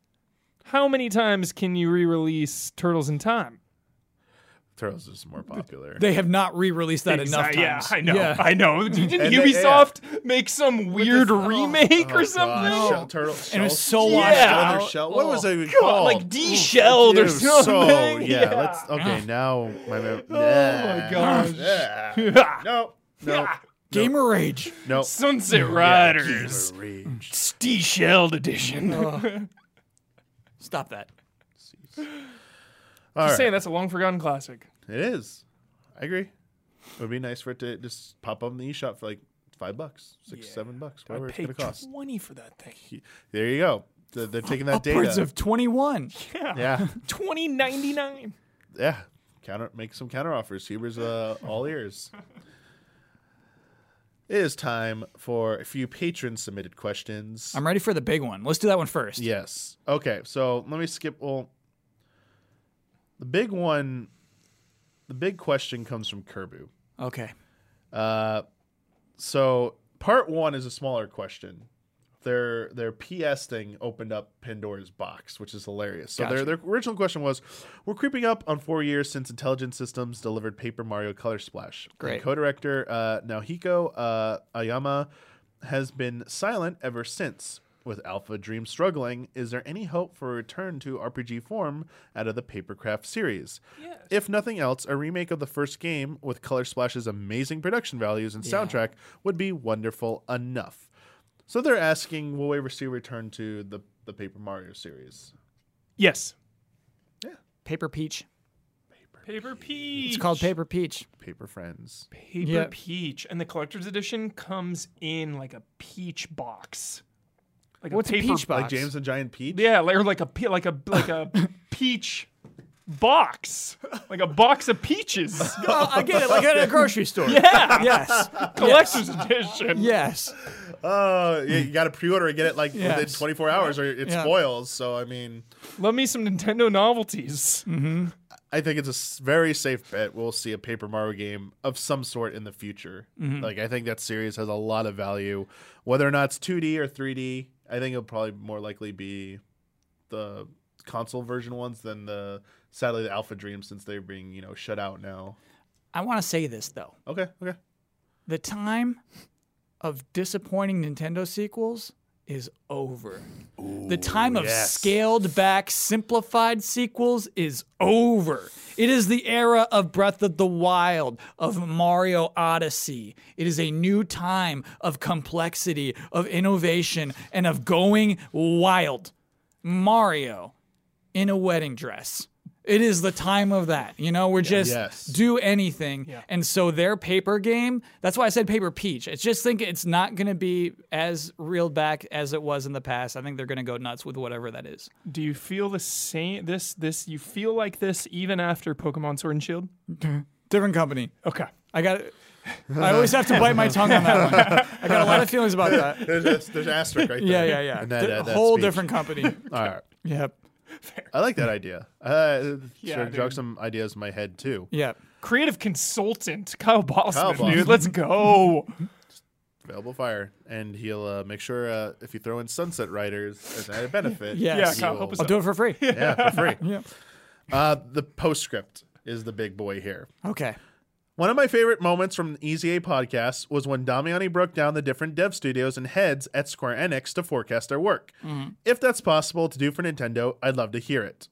S3: how many times can you re-release Turtles in Time?
S1: Turtles is more popular.
S2: They have not re-released that
S3: Exact-
S2: enough times.
S3: Yeah, I know.
S2: Yeah.
S3: I know. Didn't
S1: And they-
S3: Ubisoft make some weird
S1: the-
S3: remake
S1: Oh,
S3: or
S1: gosh.
S3: something?
S1: Shell, turtle, shell,
S2: and it was so
S1: shell,
S2: washed
S1: shell,
S2: out.
S1: shell. What was
S2: Oh.
S1: it even
S3: God,
S1: called?
S3: like de-shelled or
S1: Dude, So,
S3: something.
S1: yeah, Let's, okay, now my mem- Oh
S3: my gosh.
S1: No. No.
S2: Gamer rage.
S1: No.
S3: Sunset
S1: Yeah,
S3: Riders, Mm.
S1: Gamer Rage.
S3: it's de-shelled edition.
S2: Stop that.
S1: All
S3: Just
S1: right.
S3: saying, that's a long forgotten classic.
S1: It is. I agree. It would be nice for it to just pop up in the eShop for like five bucks, six, seven bucks, whatever it's
S3: Pay
S1: going to cost.
S3: twenty for that thing.
S1: There you go. They're, they're taking that
S2: Upwards
S1: data.
S2: of 21.
S3: Yeah,
S1: yeah,
S3: twenty ninety nine.
S1: yeah. counter make some counter offers. Huber's uh, all ears. It is time for a few patron submitted questions.
S2: I'm ready for the big one. Let's do that one first.
S1: Yes. Okay. So let me skip. Well, the big one, the big question comes from Kerbu.
S2: Okay.
S1: So part one is a smaller question. Their their PS thing opened up Pandora's box, which is hilarious. So
S2: Gotcha.
S1: their their original question was, "We're creeping up on four years since Intelligent Systems delivered Paper Mario Color Splash." The
S2: Great.
S1: co-director uh, Naohiko uh, Ayama has been silent ever since. With Alpha Dream struggling, is there any hope for a return to RPG form out of the Papercraft series? If nothing else, a remake of the first game with Color Splash's amazing production values and soundtrack would be wonderful enough. So they're asking, will we ever see a return to the, the Paper Mario series?
S3: Yes.
S2: Paper Peach.
S3: Paper Peach.
S2: It's called Paper Peach.
S1: Paper Friends.
S3: Paper
S2: Yeah.
S3: Peach, and the collector's edition comes in like a peach box. Like
S2: What's a
S3: paper,
S2: peach box?
S1: Like James and Giant Peach?
S3: Yeah, like, or like a pe- like a like a peach box, like a box of peaches.
S2: Oh, I get it. Like at a grocery store.
S3: Yeah,
S2: Yes.
S3: collector's edition.
S2: Yes.
S1: Oh, yeah, you got to pre order and get it like within
S2: Yes.
S1: 24 hours or it
S2: Yeah.
S1: spoils. So, I mean,
S3: Love me some Nintendo novelties. Mm.
S1: I think it's a s- very safe bet we'll see a Paper Mario game of some sort in the future.
S2: Mm-hmm.
S1: Like, I think that series has a lot of value. Whether or not it's 2D or 3D, I think it'll probably more likely be the console version ones than the, sadly, the Alpha Dream since they're being, you know, shut out now.
S2: I want to say this though.
S1: Okay, okay.
S2: The time of disappointing Nintendo sequels is over. the time of
S1: yes.
S2: scaled back, simplified sequels is over. It is the era of Breath of the Wild, of Mario Odyssey. It is a new time of complexity, of innovation, and of going wild. Mario in a wedding dress. It is the time of that. You know, we're just
S1: Yes.
S2: do anything. And so their paper game, that's why I said paper peach. It's just think it's not going to be as reeled back as it was in the past. I think they're going to go nuts with whatever that is.
S3: Do you feel the same? This this you feel like this even after Pokemon Sword and Shield?
S2: Different company.
S3: Okay.
S2: I got I always have to bite my tongue on that one. I got a lot of feelings about that.
S1: There's, there's, there's an asterisk right
S2: Yeah,
S1: there.
S2: yeah, yeah.
S1: And that- uh, that-
S2: a
S1: that
S2: whole
S1: speech.
S2: different company.
S1: All right.
S2: Yep.
S1: I like that idea. Uh,
S3: Yeah,
S1: sure, jog
S3: dude.
S1: some ideas in my head, too.
S2: Yep.
S3: Creative consultant Kyle Bossman,
S1: Kyle Bossman.
S3: dude. Let's go.
S1: Available fire. And he'll uh, make sure uh, if you throw in Sunset Riders as a benefit.
S2: Yes.
S1: he
S3: Yeah, Kyle,
S1: will-
S3: help us
S2: I'll do it for free.
S1: Yeah, for free.
S2: Yeah.
S1: Uh, the postscript is the big boy here.
S2: Okay.
S1: One of my favorite moments from the Easy A podcast was when Damiani broke down the different dev studios and heads at Square Enix to forecast their work.
S3: Mm-hmm.
S1: If that's possible to do for Nintendo, I'd love to hear it.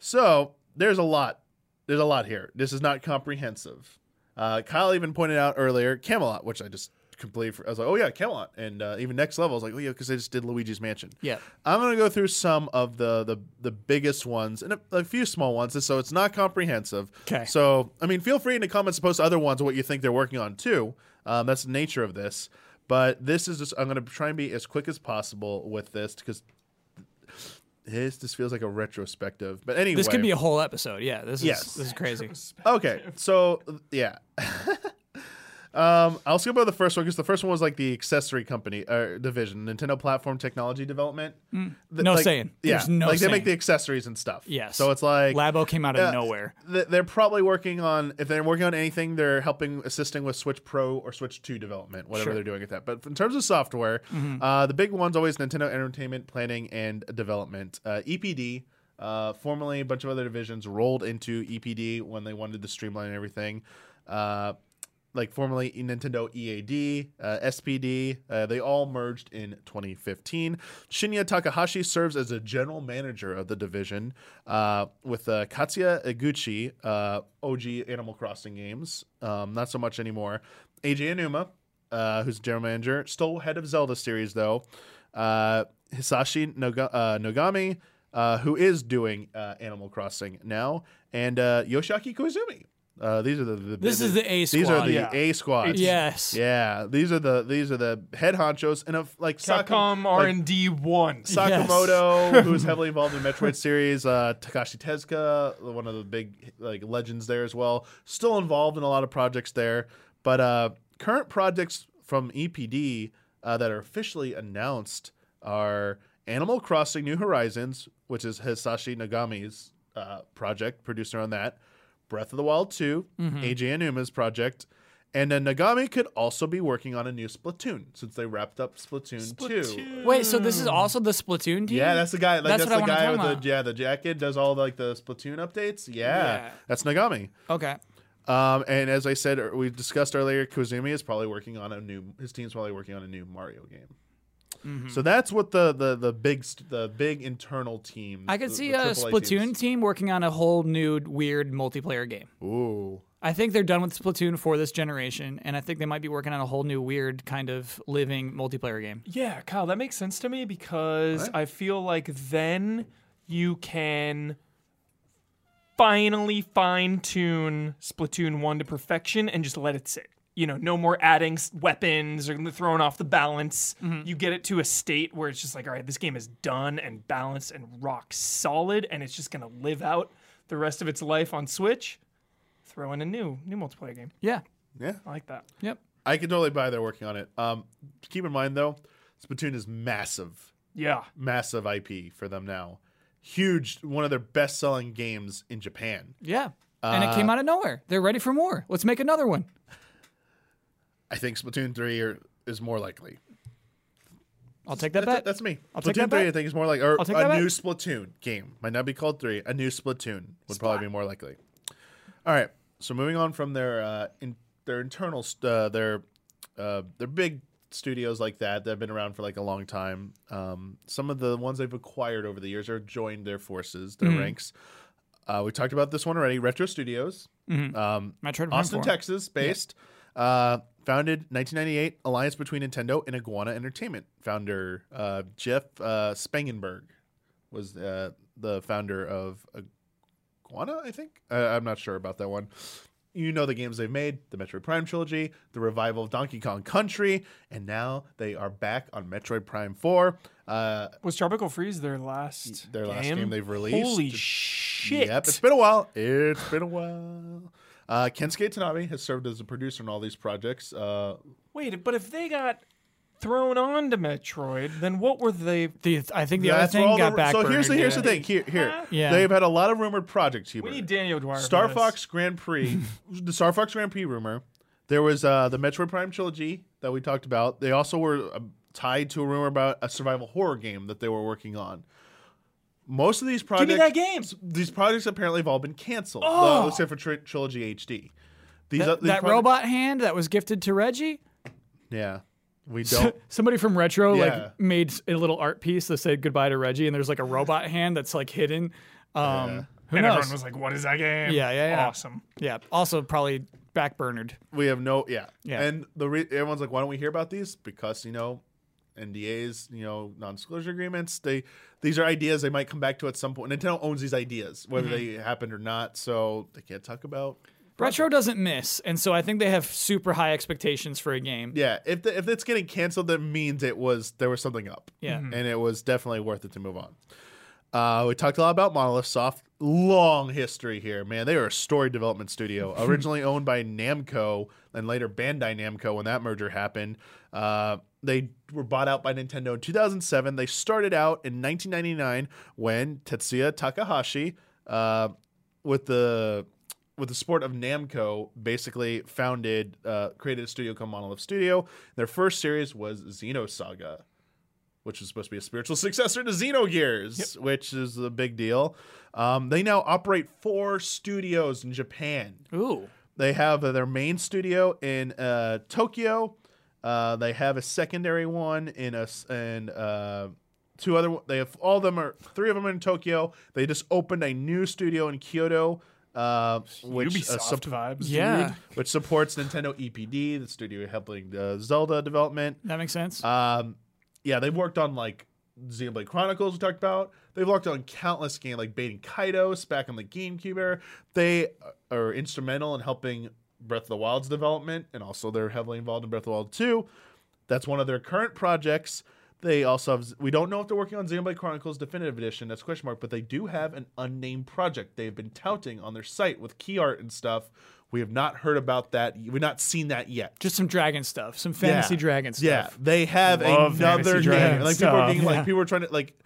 S1: So there's a lot. There's a lot here. This is not comprehensive. Uh, Kyle even pointed out earlier Camelot, which I just completely. for- I was like, oh yeah, Camelot, and uh, even next level, I was like, oh yeah, because they just did Luigi's Mansion.
S2: Yep.
S1: I'm gonna go through some of the the, the biggest ones and a, a few small ones, so it's not comprehensive.
S2: 'Kay.
S1: So I mean, feel free in the comments to post other ones what you think they're working on too. Um, that's the nature of this. But this is just I'm gonna try and be as quick as possible with this because this this feels like a retrospective. But anyway,
S2: This could be a whole episode. Yeah. This is
S1: Yes.
S2: this is crazy.
S1: Okay, so yeah. um, I'll skip over the first one because the first one was like the accessory company uh, division, Nintendo Platform Technology Development. Th-
S2: Mm. No
S1: like-
S2: saying.
S1: Yeah,
S2: There's no
S1: like they make
S2: saying.
S1: the accessories and stuff.
S2: Yes.
S1: So it's like
S2: Labo came out of
S1: uh,
S2: nowhere.
S1: th- they're probably working on if they're working on anything, they're helping assisting with Switch Pro or Switch Two development, whatever
S2: Sure. Mm-hmm.
S1: they're doing at that. But in terms of software, uh, the big one's always Nintendo Entertainment Planning and Development uh, (EPD). Uh, formerly, a bunch of other divisions rolled into EPD when they wanted to streamline everything. Uh, like formerly Nintendo EAD, uh, SPD, uh, they all merged in 2015. Shinya Takahashi serves as a general manager of the division, uh, with uh, Katsuya Iguchi, uh, OG Animal Crossing games, um, not so much anymore. AJ Anuma, uh, who's general manager, still head of Zelda series though. Uh, Hisashi Noga- uh, Nogami, uh, who is doing uh, Animal Crossing now, and uh, Yoshiaki Koizumi Uh, these are the, the
S2: This is the A
S1: These are
S2: squad.
S1: the
S3: Yeah.
S1: A squad.
S2: Yes.
S1: Yeah, these are the these are the head honchos and of like Saka-
S3: Capcom
S1: like,
S3: R and D one.
S1: Sakamoto, who is heavily involved in Metroid series, uh, Takashi Tezuka, one of the big like legends there as well, still involved in a lot of projects there. But uh, current projects from EPD uh, that are officially announced are Animal Crossing: New Horizons, which is Hisashi Nagami's uh, project, producer on that. Breath of the Wild 2, AJ Anuma's project. And then Nagami could also be working on a new Splatoon since they wrapped up Splatoon, 2.
S2: Wait, so this is also the Splatoon team?
S1: Yeah, that's the guy. Like, that's,
S2: That's what I
S1: the
S2: wanna
S1: guy
S2: talk
S1: with
S2: about.
S1: the yeah the jacket. Does all like the Splatoon updates. Yeah,
S2: Yeah.
S1: that's Nagami.
S2: okay.
S1: Um, and as I said, we discussed earlier, Kozumi is probably working on a new. His team's probably working on a new Mario game.
S2: Mm-hmm.
S1: So that's what the the the big st- the big internal team.
S2: I could
S1: the-
S2: see
S1: the
S2: a
S1: AAA
S2: Splatoon
S1: teams.
S2: team working on a whole new weird multiplayer game.
S1: Ooh,
S2: I think they're done with Splatoon for this generation, and I think they might be working on a whole new weird kind of living multiplayer game.
S3: Yeah, Kyle, that makes sense to me because
S1: Right.
S3: I feel like then you can finally fine tune Splatoon 1 to perfection and just let it sit. You know, no more adding s- weapons or throwing off the balance. You get it to a state where it's just like, all right, this game is done and balanced and rock solid, and it's just going to live out the rest of its life on Switch. Throw in a new new multiplayer game.
S2: Yeah.
S1: yeah,
S3: I like that.
S2: Yep.
S1: I can totally buy they're working on it. Um, keep in mind though, Splatoon is massive.
S3: Yeah.
S1: massive IP for them now. Huge, one of their best selling games in Japan.
S2: Yeah. and it came
S1: Uh,
S2: out of nowhere. They're ready for more. Let's make another one.
S1: I think Splatoon 3 are, is more likely.
S2: I'll take that
S1: That's,
S2: bet.
S1: that's me.
S2: I'll
S1: Splatoon
S2: take that
S1: 3,
S2: bet.
S1: I think, is more like, or
S2: I'll take
S1: a
S2: that
S1: new
S2: bet.
S1: Splatoon game. Might not be called 3. A new Splatoon would probably be more likely. All right. So moving on from their uh, in, their internal, st- uh, their, uh, their big studios like that that have been around for like a long time. Um, some of the ones they've acquired over the years or joined their forces,
S2: Mm-hmm.
S1: their ranks. Uh, we talked about this one already. Retro Studios. Um,
S2: Metroid Prime
S1: Austin,
S2: 4.
S1: Texas based. Uh, founded 1998, alliance between Nintendo and Iguana Entertainment. Founder uh, Jeff uh, Spangenberg was uh, the founder of Iguana, I think. Uh, I'm not sure about that one. You know the games they've made the Metroid Prime trilogy, the revival of Donkey Kong Country, and now they are back on Metroid Prime 4. Uh,
S3: Was Tropical Freeze their last
S1: Their last game they've released.
S3: Holy shit!
S1: Yep, it's been a while. It's been a while. Uh, Kensuke Tanabe has served as a producer on all these projects. Uh,
S3: Wait, but if they got thrown on to Metroid, then what were they?
S2: The, I think the
S1: yeah,
S2: other
S1: that's where
S2: thing
S1: all the-
S2: got back.
S1: so here's the here's the thing. Here here,
S2: Yeah.
S1: they've had a lot of rumored projects.
S3: We
S1: Hubert.
S3: need Daniel Dwyer. for
S1: Star
S3: this.
S1: Fox Grand Prix, the Star Fox Grand Prix rumor. There was uh, the Metroid Prime trilogy that we talked about. They also were uh, tied to a rumor about a survival horror game that they were working on. Most of these projects,
S3: that Oh. game!
S1: These projects apparently have all been canceled, uh, except for tri- Trilogy HD. These, uh,
S2: That,
S1: these
S2: that
S1: projects-
S2: robot hand that was gifted to Reggie.
S1: Yeah. We don't.
S2: Somebody from Retro
S1: Yeah.
S2: like made a little art piece that said goodbye to Reggie, and there's like a robot hand that's like hidden. Um, Who
S3: And
S2: knows?
S3: everyone was like, "What is that game?"
S2: Yeah, yeah, yeah.
S3: Awesome.
S2: yeah. Also, probably backburnered.
S1: we have no. Yeah.
S2: Yeah.
S1: And the re- everyone's like, why don't we hear about these? Because you know, NDAs, you know, non-disclosure agreements. They these are ideas they might come back to at some point. Nintendo owns these ideas, whether
S2: Mm-hmm.
S1: they happened or not, so they can't talk about.
S2: Retro doesn't miss, and so I think they have super high expectations for a game.
S1: Yeah. If the, if it's getting canceled, that means it was there was something up.
S2: Yeah.
S1: And it was definitely worth it to move on. Uh, we talked a lot about Monolith Soft. Long history here, man. They are a story development studio, originally owned by Namco and later Bandai Namco when that merger happened. Uh, they were bought out by Nintendo in 2007. They started out in 1999 when Tetsuya Takahashi, uh, with the with the support of Namco, basically founded uh, created a studio called Monolith Studio. Their first series was Xenosaga which was supposed to be a spiritual successor to Xenogears, which is a big deal. Um, they now operate four studios in Japan.
S2: Ooh.
S1: They have uh, their main studio in uh, Tokyo. Uh, they have a secondary one in us and uh, two other. They have all of them are three of them are in Tokyo. They just opened a new studio in Kyoto, uh, which uh,
S3: Ubisoft
S1: sup-
S3: vibes.
S2: Yeah.
S3: dude.
S1: which supports Nintendo E EPD, the studio helping uh, Zelda development.
S2: That makes sense.
S1: Um, yeah, they've worked on like Xenoblade Chronicles we talked about. They've worked on countless games like Baiting Kaidos back on the GameCube era. They uh, are instrumental in helping Breath of the Wild's development, and also they're heavily involved in Breath of the Wild 2. That's one of their current projects. They also have, we don't know if they're working on Xenoblade Chronicles Definitive Edition, that's a question mark, but they do have an unnamed project they've been touting on their site with key art and stuff. We have not heard about that. We've not seen that yet.
S2: Just some dragon stuff, some fantasy
S1: Yeah.
S2: dragon stuff.
S1: Yeah, they have
S3: Love
S1: another
S3: Fantasy
S1: game.
S3: Dragon
S1: And, Like people are
S3: stuff.
S1: being like
S2: Yeah.
S1: people are trying to like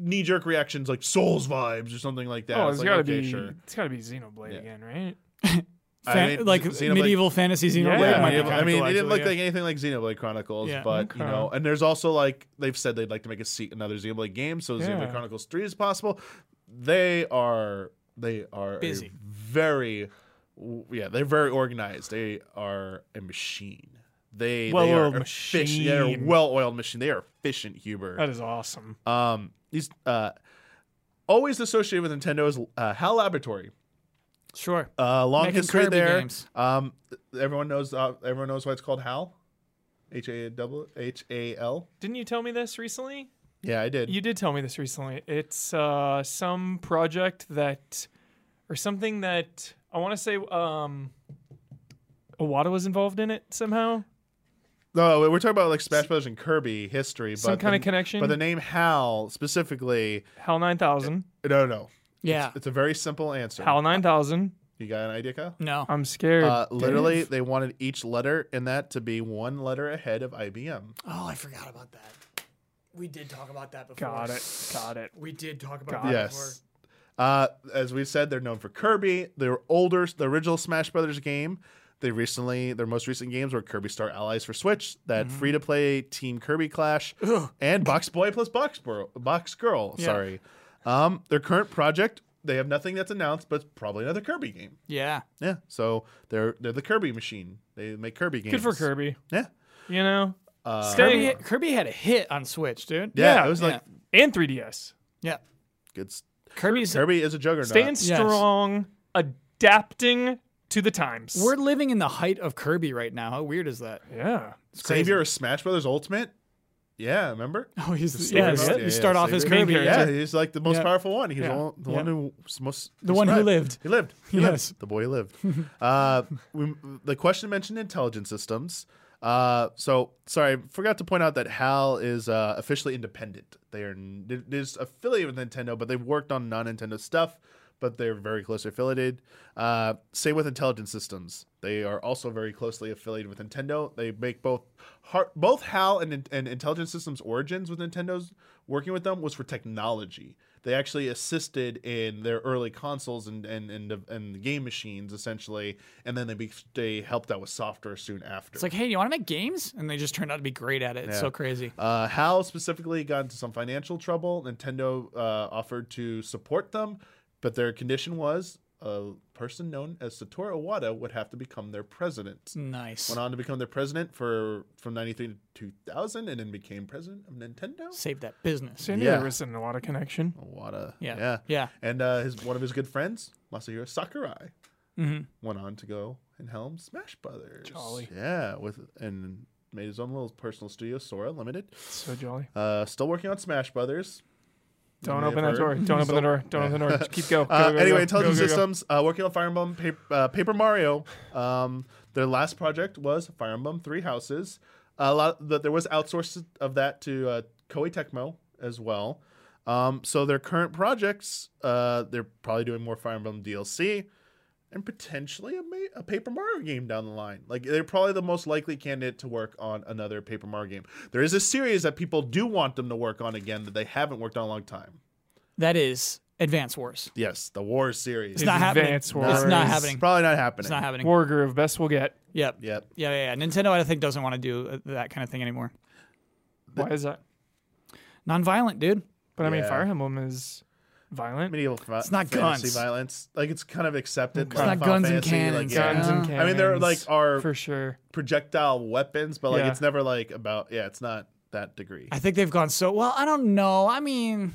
S1: knee jerk reactions like Souls vibes or something like that.
S3: oh,
S1: It's
S3: it's
S1: like,
S3: gotta
S1: okay,
S3: be.
S1: sure.
S3: It's gotta be Xenoblade
S1: Yeah.
S3: again, right?
S1: I
S2: Fan-
S1: mean,
S2: like
S1: Xenoblade-
S2: medieval fantasy Xenoblade.
S1: Yeah,
S3: Yeah,
S2: might be
S1: medieval- I
S2: kinda
S1: mean,
S2: cool,
S1: it didn't
S2: actually,
S1: look
S2: yeah.
S1: like anything like Xenoblade Chronicles,
S2: Yeah.
S1: but you
S3: Okay.
S1: know, and there's also like they've said they'd like to make a se- another Xenoblade game, so Xenoblade
S3: Yeah.
S1: Chronicles Three is possible. They are they are a
S2: Busy.
S1: very w- yeah, they're very organized. They are a machine. They they are
S3: Well-oiled
S1: efficient. They're a
S3: machine.
S1: well oiled machine. They are efficient, Huber.
S3: That is awesome.
S1: Um, these uh, always associated with Nintendo is uh, HAL Laboratory.
S2: Sure.
S1: Uh, long
S2: Making
S1: history
S2: Kirby
S1: there.
S2: games.
S1: Um, everyone knows. Uh, everyone knows why it's called HAL. H A double H A L.
S3: Didn't you tell me this recently?
S1: Yeah, I did.
S3: You did tell me this recently. It's uh, some project that, or something that I want to say, um, Iwata was involved in it somehow.
S1: no, we're talking about like Smash Brothers and Kirby history, but
S3: Some kind
S1: the-
S3: of connection.
S1: But the name HAL specifically,
S3: HAL 9000.
S1: no, no,
S2: Yeah.
S1: it's a very simple answer.
S3: HAL 9000.
S1: You got an idea, Kyle?
S2: No.
S3: I'm scared.
S1: Uh, literally, they wanted each letter in that to be one letter ahead of IBM.
S2: Oh, I forgot about that. We did talk about that before.
S3: Got it. Got it.
S2: We did talk about
S3: Got
S2: that
S3: it.
S1: Yes. Uh, as we said, they're known for Kirby. Their older, the original Smash Brothers game. They recently, their most recent games were Kirby Star Allies for Switch, that
S3: Mm-hmm.
S1: free to play Team Kirby Clash, and Box Boy plus Box Girl. Box Girl.
S2: Yeah.
S1: Sorry. Um, their current project, they have nothing that's announced, but it's probably another Kirby game.
S2: Yeah.
S1: Yeah. So they're they're the Kirby machine. They make Kirby games.
S3: Good for Kirby.
S1: Yeah.
S3: You know?
S1: Uh,
S3: Staying-
S2: Kirby, Kirby had a hit on Switch, dude.
S1: yeah,
S3: yeah,
S1: It was like
S3: and 3DS.
S2: Yeah.
S1: it's
S2: Kirby's.
S1: Kirby is a juggernaut.
S3: Staying
S2: Yes.
S3: strong, adapting to the times.
S2: We're living in the height of Kirby right now. How weird is that?
S3: yeah.
S1: Savior of Smash Brothers Ultimate. Yeah, remember?
S2: Oh, he's the
S3: Yeah,
S2: yes.
S3: yeah,
S2: You
S1: yeah,
S2: start off as
S1: Saber.
S2: Kirby.
S3: Main
S1: Yeah,
S3: character.
S1: he's like the most
S2: Yeah.
S1: powerful one. He's
S3: Yeah.
S1: the one, the
S2: Yeah.
S1: one who was most
S2: The one who
S1: described.
S2: lived.
S1: He lived. He
S2: Yes.
S1: lived. The boy lived. uh, we, the question mentioned intelligence systems. Uh, so sorry, I forgot to point out that HAL is uh, officially independent. They are n- they're- they're just affiliated with Nintendo, but they've worked on non-Nintendo stuff. But they're very closely affiliated. Uh, same with intelligence systems. They are also very closely affiliated with Nintendo. They make both har- both HAL and, and intelligence systems origins with Nintendo's working with them was for technology. They actually assisted in their early consoles and and and, and game machines essentially, and then they be, they helped out with software soon after.
S2: It's like, hey, you want to make games? And they just turned out to be great at it. It's
S1: Yeah.
S2: so crazy.
S1: uh, Hal specifically got into some financial trouble. Nintendo uh, offered to support them, but their condition was a person known as Satoru Iwata would have to become their president.
S2: Hmm. Nice.
S1: Went on to become their president for from '93 to 2000, and then became president of Nintendo.
S2: Save that business.
S3: So I knew
S1: Yeah.
S3: there was an Iwata connection.
S1: Iwata,
S2: Yeah.
S1: yeah,
S2: Yeah.
S1: and uh, his one of his good friends, Masahiro Sakurai, went on to go and helm Smash Brothers.
S3: Jolly.
S1: Yeah, with and made his own little personal studio, Sora Limited.
S3: So jolly.
S1: Uh, still working on Smash Brothers.
S3: Don't
S1: may
S3: open
S1: have
S3: that door.
S1: heard.
S3: Don't open the door. Don't open the door. Just keep go. go,
S1: Uh,
S3: go, go,
S1: anyway,
S3: go,
S1: Intelligent
S3: go, go, go.
S1: Systems uh, working on Fire Emblem, Paper, uh, Paper Mario. Um, their last project was Fire Emblem Three Houses. A lot that there was outsourced of that to uh, Koei Tecmo as well. Um, so their current projects, uh, they're probably doing more Fire Emblem DLC and potentially a, ma- a Paper Mario game down the line. Like they're probably the most likely candidate to work on another Paper Mario game. There is a series that people do want them to work on again that they haven't worked on in a long time.
S2: That is Advance Wars.
S1: Yes, the War series.
S2: It's not happening.
S3: Advance
S2: It's
S3: Wars.
S2: not happening.
S1: Probably not happening.
S2: It's not happening.
S3: War Groove, best we'll get.
S2: Yep. Yeah.
S1: Yep.
S2: yeah, yeah, Nintendo, I think, doesn't want to do uh, that kind of thing anymore.
S3: Why is that?
S2: Non-violent, dude.
S3: But I mean,
S1: Yeah.
S3: Fire Emblem is violent.
S1: Medieval fa-
S2: not
S1: fantasy
S2: guns.
S1: violence. Like it's kind of accepted.
S2: It's
S1: like,
S2: not
S1: Final
S2: guns and
S1: Fantasy, like,
S2: cannons.
S1: yeah.
S3: Guns and
S2: Yeah.
S3: cannons.
S1: I mean, they're like our
S3: for sure.
S1: projectile weapons, but like
S3: Yeah.
S1: it's never like about yeah, it's not that degree.
S2: I think they've gone so well. I don't know. I mean,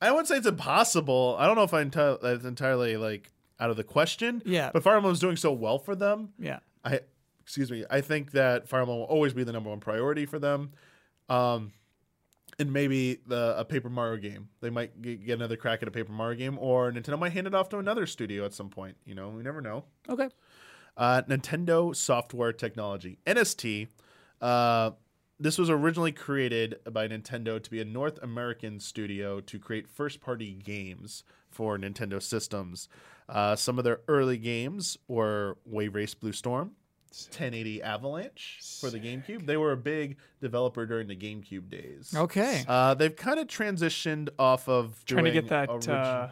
S1: I wouldn't say it's impossible. I don't know if I enti- that's entirely like out of the question.
S2: Yeah.
S1: But Fire Emblem's doing so well for them.
S2: yeah.
S1: I excuse me. I think that Fire Emblem will always be the number one priority for them. Um, and maybe the, a Paper Mario game. They might g- get another crack at a Paper Mario game, or Nintendo might hand it off to another studio at some point. You know, we never know.
S2: Okay.
S1: Uh, Nintendo Software Technology (NST). Uh, this was originally created by Nintendo to be a North American studio to create first-party games for Nintendo systems. Uh, some of their early games were Wave Race Blue Storm, 1080 Avalanche for the GameCube. They were a big developer during the GameCube days.
S2: Okay.
S1: Uh, they've kind of transitioned off of
S3: trying to
S1: doing
S3: get that.
S1: origi-
S3: Uh,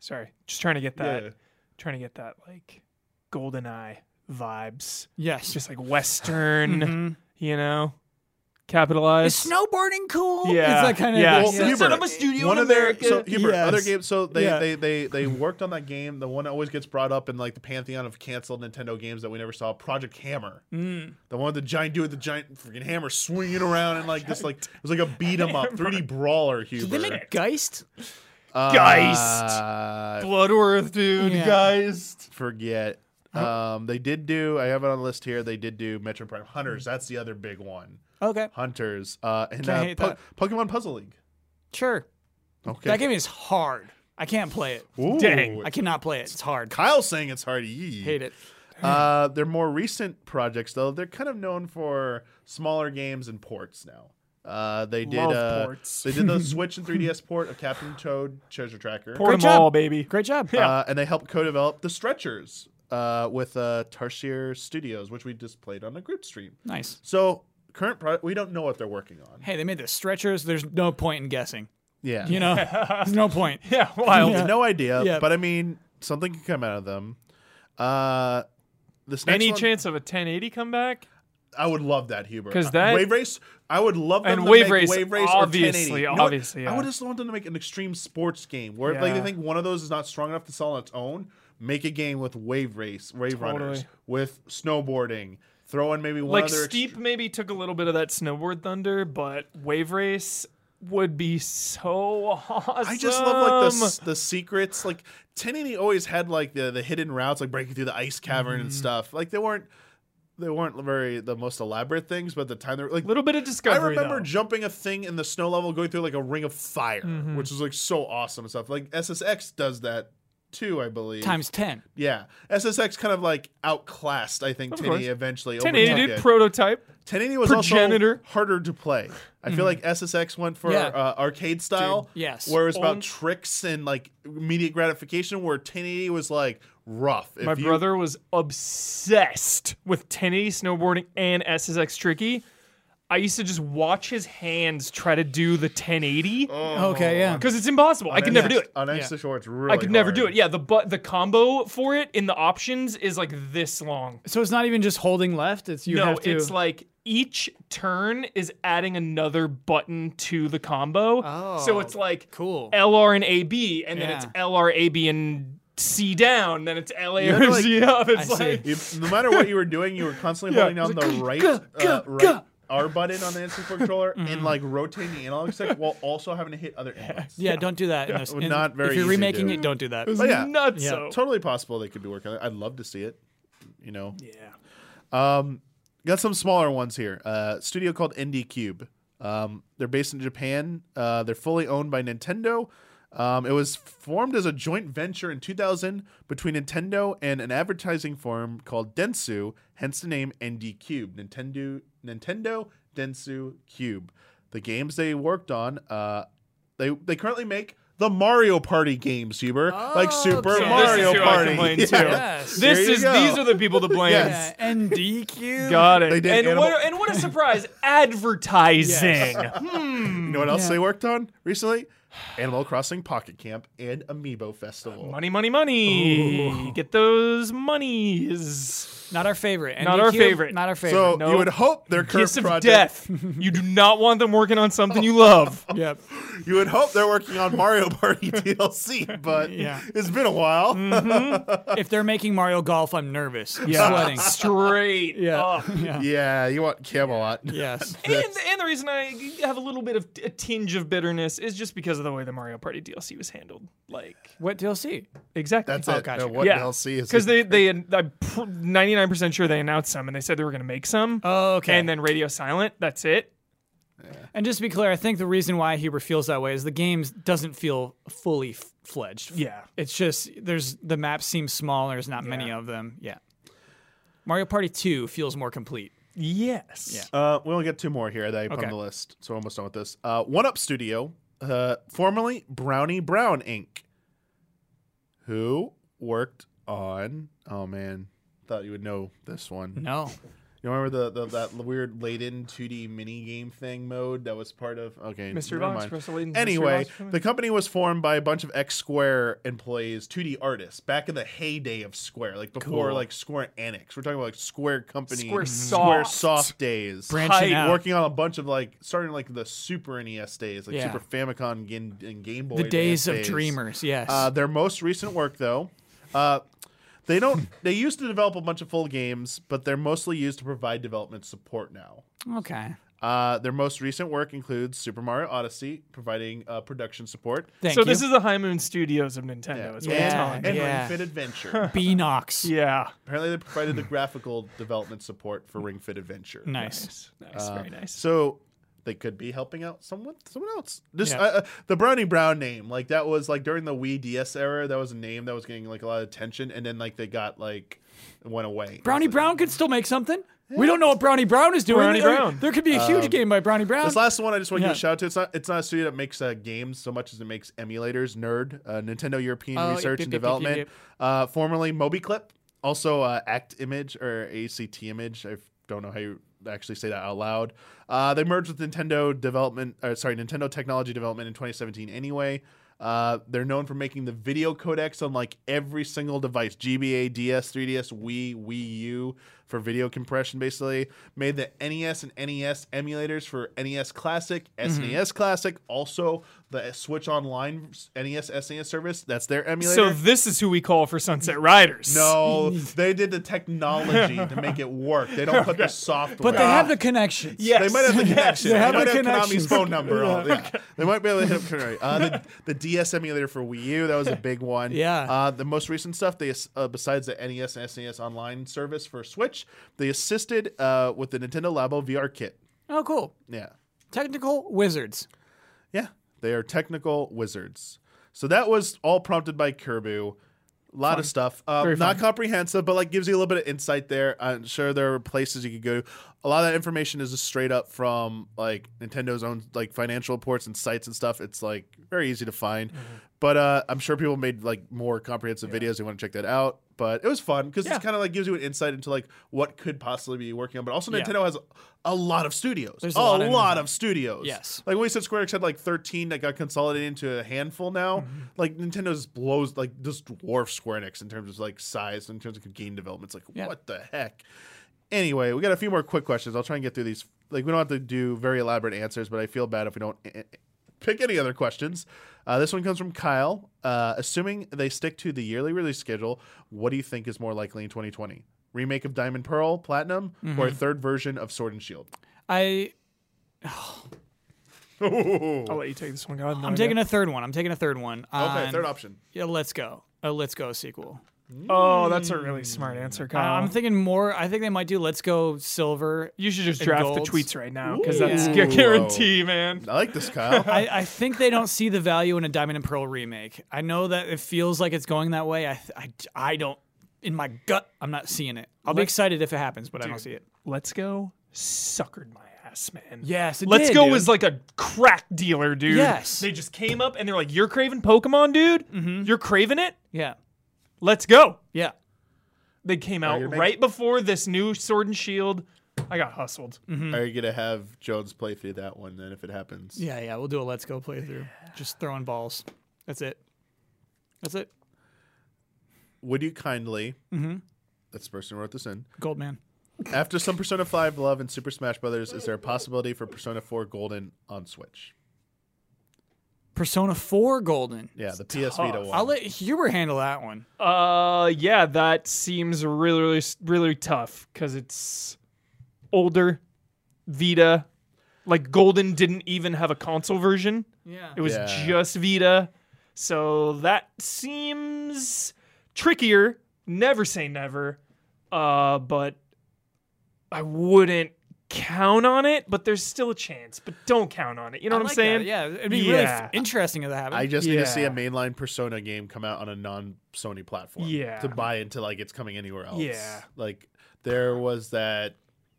S3: sorry, just trying to get that.
S1: Yeah.
S3: Trying to get that like golden eye vibes.
S2: Yes.
S3: Just like western, you know, capitalized.
S2: Is snowboarding cool?
S3: Yeah.
S2: It's that kind of
S3: Yeah.
S1: Well,
S3: Yes.
S1: Hubert,
S2: Set up a studio
S1: one
S2: in
S1: of their
S2: America.
S1: so Hubert,
S2: Yes.
S1: other games. So they,
S2: Yeah.
S1: they they they worked on that game. The one that always gets brought up in like the pantheon of canceled Nintendo games that we never saw. Project Hammer,
S2: Mm.
S1: the one with the giant dude with the giant freaking hammer swinging around and like this like it was like a beat 'em up 3D brawler. Hubert,
S2: Did they make Geist?
S1: Uh,
S3: Geist? Blood Earth, dude.
S2: Yeah.
S3: Guys.
S1: forget. Um, they did do. I have it on the list here. They did do Metro Prime Hunters. That's the other big one.
S2: Okay.
S1: Hunters uh, and
S2: Hmm. Can't
S1: uh,
S2: hate
S1: po- Pokemon Puzzle League.
S2: Sure.
S1: Okay.
S2: That game is hard. I can't play it.
S1: Ooh.
S3: Dang.
S2: I cannot play it. It's hard.
S1: Kyle saying it's hard. Yee.
S2: Hate it.
S1: Uh, their more recent projects, though, they're kind of known for smaller games and ports now. Uh, they did
S3: Love
S1: uh,
S3: ports.
S1: they did the Switch and 3DS port of Captain Toad Treasure Tracker,
S3: Port 'em
S2: job.
S3: all, baby.
S2: Great job.
S1: uh, and they helped co-develop the Stretchers uh, with uh, Tarsier Studios, which we just played on a group stream.
S2: Nice.
S1: So current product, we don't know what they're working on.
S2: Hey, they made the stretchers. There's no point in guessing.
S1: Yeah,
S2: You know, there's no point.
S3: Yeah, wild.
S1: I have no idea,
S2: Yeah.
S1: but I mean, something can come out of them. Uh, this next
S3: Any
S1: one-
S3: chance of a 1080 comeback?
S1: I would love that, Hubert.
S3: 'Cause that-
S1: wave race, I would love them
S3: And
S1: to
S3: Wave
S1: make
S3: Race,
S1: wave race
S3: obviously,
S1: or 1080. You know what?
S3: obviously,
S1: I
S3: yeah.
S1: would just want them to make an extreme sports game where like they
S3: Yeah.
S1: think one of those is not strong enough to sell on its own. Make a game with wave race, wave runners,
S3: Totally. with
S1: with snowboarding. Throw in maybe one
S3: Like
S1: other
S3: Steep
S1: extre-
S3: maybe took a little bit of that snowboard thunder, but Wave Race would be so awesome.
S1: I just love like the s- the secrets. Like 1080 always had like the the hidden routes, like breaking through the ice cavern
S3: Mm-hmm.
S1: and stuff. Like they weren't they weren't very the most elaborate things, but at the time they were like
S3: little bit of
S1: I
S3: discovery.
S1: remember
S3: though.
S1: jumping a thing in the snow level, going through like a ring of fire,
S3: Mm-hmm.
S1: which was like so awesome and stuff. Like SSX does that too, I believe.
S2: Times 10.
S1: yeah, SSX kind of like outclassed. I think
S3: course.
S1: 1080 eventually.
S3: 1080
S1: overtook
S3: dude,
S1: it.
S3: prototype.
S1: 1080 was
S3: progenitor. Mm-hmm.
S1: also harder to play. I feel like SSX went for
S2: Yeah.
S1: uh, arcade style,
S2: yes.
S1: where it's about
S3: On-
S1: tricks and like immediate gratification. Where 1080 was like rough. If
S3: My
S1: you-
S3: brother was obsessed with 1080 snowboarding and SSX tricky. I used to just watch his hands try to do the 1080
S1: Oh.
S2: Okay, yeah.
S3: because it's impossible. I could never do it.
S1: on X
S2: Yeah.
S1: shorts. Really,
S3: I could never do
S1: hard.
S3: it. Yeah, the but the combo for it in the options is like this long.
S2: So it's not even just holding left. It's you
S3: no,
S2: have to.
S3: it's like each turn is adding another button to the combo. so it's
S2: Oh,
S3: like
S2: cool.
S3: LR and AB, and then it's
S2: Yeah.
S3: LR AB and C down, then it's LA
S1: You
S3: or
S1: know, like-
S3: C up. It's
S2: I see.
S3: like
S1: You, no matter what you were doing, you were constantly holding down the right, uh, right R button on the N64 controller and like rotating the analog stick while also having to hit other inputs.
S2: yeah, don't do that. in this- in-
S1: Not very
S2: If you're
S1: easy to
S2: remaking
S1: do.
S2: it, don't do that.
S1: But yeah,
S3: nuts.
S2: Yeah.
S3: so.
S1: totally possible they could be working on it. I'd love to see it. You know,
S3: Yeah.
S1: got some smaller ones here. Uh, studio called Indie Cube. Um, they're based in Japan. Uh, they're fully owned by Nintendo. Um, it was formed as a joint venture in 2000 between Nintendo and an advertising firm called Dentsu, hence the name ND Cube. Nintendo Nintendo Dentsu Cube. The games they worked on, uh, they they currently make the Mario Party games, Huber, like Super
S2: okay.
S1: Mario
S3: Oh, This is who I
S1: Party.
S3: complain to.
S2: Yes.
S3: This
S1: There you
S3: is
S1: go.
S3: these are the people to blame.
S1: Yes.
S2: Yeah, NDQ.
S3: Got it.
S1: They did
S3: and,
S1: animal-
S3: what, and what a surprise! Advertising.
S1: You know what else
S2: Yeah.
S1: they worked on recently? Animal Crossing Pocket Camp and Amiibo Festival.
S3: Money, money, money. Get those monies.
S2: Not our favorite.
S3: Not our
S2: NDQ,
S3: favorite.
S2: Not our favorite.
S1: so
S3: no.
S1: you would hope their current
S3: Kiss of
S1: project,
S3: death. You do not want them working on something you love.
S2: Yep.
S1: You would hope they're working on Mario Party DLC, but
S2: Yeah. Mm-hmm,
S1: it's been a while.
S2: if they're making Mario Golf, I'm nervous. I'm sweating.
S3: Straight
S2: Yeah.
S3: up.
S1: Oh.
S2: yeah.
S1: yeah, you want Camelot.
S2: Yes.
S3: And, and the reason I have a little bit of a tinge of bitterness is just because of the way the Mario Party DLC was handled. Like
S2: What DLC?
S3: exactly.
S1: That's
S2: Oh,
S1: it.
S2: gotcha.
S1: No, what
S3: yeah.
S1: DLC is
S3: because they they I'm ninety nine percent sure they announced some and they said they were going to make some.
S2: Oh, okay.
S3: And then Radio Silent. That's it.
S2: And just to be clear, I think the reason why Huber feels that way is the game doesn't feel fully f- fledged.
S3: Yeah.
S2: It's just there's the map seems small. There's not many of them. Yeah. Mario Party Two feels more complete.
S3: Yes.
S2: Yeah.
S1: Uh, we only got two more here that I put
S2: Okay.
S1: on the list, so we're almost done with this. Uh, One Up Studio, uh, formerly Brownie Brown Inc., who worked on. Oh man, thought you would know this one.
S2: No.
S1: You remember the, the that weird laden 2D mini game thing mode that was part of? Okay,
S3: Mystery
S1: never
S3: Box,
S1: mind.
S3: Russell Layton's Mystery
S1: Anyway,
S3: Box for me.
S1: the company was formed by a bunch of X Square employees, 2D artists, back in the heyday of Square, like before like Square Enix. We're talking about like Square Company,
S3: Square
S1: Square
S3: Soft.
S1: Soft days,
S2: Branching
S1: Tight,
S2: out.
S1: working on a bunch of like starting like the Super NES days, like
S2: Yeah.
S1: Super Famicom Gin- and Game Boy.
S2: The days of
S1: Advance
S2: dreamers. Yes.
S1: uh, their most recent work, though, uh, they don't. They used to develop a bunch of full games, but they're mostly used to provide development support now.
S2: okay.
S1: Uh, their most recent work includes Super Mario Odyssey, providing uh, production support.
S2: Thank
S3: so
S2: you.
S3: this is the High Moon Studios of Nintendo. Yeah. Is what
S2: Yeah.
S3: yeah.
S1: and, and
S2: Yeah.
S1: Ring Fit Adventure.
S2: Beanox.
S3: yeah.
S1: Apparently, they provided the graphical development support for Ring Fit Adventure.
S2: Nice.
S3: Nice. very nice.
S1: Uh, So they could be helping out someone someone else. Just
S2: Yeah.
S1: uh, uh, the Brownie Brown name, like that was like during the Wii DS era, that was a name that was getting like a lot of attention, and then like they got like it went away.
S2: Brownie
S1: It's like-
S2: Brown could still make something. We don't know what Brownie Brown is doing.
S3: Brownie
S2: there,
S3: Brown.
S2: there could be a huge game by Brownie Brown.
S1: This last one, I just want to give
S2: Yeah.
S1: a shout out to. It's not it's not a studio that makes uh, games so much as it makes emulators. Nerd, uh, Nintendo European
S2: Oh, yep,
S1: Research
S2: yep,
S1: and
S2: yep, yep,
S1: Development,
S2: yep.
S1: Uh, formerly MobiClip, also uh, Act Image or ACT Image. I don't know how you actually say that out loud. Uh, they merged with Nintendo Development, or sorry, Nintendo Technology Development in 2017. Anyway. Uh, they're known for making the video codecs on like every single device GBA, DS, 3DS, Wii, Wii U for video compression, basically. Made the NES and NES emulators for NES Classic, SNES Classic, also the Switch Online E NES SNES service. That's their emulator.
S3: So this is who we call for Sunset Riders.
S1: No, they did the technology to make it work. They don't put the software.
S2: but they have the connections.
S3: Yeah.
S1: They might have the connection.
S2: They
S1: They,
S2: have
S1: might
S2: the
S1: have
S2: connections.
S1: Konami's phone number. All- yeah. They might be able to hit up Konami. Uh, the, the DS emulator for Wii U, that was a big one.
S2: Yeah.
S1: Uh, the most recent stuff, they uh, besides the NES and SNES online service for Switch, they assisted uh, with the Nintendo Labo VR kit.
S2: Oh, cool.
S1: Yeah.
S2: Technical wizards.
S1: Yeah. They are technical wizards. So that was all prompted by Kerbu. A lot of stuff. Um, not comprehensive, but like gives you a little bit of insight there. I'm sure there are places you could go. A lot of that information is just straight up from like Nintendo's own like financial reports and sites and stuff. It's like very easy to find.
S2: Mm-hmm.
S1: But uh, I'm sure people made like more comprehensive videos. You want to check that out. But it was fun because
S3: Yeah.
S1: it's kind of like gives you an insight into like what could possibly be working on. But also
S2: Yeah.
S1: Nintendo has a lot of studios.
S2: There's a
S1: a,
S2: lot of
S1: lot,
S2: Nintendo.
S1: of studios.
S2: Yes.
S1: Like when we said Square Enix had like 13 that got consolidated into a handful now,
S2: Mm-hmm.
S1: like Nintendo just blows, like just dwarfs Square Enix in terms of like size, in terms of game development. It's like,
S2: Yeah.
S1: what the heck? Anyway, we got a few more quick questions. I'll try and get through these. Like, we don't have to do very elaborate answers, but I feel bad if we don't eh, eh, pick any other questions. Uh, this one comes from Kyle. Uh, assuming they stick to the yearly release schedule, what do you think is more likely in 2020? Remake of Diamond Pearl Platinum or a
S2: Mm-hmm.
S1: third version of Sword and Shield?
S2: I
S3: I'll let you take this one. God,
S2: I'm taking a third one. I'm taking a third one.
S1: Okay,
S2: on-
S1: third option.
S2: Yeah, let's go. A let's go sequel.
S3: Oh, that's a really smart answer,
S2: I-
S3: Kyle.
S2: I'm thinking more. I think they might do let's go silver.
S3: you should just
S2: and
S3: draft
S2: golds.
S3: the tweets right now
S1: Ooh.
S3: because that's
S1: Yeah.
S3: a guarantee, man.
S1: I like this, Kyle.
S2: I, I think they don't see the value in a Diamond and Pearl remake. I know that it feels like it's going that way. I I, I don't. In my gut, I'm not seeing it. I'll be excited if it happens, but I don't see it.
S3: Let's go. Suckered my ass, man.
S2: Yes, it
S3: Let's
S2: did,
S3: go
S2: dude.
S3: was like a crack dealer, dude.
S2: Yes.
S3: They just came up and they're like, "You're craving Pokemon, dude. You're craving it.
S2: Yeah,
S3: Let's go."
S2: yeah.
S3: They came out
S1: you're making-
S3: right before this new Sword and Shield. I got hustled.
S1: Are you gonna have Jones play through that one then if it happens?
S2: Yeah, yeah, we'll do a let's go playthrough. Just throwing balls. That's it. That's it.
S1: Would you kindly?
S2: Mm-hmm.
S1: That's the person who wrote this in.
S2: Goldman.
S1: After some Persona Five Love and Super Smash Brothers, is there a possibility for Persona Four Golden on Switch?
S2: Persona 4 Golden.
S1: Yeah, the PS Vita
S3: tough.
S1: one.
S2: Oh, I'll let Huber handle that one.
S3: Uh, yeah, that seems really, really, really tough because it's older, Vita. Like Golden didn't even have a console version;
S2: Yeah.
S3: it was
S1: Yeah.
S3: just Vita. So that seems trickier. Never say never. Uh, but I wouldn't count on it, but there's still a chance. But don't count on it. You know
S2: I
S3: what
S2: like
S3: I'm
S2: that.
S3: saying?
S2: Yeah, it'd be really
S3: Yeah.
S2: f- interesting if that happened.
S1: I just need to see a
S3: Yeah.
S1: mainline Persona game come out on a non Sony platform.
S3: Yeah.
S1: To buy into like it's coming anywhere else.
S3: Yeah.
S1: Like there was that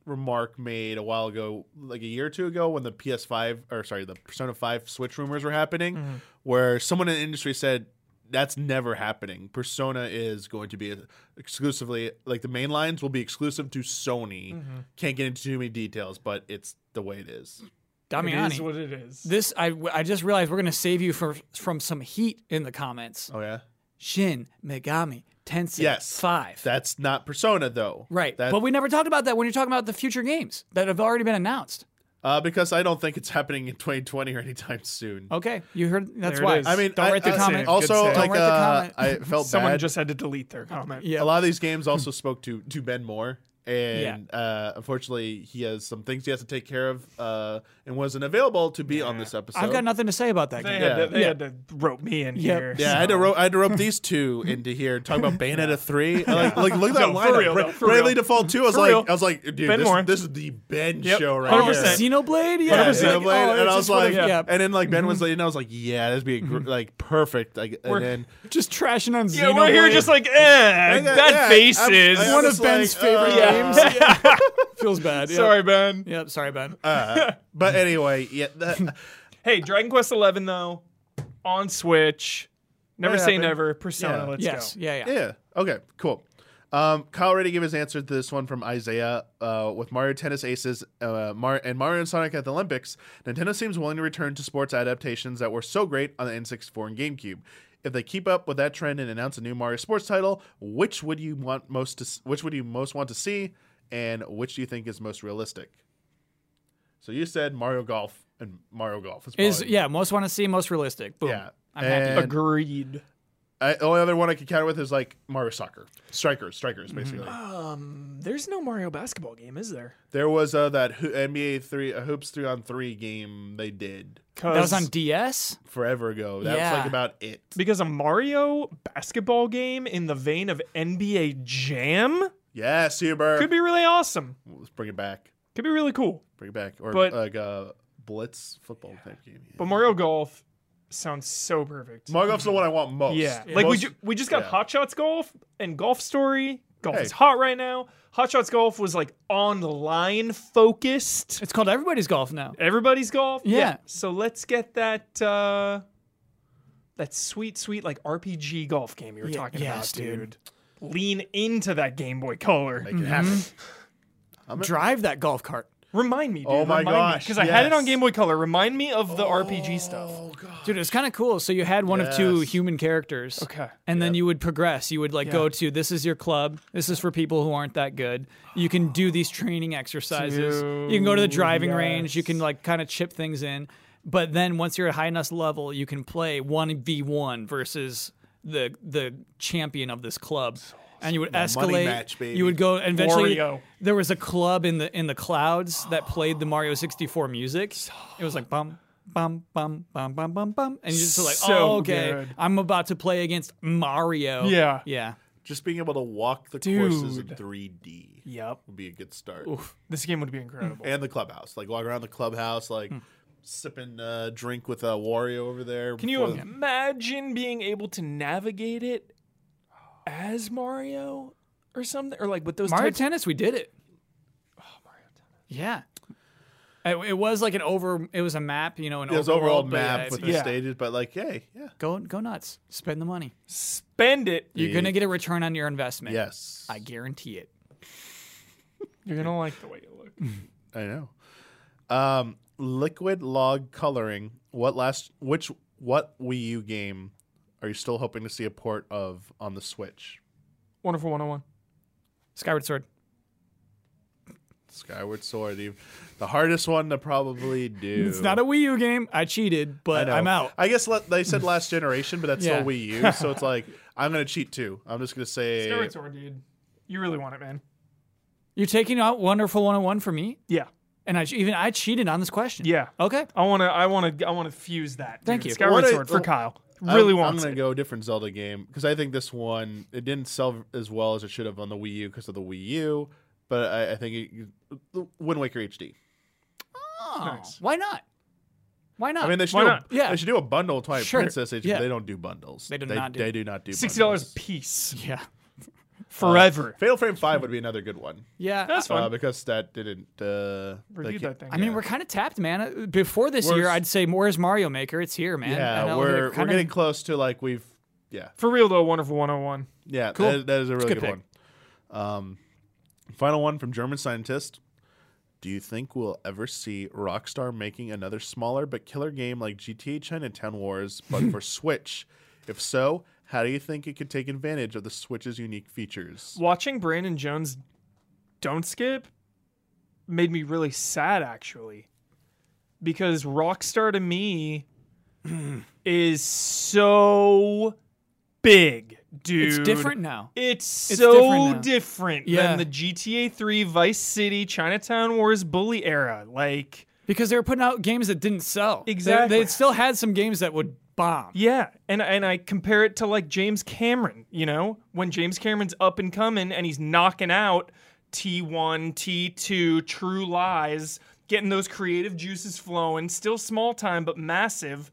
S1: remark made a while ago, like a year or two ago when the PS5 or sorry, the Persona 5 Switch rumors were happening,
S3: Mm-hmm.
S1: where someone in the industry said that's never happening. Persona is going to be exclusively like the main lines will be exclusive to Sony.
S3: Mm-hmm.
S1: Can't get into too many details, but it's the way it is.
S3: It
S2: Damiani,
S3: is what it is.
S2: this I, I just realized we're gonna save you for, from some heat in the comments.
S1: Oh yeah.
S2: Shin Megami Tensei
S1: Yes.
S2: Five.
S1: That's not Persona though.
S2: right,
S1: That-
S2: but we never talked about that when you're talking about the future games that have already been announced.
S1: Uh, because I don't think it's happening in 2020 or anytime soon.
S3: Oh,
S2: Okay, you heard. That's
S3: There it
S2: why.
S3: is.
S1: I mean,
S2: don't
S1: I,
S2: write the
S1: I-
S2: comment.
S1: Also,
S3: Good save.
S1: like,
S2: Don't write the
S1: uh,
S2: comment.
S1: I felt
S3: Someone
S1: bad.
S3: just had to delete their comment.
S2: Yeah.
S1: a lot of these games also spoke to to Ben Moore, and uh, unfortunately, he has some things he has to take care of, uh, and wasn't available to be on this episode.
S2: I've got nothing to say about that
S3: They,
S2: game.
S3: had,
S1: Yeah.
S3: to, they had to rope me in
S2: Yep.
S3: here.
S1: Yeah, I had to rope, I had to rope these two into here. Talk about Bayonetta three, like, like look at that
S3: No, for
S1: lineup.
S3: real,
S1: Bra-
S3: though, for
S1: Bravely
S3: real.
S1: Default two. I was
S3: For
S1: like,
S3: real.
S1: I was like, dude,
S3: Ben
S1: this,
S3: Moore.
S1: this is the Ben
S3: Yep.
S1: show right
S2: Oh,
S1: here.
S3: 100%.
S2: Xenoblade, yeah.
S1: Yeah,
S2: It's like,
S1: Xenoblade,
S2: oh,
S1: and
S2: it's
S1: I
S2: just
S1: was
S2: one
S1: like,
S2: of- Mm-hmm. yeah.
S1: and then like Ben was like, and I was like, yeah, this would be a gr- like perfect. Like, and
S3: We're-
S1: then
S2: just trashing on
S3: Yeah, we're here
S2: Xenoblade.
S3: just like, eh, that
S1: yeah,
S3: face
S1: I'm-
S3: is.
S1: I- I'm
S2: one
S1: just
S2: of Ben's
S1: like,
S2: favorite
S1: uh,
S2: games. Feels bad. Yep.
S3: Sorry, Ben.
S2: Yep. Sorry, Ben.
S1: But anyway, yeah, that,
S3: Hey, Dragon Quest Eleven though, on Switch. Never
S1: That
S3: say
S1: happened.
S3: never. Persona.
S1: Yeah.
S3: Let's
S2: yes.
S3: go.
S2: Yeah. Yeah.
S1: yeah. Okay, cool. Um, Kyle already gave his answer to this one from Isaiah. Uh, with Mario Tennis Aces uh, Mar- and Mario and Sonic at the Olympics, Nintendo seems willing to return to sports adaptations that were so great on the N64 and GameCube. If they keep up with that trend and announce a new Mario sports title, which would you want most to? s- Which would you most want to see, and which do you think is most realistic? So you said Mario Golf and Mario Golf is,
S2: Is
S1: probably-
S2: yeah. Most want to see. Most realistic. Boom.
S1: yeah.
S2: I'm happy.
S1: And-
S3: Agreed.
S1: I, the only other one I could counter with is like Mario Soccer, Strikers, Strikers,
S2: Mm-hmm. Ah,
S1: basically.
S3: There's no Mario basketball game, is there?
S1: There was uh, that ho- NBA three uh, hoops three on three game they did
S2: That was on DS.
S1: forever ago. That's
S2: Yeah.
S1: like about it.
S3: because a Mario basketball game in the vein of NBA Jam
S1: Yes, Huber.
S3: could be really awesome.
S1: Let's bring it back.
S3: Could be really cool.
S1: Bring it back. Or
S3: But-
S1: like a blitz football type game. Yeah.
S3: But Mario Golf sounds so perfect.
S1: Mario Golf's the one I want most.
S3: Yeah. Like we,
S1: Most-
S3: ju- we just got
S1: yeah.
S3: Hot Shots Golf and Golf Story. Golf
S1: Hey.
S3: is hot right now. Hot Shots Golf was like online focused.
S2: It's called Everybody's Golf now.
S3: Everybody's golf.
S2: Yeah.
S3: So let's get that uh that sweet, sweet like RPG golf game you were
S2: Yeah,
S3: talking
S2: yes,
S3: about,
S2: dude.
S3: dude. Lean into that Game Boy Color.
S1: Make it happen.
S2: Mm-hmm. Drive that golf cart,
S3: Mm-hmm. Remind me, dude.
S1: Oh my gosh,
S3: Because I had it on
S1: yes.
S3: Game Boy Color. Remind me of the RPG stuff.
S2: dude. It's kind of cool. So you had one of two
S1: Yes.
S2: human characters.
S3: Okay.
S2: And then you would progress. You would like go to this is your club. This is for people who aren't that good. You can do these training exercises. you can go to the driving range. You can like kind of chip things in. But then once you're at a high enough level, you can play one v one versus the the champion of this club. And you would
S1: money
S2: escalate.
S1: match, baby.
S2: You would go Oh, and eventually.
S3: Wario.
S2: There was a club in the in the clouds that played the Mario 64 music. It was like bum bum bum bum bum bum bum, and you're just like,
S3: So
S2: oh, okay,
S3: good.
S2: I'm about to play against Mario.
S3: Yeah.
S2: yeah.
S1: Just being able to walk the courses in
S3: Dude.
S1: 3D
S3: Yep.
S1: would be a good start.
S3: This game would be incredible.
S1: And the clubhouse. Like walk around the clubhouse, like
S3: Hmm.
S1: sipping uh, drink with uh, Wario over there.
S3: Can you imagine being able to navigate it as Mario or something? Or like with those
S2: Mario
S3: types-
S2: Tennis, we did it.
S3: Oh,
S2: Yeah. It, it was like an over. It was a map, you know, an
S1: It was overall
S2: overworld, but
S1: map
S2: yeah,
S1: with the
S2: it's-
S3: yeah.
S1: stages, but like, hey, yeah,
S2: Go go nuts. Spend the money.
S3: spend it.
S2: You're gonna get a return on your investment.
S1: yes,
S2: I guarantee it.
S3: You're gonna like the way you look.
S1: I know. Um, liquid log coloring. What last? Which what Wii U game are you still hoping to see a port of on the Switch?
S3: Wonderful 101.
S2: Skyward Sword.
S1: Skyward Sword, the, the hardest one to probably do.
S2: It's not a Wii U game. I cheated, but
S1: know.
S2: I'm out.
S1: I guess let, they said last generation, but that's
S2: Yeah.
S1: still Wii U. So it's like I'm gonna cheat too. I'm just gonna say
S3: Skyward Sword, dude. You really want it, man.
S2: You're taking out Wonderful 101 for me,
S3: Yeah.
S2: and I even I cheated on this question.
S3: Yeah.
S2: Okay.
S3: I wanna I wanna I wanna fuse that.
S2: Thank
S3: dude.
S2: you.
S3: Skyward
S1: What I-
S3: Sword for Kyle.
S1: I'm-
S3: Really
S1: I'm,
S3: wants
S1: gonna
S3: it.
S1: go a different Zelda game because I think this one it didn't sell as well as it should have on the Wii U because of the Wii U. but I, I think it, you- Wind Waker HD.
S2: Oh,
S3: Nice.
S2: Why not? Why not?
S1: I mean, they should,
S3: Why
S1: do a,
S3: not?
S2: Yeah.
S1: they should do a bundle of Twilight
S2: Sure.
S1: Princess HD,
S2: Yeah.
S1: but they don't do bundles.
S2: They do
S1: they,
S2: not do-
S1: They do not do
S3: Sixty dollars
S1: bundles.
S3: a piece
S2: yeah,
S3: forever.
S1: Fatal Frame 5 would be another good one
S2: yeah.
S3: That's
S1: uh,
S3: fine.
S1: because that didn't. Uh, they
S3: Reviewed
S1: ca-
S3: that thing.
S2: I mean, we're kind of tapped, man. Uh, Before this
S1: We're
S2: year,
S1: s-
S2: I'd say more is Mario Maker. It's here, man. I
S1: Yeah,
S2: know
S1: we're,
S2: they're
S1: we're
S2: kinda-
S1: getting close to like we've. Yeah.
S3: for real though. Wonderful 101.
S1: Yeah,
S2: Cool.
S1: that, that is a really
S2: good
S1: good, one. Um, final one from German scientist. Do you think we'll ever see Rockstar making another smaller but killer game like GTA Chinatown Wars, but for Switch? If so, how do you think it could take advantage of the Switch's unique features?
S3: Watching Brandon Jones don't skip made me really sad actually. Because Rockstar to me is so big, dude.
S2: It's different now.
S3: It's,
S2: It's
S3: so
S2: different now.
S3: different,
S2: Yeah.
S3: than the GTA 3 Vice City Chinatown Wars bully era. Like,
S2: because they were putting out games that didn't sell. They-
S3: Exactly.
S2: They, still had some games that would bomb.
S3: yeah, and and I compare it to like James Cameron, you know, when James Cameron's up and coming and he's knocking out T1, T2, True Lies, getting those creative juices flowing, still small time but massive.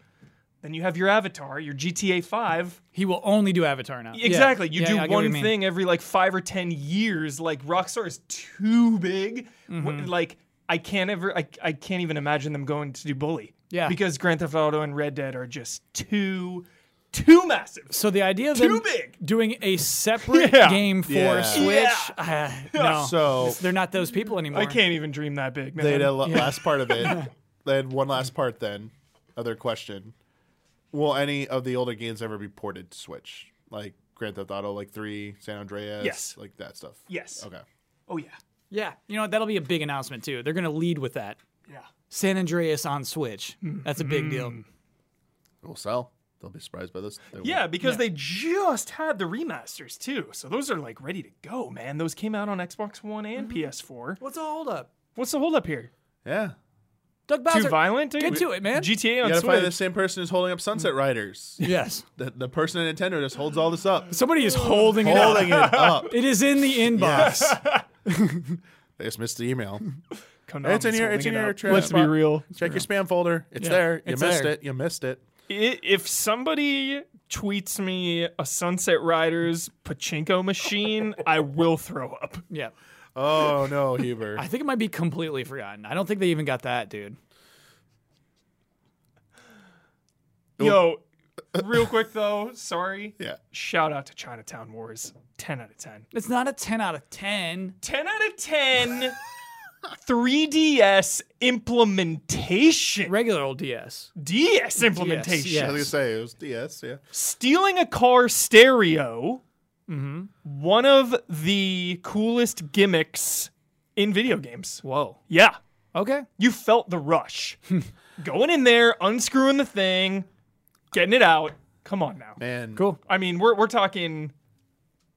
S3: Then you have your Avatar, your GTA 5.
S2: He will only do Avatar now. Yeah.
S3: Exactly. You
S2: Yeah,
S3: do
S2: yeah, I get what
S3: one
S2: mean.
S3: thing every like five or ten years. Like Rockstar is too big.
S2: Mm-hmm.
S3: Wh- Like I can't ever. I, I can't even imagine them going to do Bully.
S2: Yeah.
S3: Because Grand Theft Auto and Red Dead are just too, too massive.
S2: So the idea of
S3: Too
S2: them
S3: big.
S2: doing a separate
S3: Yeah.
S2: game for
S1: Yeah.
S2: Switch, uh,
S3: Oh.
S2: no,
S1: So
S2: they're not those people anymore.
S3: I can't even dream that big, man.
S1: they had a la- last part of it. they had one last part then. Other question: Will any of the older games ever be ported to Switch, like Grand Theft Auto, like Three, San Andreas,
S3: Yes.
S1: like that stuff?
S3: yes.
S1: Okay.
S3: Oh yeah.
S2: Yeah, you know what, that'll be a big announcement too. They're gonna lead with that.
S3: Yeah.
S2: San Andreas on Switch. That's a big deal.
S1: Mm. It will sell. They'll be surprised by this. They will.
S3: Yeah, because they just had the remasters too. So those are like ready to go, man. Those came out on Xbox One and
S2: Mm-hmm.
S3: PS4.
S2: What's the hold up?
S3: What's the holdup here?
S1: Yeah.
S2: Doug
S3: Too
S2: Bowser.
S3: violent?
S2: get to it, man.
S3: GTA
S1: You
S3: on
S1: gotta find the
S3: Switch.
S1: same person who's holding up
S2: Mm.
S1: Sunset Riders.
S2: Yes.
S1: The, the person at Nintendo just holds all this up.
S2: Somebody is holding it up.
S1: holding it up.
S2: It is in the inbox.
S1: Yes. I just missed the email.
S3: Konami's
S1: It's in your-
S3: holding
S1: it's in
S3: it
S1: your
S3: up.
S1: trash
S3: Let's be
S1: box.
S3: real.
S1: Check your spam folder. It's
S2: Yeah,
S1: there. You
S2: it's
S1: missed
S2: there.
S1: it. You missed it.
S3: I- if somebody tweets me a Sunset Riders pachinko machine, I will throw up.
S2: Yeah.
S1: Oh no, Huber.
S2: I think it might be completely forgotten. I don't think they even got that, dude.
S3: Yo, real quick though, sorry.
S1: yeah.
S3: Shout out to Chinatown Wars. 10 out of 10.
S2: It's not a 10 out of 10.
S3: 10 out of 10. 3DS implementation.
S2: Regular old DS.
S3: DS implementation.
S1: I was
S2: yes.
S1: gonna say it was DS. Yeah.
S3: stealing a car stereo one of the coolest gimmicks in video games
S2: Whoa.
S3: yeah
S2: Okay.
S3: you felt the rush going in there unscrewing the thing getting it out come on now
S1: Man.
S2: Cool.
S3: i mean we're, we're talking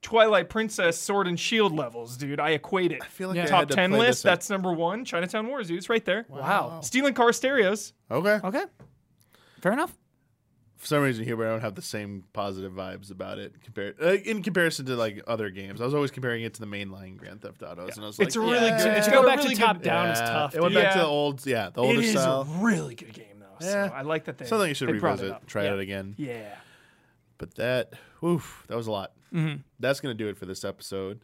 S3: twilight princess sword and shield levels dude i equate it
S1: I feel like
S2: Yeah.
S1: they
S3: top
S1: had to
S3: 10
S1: play
S3: list
S1: this at-
S3: that's number one chinatown wars dude it's right there
S2: Wow.
S3: stealing car stereos
S1: okay.
S2: Okay. Fair enough.
S1: For some reason, Huber, I don't have the same positive vibes about it compared uh, in comparison to like other games. I was always comparing it to the mainline Grand Theft Autos, and I was like,
S3: it's a really
S2: Yeah.
S3: good
S2: To
S3: it's
S2: go
S3: got a
S2: back to
S3: really
S2: top
S3: good,
S2: down is
S1: Yeah,
S2: tough,
S1: It went
S3: dude.
S1: back to
S3: Yeah.
S1: the old, yeah, the
S3: It
S1: older
S3: is
S1: style.
S3: a really good game though.
S1: Yeah.
S3: So I like that they
S1: Something you should
S3: they brought it
S1: revisit,
S3: up.
S1: try
S3: yeah.
S1: it again.
S3: Yeah.
S1: But that, oof, that was a lot.
S3: Mm-hmm.
S1: That's going to do it for this episode.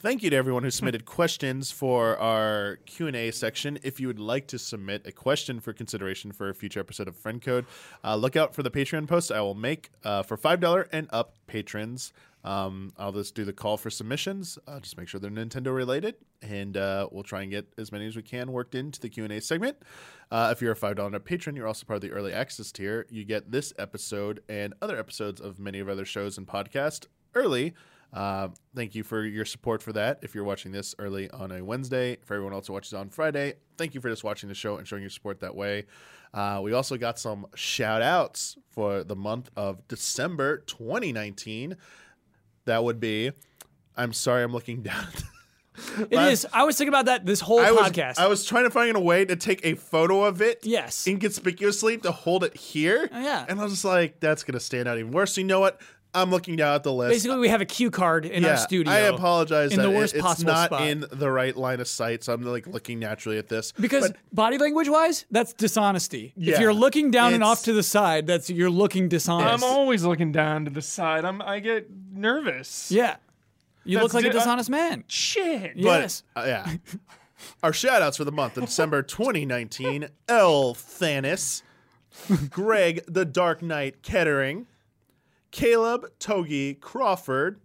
S1: Thank you to everyone who submitted questions for our Q&A section. If you would like to submit a question for consideration for a future episode of Friend Code, uh, look out for the Patreon post I will make uh, for $5 and up patrons. Um, I'll just do the call for submissions. Uh, just make sure they're Nintendo related, and uh, we'll try and get as many as we can worked into the Q and A segment. Uh, if you're a five dollar patron, you're also part of the early access tier. You get this episode and other episodes of many of our other shows and podcasts early. Uh, thank you for your support for that. If you're watching this early on a Wednesday, for everyone else who watches on Friday, thank you for just watching the show and showing your support that way. Uh, we also got some shout outs for the month of December 2019. That would be, I'm sorry, I'm looking down. at the-
S2: It is. I was thinking about that this whole
S1: I was,
S2: podcast.
S1: I was trying to find a way to take a photo of it
S2: yes. Oh,
S1: inconspicuously to hold it here.
S2: yeah.
S1: And I was just like, that's going to stand out even worse. You know what? I'm looking down at the list.
S2: Basically, we have a cue card in
S1: yeah,
S2: our studio.
S1: I apologize.
S2: in
S1: that
S2: the
S1: it-
S2: worst
S1: it's
S2: possible
S1: not
S2: spot.
S1: in the right line of sight, so I'm like looking naturally at this
S2: Because
S1: But
S2: body language wise, that's dishonesty.
S1: Yeah.
S2: if you're looking down and
S1: It's-
S2: off to the side, that's you're looking dishonest.
S3: I'm always looking down to the side. I'm I get nervous.
S2: yeah. You look
S3: That's
S2: like a
S3: di- I-
S2: dishonest man.
S3: Shit.
S1: But,
S2: yes.
S1: uh, yeah. Our shout outs for the month of December 2019 L. Thanis, Greg the Dark Knight Kettering, Caleb Togi Crawford,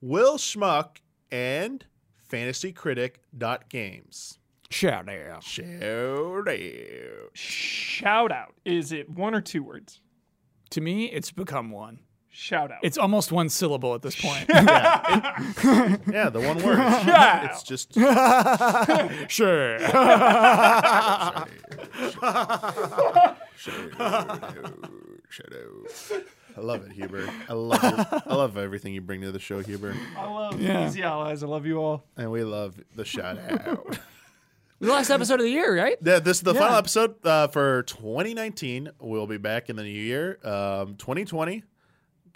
S1: Will Schmuck, and fantasycritic.games.
S2: Shout out.
S1: Shout out.
S3: Shout out. Is it one or two words?
S2: To me, it's become one.
S3: Shout out.
S2: It's almost one syllable at this point.
S1: Yeah, the one word. It's just
S2: sure.
S1: I love it, Huber. I love your, I love everything you bring to the show, Huber.
S3: I love
S2: Yeah.
S3: Easy Allies. I love you all.
S1: And we love the shout out.
S2: The last episode of the year, right?
S1: Yeah, this is the
S2: Yeah.
S1: final episode uh, for 2019. We'll be back in the new year, um, 2020.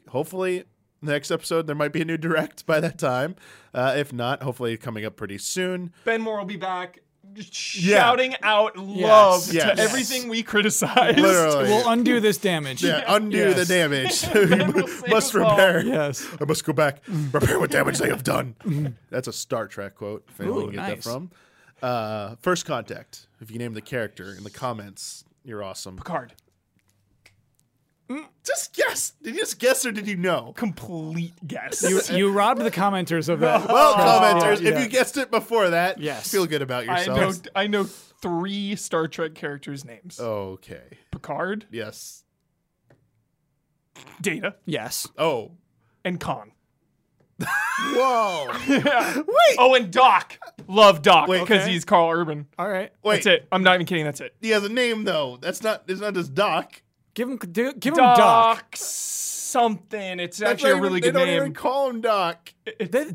S1: Hopefully, next episode there might be a new direct by that time. Uh, if not, hopefully coming up pretty soon.
S3: Ben Moore will be back. Just
S1: Yeah.
S3: Shouting out love to
S1: Yes.
S3: everything we criticize.
S1: Literally,
S2: We'll undo this damage.
S1: yeah, undo
S2: Yes.
S1: the damage. We
S3: save
S1: must
S3: us all.
S1: repair.
S2: Yes.
S1: I must go back, repair what damage they have done. That's a Star Trek quote. If anyone
S2: Ooh,
S1: can get that
S2: nice.
S1: from. Uh, first contact. If you name the character in the comments, you're awesome.
S3: Card.
S1: Just guess. Did you just guess or did you know?
S3: Complete guess.
S2: You, you robbed the commenters of that.
S3: Oh,
S1: Well, commenters,
S2: yeah.
S1: if you guessed it before that,
S2: Yes.
S1: feel good about
S3: I know.
S1: yourselves.
S3: I know three Star Trek characters' names.
S1: Oh. Okay.
S3: Picard,
S1: Yes.
S3: Data,
S2: yes.
S1: Oh.
S3: and Khan.
S1: Whoa.
S3: Wait. Oh, and Doc. Love Doc
S1: Wait.
S3: because
S1: Okay.
S3: he's Carl Urban.
S2: All right.
S1: Wait.
S3: That's it. I'm not even kidding. That's it.
S1: He has a name though. That's not. It's not just Doc.
S2: Give him, do, give him
S3: Doc,
S2: Doc.
S3: something. It's
S1: That's
S3: actually
S1: not
S3: a
S1: even-
S3: really
S1: they
S3: good
S1: don't
S3: name.
S1: even call him Doc.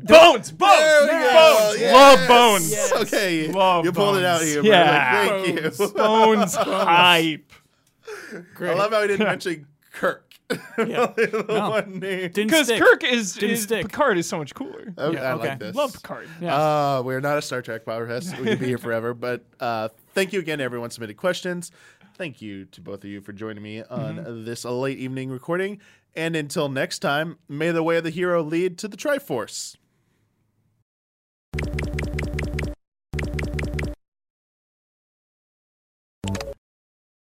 S3: Bones. Bones.
S1: There we go.
S3: Bones.
S1: Yes.
S3: Love Bones.
S1: Okay.
S3: Love
S1: you pulled it out
S3: Bones.
S1: here.
S3: Yeah.
S1: Like, thank you.
S3: Bones hype.
S1: I love how he didn't mention Kirk.
S2: Yeah.
S1: The
S2: No.
S1: one name.
S2: Didn't
S3: Because
S2: stick.
S3: Kirk is,
S2: Didn't
S3: is
S2: stick.
S3: Picard is so much cooler.
S1: Oh,
S2: Yeah,
S1: I
S2: okay.
S1: like this.
S3: Love Picard.
S2: Yeah.
S1: Uh, we're not a Star Trek podcast. We can be here forever. But uh, thank you again, everyone submitted questions. Thank you to both of you for joining me on
S2: Mm-hmm.
S1: this late evening recording. And until next time, may the way of the hero lead to the Triforce.